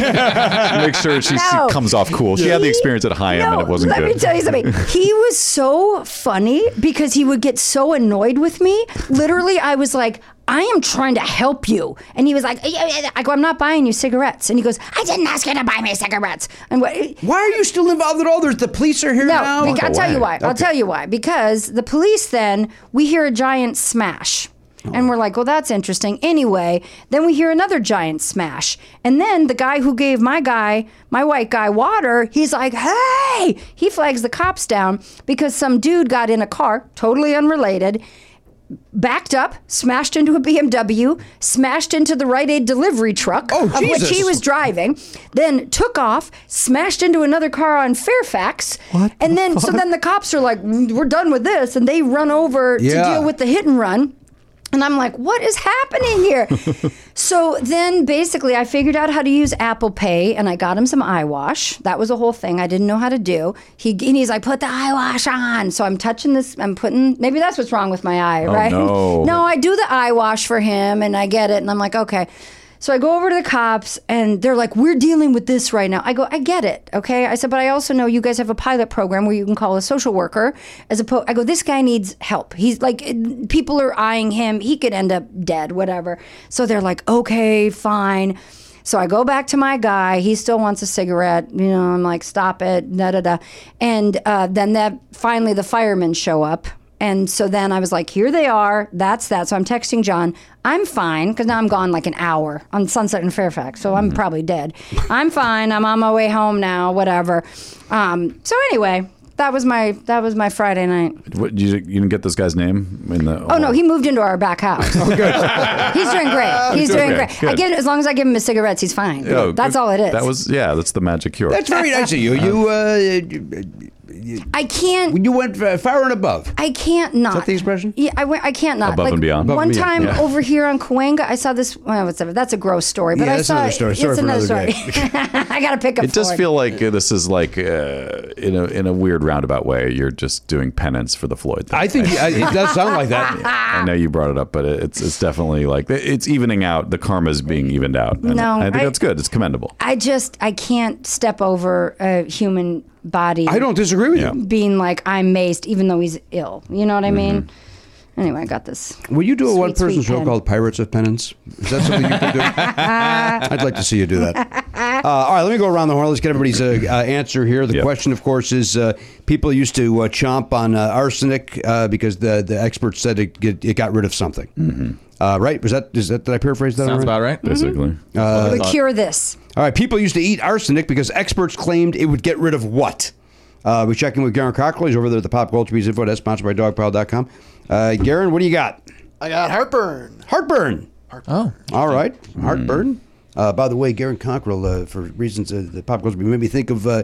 S1: make sure she s-
S7: No.
S1: comes off cool. She had the
S7: He-
S1: experience at high end,
S7: no,
S1: and it wasn't
S7: let
S1: good.
S7: me tell you something. He was so funny because he would get so annoyed with me. Literally, I was like, I am trying to help you. And he was like, "Yeah, yeah, yeah." I go, I'm not buying you cigarettes. And he goes, I didn't ask you to buy me cigarettes. And what?
S2: why are you still involved at all? There's the police are here now.
S7: No, beca- I'll tell
S2: away.
S7: you why. I'll tell you why. Because the police then, we hear a giant smash.
S2: Oh.
S7: And we're like, well, that's interesting. Anyway, then we hear another giant smash. And then the guy who gave my guy, my white guy, water, he's like, hey, he flags the cops down because some dude got in a car, totally unrelated, backed up, smashed into a BMW, smashed into the Rite Aid delivery truck,
S2: Oh,
S7: of
S2: Jesus.
S7: which he was driving, then took off, smashed into another car on Fairfax. What and then so then the cops are like, "Mm, we're done with this, and they run over to
S2: Yeah.
S7: deal with the hit and run. And I'm like, what is happening here? so then basically, I figured out how to use Apple Pay and I got him some eye wash. That was a whole thing I didn't know how to do. He, and he's like, put the eye wash on. So I'm touching this, I'm putting, maybe that's what's wrong with my eye, right?
S1: no.
S7: I do the eye wash for him and I get it. And I'm like, okay. So I go over to the cops and they're like, we're dealing with this right now. I go, I get it. Okay. I said, but I also know you guys have a pilot program where you can call a social worker as opposed, I go, this guy needs help. He's like, it- people are eyeing him. He could end up dead, whatever. So they're like, okay, fine. So I go back to my guy. He still wants a cigarette. You know, I'm like, stop it, da da da. And uh, then that finally the firemen show up. And so then I was like, here they are. That's that. So I'm texting John. I'm fine because now I'm gone like an hour on Sunset and Fairfax. So
S1: Mm-hmm.
S7: I'm probably dead. I'm fine. I'm on my way home now. Whatever. Um, so anyway, that was my that was my Friday night.
S1: What, you, you didn't get this guy's name in the.
S7: Oh no, he moved into our back house. he's doing great. He's
S1: Oh, doing
S7: doing
S1: great.
S7: great. I
S1: Good.
S7: give, as long as I give him his cigarettes, he's fine.
S1: Oh,
S7: That's
S1: good.
S7: all it is.
S1: That was yeah. That's the magic cure.
S2: That's very nice of you. You uh, you-
S7: I can't.
S2: you went uh, far and above.
S7: I can't not.
S2: that the expression?
S7: Yeah, I, went- I can't not.
S1: Above and beyond. Above
S7: One
S2: and
S7: time
S2: beyond, yeah.
S7: over here on Cahuenga, I saw this. Well, whatever. That's a gross story, but
S2: Yeah,
S7: I
S2: that's
S7: saw
S2: another story.
S7: it's
S2: Sorry for
S7: another
S2: another
S7: story. I got to pick up.
S1: it does
S7: for
S1: feel like uh, this is like uh, in a in a weird roundabout way. You're just doing penance for the Floyd thing.
S2: I think I, it does sound like that.
S1: I know you brought it up, but it- it's it's definitely like it's evening out. The karma's being evened out. And
S7: No,
S1: I think
S7: I-
S1: that's good. It's commendable.
S7: I just I can't step over a human body.
S2: I don't disagree with you.
S7: being like I'm maced, even though he's ill. You know what I
S1: Mm-hmm.
S7: mean? Anyway, I got this.
S2: Will you do a
S7: Sweet,
S2: one-person
S7: sweet
S2: show
S7: pen.
S2: called Pirates of Penance? Is that something you can do? I'd like to see you do that. Uh, all right, let me go around the horn. Let's get everybody's uh, uh, answer here. The
S1: Yep.
S2: question, of course, is uh, people used to uh, chomp on uh, arsenic uh, because the the experts said it, get, it got rid of something. Uh, right? Was that is that did I paraphrase that?
S6: Sounds
S2: all right?
S6: about right.
S7: Mm-hmm.
S1: Basically,
S2: Uh,
S7: But cure this.
S2: All right, people used to eat arsenic because experts claimed it would get rid of what? Uh, we're checking with Garen Cockrell. He's over there at the Pop Culture Bees Info Desk, sponsored by DogPile.com. Uh, Garen, what do you got?
S5: I got heartburn.
S2: Heartburn.
S6: Oh,
S2: All right, heartburn. Uh, by the way, Garen Cockrell, uh, for reasons uh, the Pop Culture Bees made me think of, uh,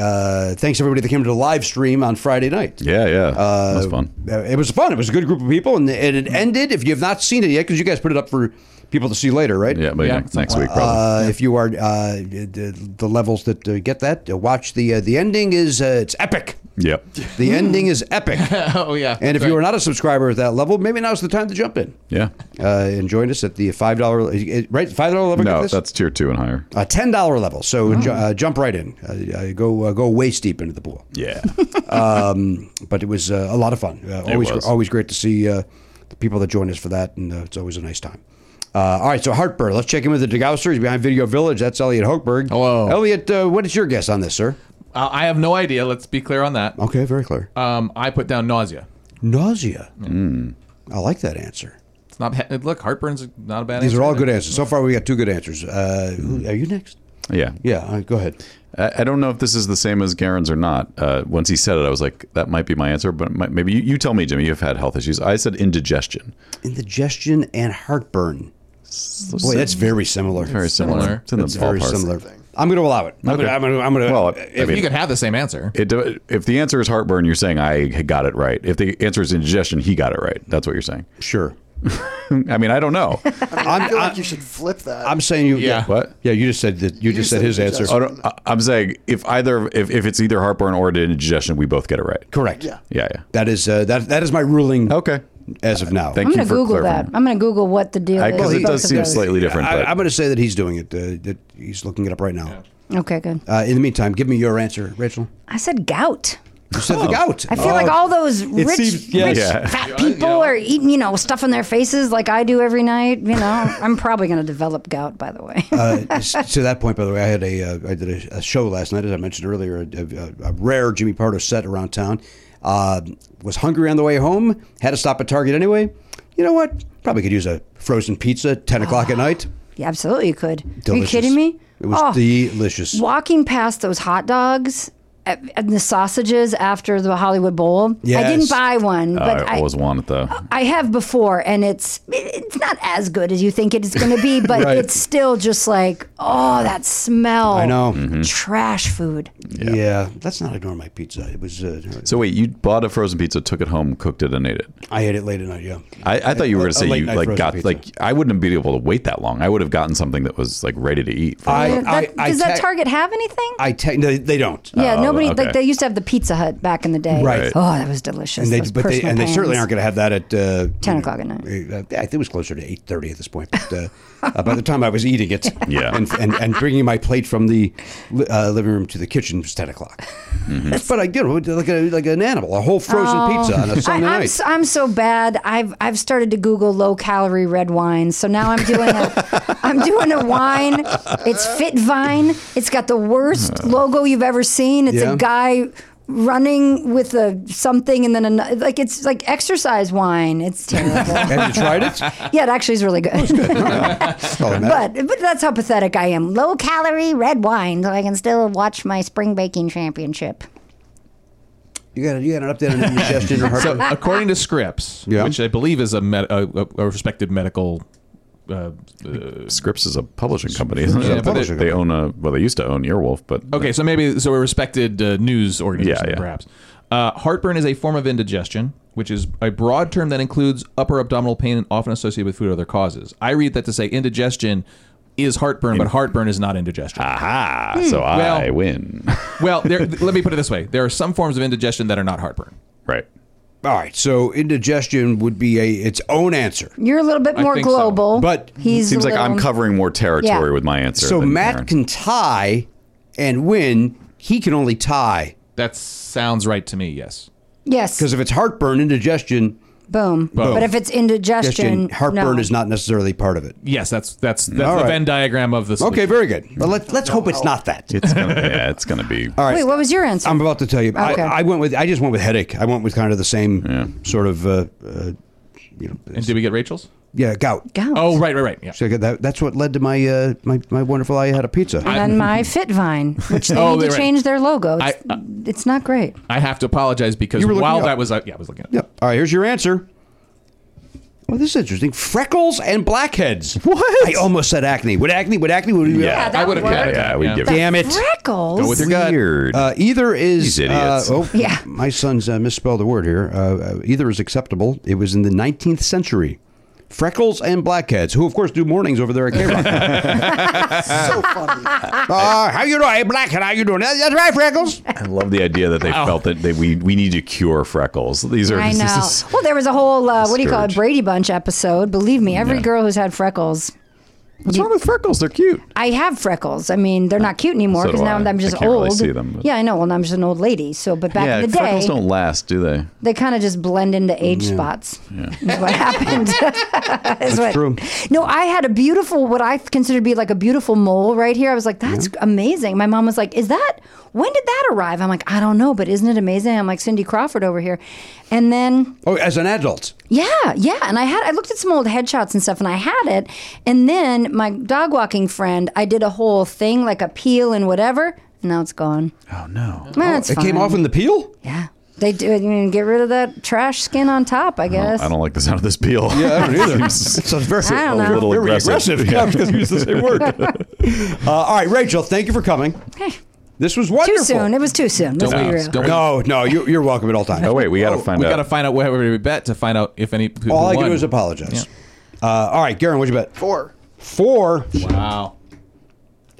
S2: uh, thanks everybody that came to the live stream on Friday night.
S1: yeah, yeah, uh, that's fun.
S2: Uh, It was fun. It was a good group of people, and and it ended. If you have not seen it yet, because you guys put it up for people to see later, right?
S1: Yeah, but
S6: yeah,
S1: yeah,
S6: it's
S1: next week probably.
S2: Uh, if you are uh, the, the levels that uh, get that, uh, watch the uh, the ending is uh, it's epic.
S1: yep.
S2: The ending is epic.
S6: oh yeah.
S2: And if you are not a subscriber at that level, maybe now's the time to jump in.
S1: Yeah.
S2: Uh, and join us at the five dollar uh, right five dollar level. get
S1: No,
S2: this?
S1: that's Hmm. tier two and higher.
S2: a ten dollar level. So ju- uh, jump right in. Uh, uh, go uh, go waist deep into the pool.
S1: Yeah.
S2: um, but it was uh, a lot of fun. Uh, always,
S1: was.
S2: always great to see uh, the people that join us for that, and uh, it's always a nice time. Uh, all right, so Hartburg. Let's check in with the DeGauser. He's behind Video Village. That's Elliot Hochberg.
S6: Hello.
S2: Elliot. Uh, what is your guess on this, sir?
S6: Uh, I have no idea. Let's be clear on that.
S2: Okay, very clear.
S6: Um, I put down nausea.
S2: Nausea. Hmm. I like that answer.
S6: It's not. Look, heartburn's not a bad.
S2: These
S6: answer
S2: are all
S6: either.
S2: good answers. So far, we got two good answers. Uh, who- Are you next?
S1: Yeah.
S2: Yeah, all right, go ahead.
S1: I, I don't know if this is the same as Garen's or not. Uh, once he said it, I was like, that might be my answer, but my, maybe you, you tell me, Jimmy. You've had health issues. I said indigestion.
S2: Indigestion and heartburn. Boy, that's very similar.
S1: Very similar.
S6: Similar.
S1: It's in the
S2: It's very
S1: ballpark.
S2: similar. I'm going to allow it. I'm
S1: Okay.
S2: gonna- I'm gonna- uh, I'm going to.
S1: Well, I
S6: uh, If
S1: mean,
S6: you could have the same answer.
S1: it, do- if the answer is heartburn, you're saying I got it right. If the answer is indigestion, he got it right. That's what you're saying.
S2: sure.
S1: I mean, I don't know.
S5: I
S2: I'm-
S5: feel
S2: I'm-
S5: like you should flip that.
S2: I'm saying you.
S6: Yeah.
S1: What?
S2: Yeah, you just said that. You, just said, uh, oh,
S5: said
S2: his answer.
S5: indigestion.
S1: I don't, I- I'm saying if either if, if it's either heartburn or indigestion, we both get it right.
S2: Correct.
S5: yeah.
S1: Yeah, yeah.
S2: That is uh, that. That is my ruling.
S1: Okay.
S2: As of now.
S1: Thank
S7: I'm
S1: you
S7: going to
S1: for
S7: Google that.
S1: clarifying.
S7: I'm going to Google what the deal is.
S1: Because
S7: with
S1: it does
S7: both of
S1: seem
S7: those.
S1: slightly different.
S2: I,
S1: but
S2: I'm going to say that he's doing it. Uh, that he's looking it up right now.
S7: Okay, good.
S2: Uh, in the meantime, give me your answer, Rachel.
S7: I said gout.
S2: You said the gout.
S7: I feel like all those rich,
S2: Oh. seems- yeah.
S7: rich
S1: Yeah.
S7: fat people are eating, you know, stuff in their faces like I do every night. You know, I'm probably going to develop gout, by the way.
S2: uh, s- to that point, by the way, I had a uh, I did a, a show last night, as I mentioned earlier, a, a, a rare Jimmy Pardo set around town. Uh, was hungry on the way home. Had to stop at Target anyway. You know what? Probably could use a frozen pizza. at Ten o'clock at
S7: Ah.
S2: night.
S7: yeah, absolutely, you could. Are you
S2: Delicious.
S7: kidding me?
S2: It was
S7: Oh.
S2: delicious.
S7: walking past those hot dogs at- and the sausages after the Hollywood Bowl. I
S2: Yes.
S7: didn't buy one, but
S1: Uh, I
S7: I, Oh.
S1: always want it though.
S7: I have before, and it's it's not as good as you think it is going to be, but
S2: Right.
S7: it's still just like oh that smell.
S2: I know.
S1: Mm-hmm.
S7: trash food.
S2: Yeah. that's not a normal pizza. It was. Uh,
S1: So wait, you bought a frozen pizza, took it home, cooked it, and ate it.
S2: I ate it late at night. Yeah.
S1: I, I thought you were going to
S2: a
S1: say
S2: late
S1: you
S2: night
S1: like
S2: frozen
S1: got
S2: pizza.
S1: like I wouldn't have been able to wait that long. I would have gotten something that was like ready to eat. For
S2: I-
S7: That- does that
S2: te-
S7: Target have anything?
S2: I te- no, they don't.
S7: yeah,
S1: Oh,
S7: nobody
S1: okay.
S7: like they used to have the Pizza Hut back in the day.
S2: Right.
S7: Oh, that was delicious.
S2: And they,
S7: Those
S2: but they,
S7: personal
S2: and they certainly
S7: pans.
S2: aren't going to have that at uh,
S7: 10 o'clock at night.
S2: Uh, I think it was closer to eight thirty at this point. But uh, uh, by the time I was eating it,
S1: Yeah.
S2: and, and, and bringing my plate from the li- uh, living room to the kitchen was ten o'clock.
S7: Mm-hmm.
S2: But I did it like a, like an animal, a whole frozen pizza on a Sunday
S7: Oh. I, I'm,
S2: night.
S7: so, I'm so bad. I've I've started to Google low calorie red wines. So now I'm doing a I'm doing a wine. It's Fitvine. It's got the worst logo you've ever seen. It's
S2: Yeah.
S7: a guy running with a something and then another. Like it's like exercise wine. It's terrible.
S2: have you tried it?
S7: yeah, it actually is really good.
S2: That's all that matters.
S7: but but that's how pathetic I am. Low calorie red wine, so I can still watch my spring baking championship.
S2: you got you got an update on indigestion or heart.
S6: So, according to Scripps,
S2: Yeah.
S6: which I believe is a, med- a, a- a respected medical, uh,
S1: Scripps is a publishing company. Isn't
S6: Yeah,
S1: it?
S6: but
S1: they,
S6: publishing
S1: they own a well, they used to own Earwolf, but
S6: Okay, so maybe so a respected uh, news organization,
S1: Yeah, yeah.
S6: perhaps. Uh, heartburn is a form of indigestion, which is a broad term that includes upper abdominal pain and often associated with food or other causes. I read that to say indigestion is heartburn, but heartburn is not indigestion.
S1: aha,
S7: Hmm.
S1: so I
S6: Well-
S1: win.
S6: Well, there, th- let me put it this way: there are some forms of indigestion that are not heartburn.
S1: right.
S2: all right, so indigestion would be a its own answer.
S7: You're a little bit
S6: I
S7: more
S6: think so.
S7: global,
S2: But
S7: he's
S1: Seems
S7: a
S1: like I'm
S7: little-
S1: covering more territory
S7: Yeah.
S1: with my answer.
S2: So
S1: than
S2: Matt
S1: Karen.
S2: can tie and win. He can only tie
S6: That sounds right to me. Yes.
S7: Yes.
S2: because if it's heartburn, indigestion.
S7: Boom. But if it's indigestion,
S2: Indigestion, heartburn
S7: no.
S2: is not necessarily part of it.
S6: Yes, that's that's that's
S2: All
S6: the
S2: right.
S6: Venn diagram of this.
S2: Okay, very good. But let, let's hope it's not that.
S1: it's gonna, yeah, it's gonna be. All right.
S7: Wait, what was your answer?
S2: I'm about to tell you. I,
S7: Okay.
S2: I went with. I just went with headache. I went with kind of the same sort of. Uh, uh, you know,
S6: And did we get Rachel's?
S2: yeah, gout.
S7: Gout.
S6: Oh, right, right, right. Yeah.
S2: So I got that, that's what led to my uh, my my wonderful. I had a pizza.
S7: And my Fitvine, which they
S6: Oh,
S7: need to
S6: right.
S7: change their logo. It's,
S6: I- I-
S7: it's not great.
S6: I have to apologize because
S2: You were looking
S6: while
S2: it up.
S6: that was uh, yeah, I was looking. At
S2: Yep. All right. Here's your answer. Oh, this is interesting. Freckles and blackheads. What? I almost said acne. Would acne? Would acne? Would
S1: Yeah,
S7: that
S6: I would have
S7: worked.
S1: yeah, yeah, we
S6: Yeah.
S1: give it.
S2: Damn it.
S7: Freckles.
S6: Go with your gut.
S1: Weird.
S2: Uh, either is
S1: These idiots.
S2: uh, oh,
S7: Yeah.
S2: My son's uh, misspelled the word here. Uh, uh, either is acceptable. It was in the 19th century. Freckles and blackheads, who of course do mornings over there at K Rock.
S5: so funny.
S2: uh, how you doing, hey, blackhead? How you doing? That- That's right, Freckles.
S1: I love the idea that they
S2: Oh.
S1: felt that they, we we need to cure freckles. These are
S7: I
S1: this
S7: know.
S1: is-
S7: Well, there was a whole, uh, what do you call it,
S1: Scourge.
S7: Brady Bunch episode. Believe me, every
S1: Yeah.
S7: girl who's had freckles,
S1: what's wrong with freckles? They're cute.
S7: I have freckles. I mean, they're not cute anymore
S1: Uh, So do
S7: because now
S1: I.
S7: I'm just
S1: I can't
S7: old.
S1: really see them, but-
S7: Yeah, I know. Well, now I'm just an old lady. So, but back
S1: yeah,
S7: in the
S1: freckles
S7: day,
S1: don't last, do they?
S7: they kind of just blend into age spots. Is what happened. Is what-
S2: true.
S7: No, I had a beautiful, what I consider to be like a beautiful mole right here. I was like, that's amazing. My mom was like, is that, when did that arrive? I'm like, I don't know, but isn't it amazing? I'm like Cindy Crawford over here. And then,
S2: Oh, as an adult.
S7: Yeah, yeah. And I had I looked at some old headshots and stuff and I had it. And then my dog walking friend, I did a whole thing like a peel and whatever. And now it's gone.
S1: Oh no.
S7: Man, it's
S2: it
S7: fine.
S2: came off in the peel.
S7: Yeah. They do I mean, get rid of that trash skin on top, I guess.
S1: I don't like the sound of this peel.
S2: Yeah, I don't either.
S1: Seems
S2: It's a very,
S7: I don't
S1: a
S7: know.
S1: little
S2: very
S1: aggressive.
S2: aggressive. Yeah, I'm going to use the same word. Uh, all right, Rachel, thank you for coming.
S7: Hey,
S2: This was wonderful.
S7: too soon. It was too soon. Let's
S6: Don't
S7: be
S6: we-
S7: real.
S6: don't we-
S2: No, no, you, you're welcome at all times.
S1: Oh wait, we got to find
S6: we
S1: out.
S6: got to find out what we bet to find out if any. Who
S2: all I
S6: won.
S2: can do is apologize. Uh, all right, Garen, what'd you bet?
S5: Four.
S2: Four.
S6: Wow.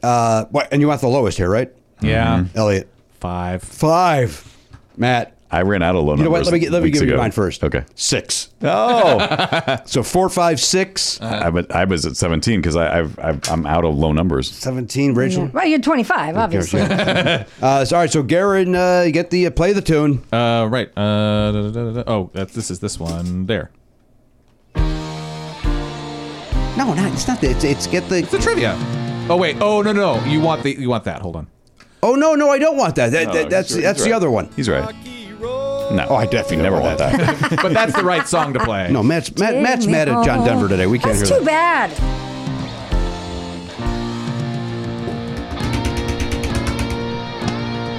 S2: Uh, what, and you want the lowest here, right?
S6: Yeah.
S1: Mm-hmm.
S2: Elliot.
S6: Five.
S2: Five. Matt.
S1: I ran out of low
S2: You know what?
S1: numbers.
S2: Let me get, let me
S1: weeks
S2: give you
S1: ago.
S2: mine first.
S1: Okay.
S2: Six.
S1: Oh,
S2: So four, five, six,
S1: I, was, I was at 17 because I've, I've I'm out of low numbers.
S2: seventeen. Rachel.
S7: Well, you're 25, obviously.
S2: Uh, so, all right. So Garen, uh, you get the uh, play the tune.
S6: Uh, right. Uh, da, da, da, da, da. Oh, that's, this is this one there.
S2: No, no, it's not. that. It's, it's get the.
S6: It's a trivia. Oh wait. Oh no no. You want the you want that? Hold on.
S2: Oh no, no, I don't want that. that, that
S1: he's
S2: that's
S1: right,
S2: that's
S1: he's
S2: the
S1: right.
S2: other one.
S1: He's right. No,
S2: Oh, I definitely
S1: you never
S2: don't
S1: want
S2: want
S1: that.
S6: But that's the right song to play.
S2: No, Matt's Matt, Matt's
S7: Take me
S2: mad at John
S7: home.
S2: Denver today. We can't
S7: That's
S2: hear
S7: too
S2: that.
S7: bad.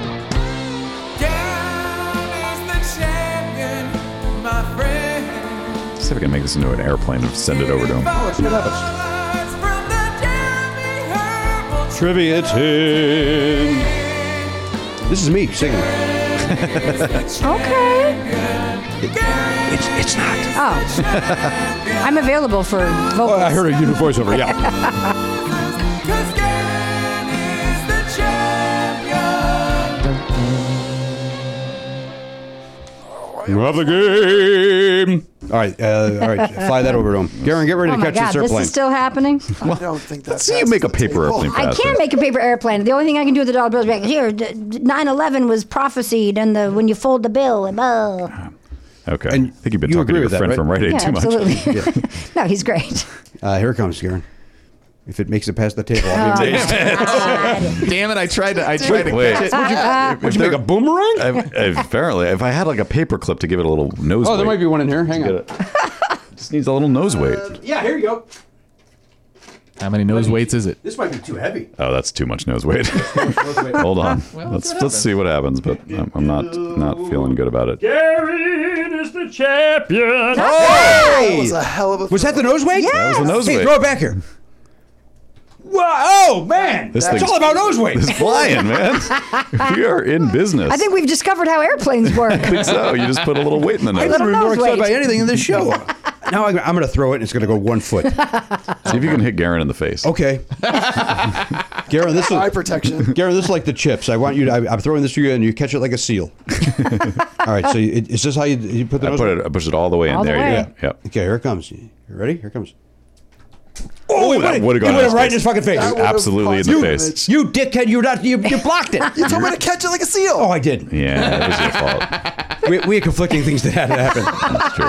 S1: See if I can make this into an airplane and send it over to him.
S2: Trivia tune. This is me singing.
S7: Okay.
S2: It's it's not.
S7: Oh. I'm available for vocals.
S2: I heard a unique voiceover. Yeah. Love the game. All right, uh, all right. Fly that over to him. Garen, get ready
S7: Oh
S2: to
S7: my
S2: catch
S7: God,
S2: this
S7: this
S2: airplane.
S7: is still happening.
S5: I don't think that's.
S1: See you make a paper airplane
S7: I
S1: faster.
S7: can't make a paper airplane. The only thing I can do with the dollar bill is be like, here, 9 11 was prophesied, and the when you fold the bill, and blah.
S1: Okay.
S2: And
S1: I think you've been
S2: you
S1: talking
S2: agree
S1: to your
S2: with that,
S1: friend
S2: right?
S1: from Rite Aid
S7: Yeah,
S1: too
S7: absolutely.
S1: much.
S7: no, he's great.
S2: uh, here it comes, Garen. If it makes it past the table, I'll
S7: Oh,
S2: be amazed.
S6: Damn it! I tried to I tried to
S1: Wait.
S6: catch it.
S2: Would you make a boomerang?
S1: I've- apparently, if I had like a paper clip to give it a little nose
S2: Oh,
S1: weight,
S2: there might be one in here. Hang on.
S1: just needs a little nose weight.
S7: Uh,
S2: Yeah, here you go.
S6: How many nose weights is it?
S2: This might be too heavy.
S1: Oh, that's too much nose weight. Hold on. let's let's see what happens, but I'm, I'm not not feeling good about it.
S5: That was a hell of a.
S2: Was that the nose weight? Yeah.
S1: That was the nose
S2: hey,
S1: weight.
S2: throw it back here. Wow. Oh, man.
S1: This
S2: That's
S1: thing's-
S2: all about nose weight.
S1: It's flying, man. we are in business.
S7: I think we've discovered how airplanes work.
S1: so. You just put a little weight in the
S2: I've
S1: nose.
S7: little
S2: never been more
S7: nose
S2: excited
S7: weight.
S2: by anything in this show. now I'm, I'm going to throw it and it's going to go one foot.
S1: See if you can hit Garen in the face.
S2: Okay. Garen, this
S5: eye
S2: is.
S5: protection?
S2: Garen, this is like the chips. I want you to. I, I'm throwing this to you, and you catch it like a seal. all right. So, you- is this how you, you put the
S1: I
S2: nose?
S1: put
S2: weight?
S1: it. I push it all the way in
S7: All the
S1: there. You
S7: way.
S1: go. Yep.
S2: Okay, here it comes. You ready? Here it comes. Oh, it
S1: that
S2: went-
S1: would've
S2: it
S1: gone
S2: went
S1: in his
S2: right in his
S1: face.
S2: fucking face.
S5: That would've
S1: absolutely in
S5: caused
S1: the
S5: you-
S1: face.
S2: You dickhead! You not you, you blocked it.
S5: You told me to catch it like a seal.
S2: oh, I did.
S1: Yeah, that was your fault.
S2: We, we had conflicting things that had to happen.
S1: That's true.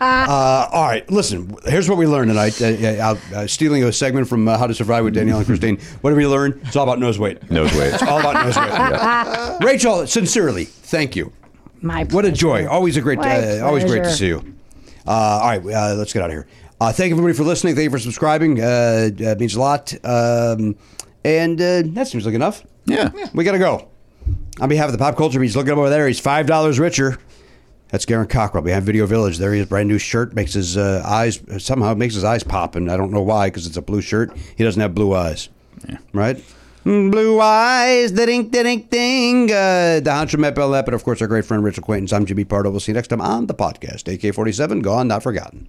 S2: Uh, all right, listen. Here's what we learned tonight. Uh, uh, uh, stealing a segment from uh, How to Survive with Danielle and Christine. What did we learn? It's all about nose weight.
S1: Nose weight.
S2: It's all about nose weight. Rachel, sincerely, thank you.
S7: My
S2: What a joy! Always a great,
S7: My
S2: uh, always great to
S7: pleasure.
S2: see you. Uh, all right, uh, let's get out of here. Uh, thank everybody for listening. Thank you for subscribing. Uh, it means a lot. Um, and uh, that seems like enough.
S1: Yeah.
S2: We gotta go. On behalf of the pop culture, he's looking over there. He's five dollars richer. That's Garen Cockrell behind Video Village. There he is, brand new shirt. Makes his uh, eyes somehow makes his eyes pop, and I don't know why because it's a blue shirt. He doesn't have blue eyes, right? Mm, Blue eyes, da ding, da ding, ding. Uh, the honcho Matt Bell Lapp, and of course our great friend Rich Acquaintance. I'm Jimmy Pardo. We'll see you next time on the podcast. AK forty seven, gone, not forgotten.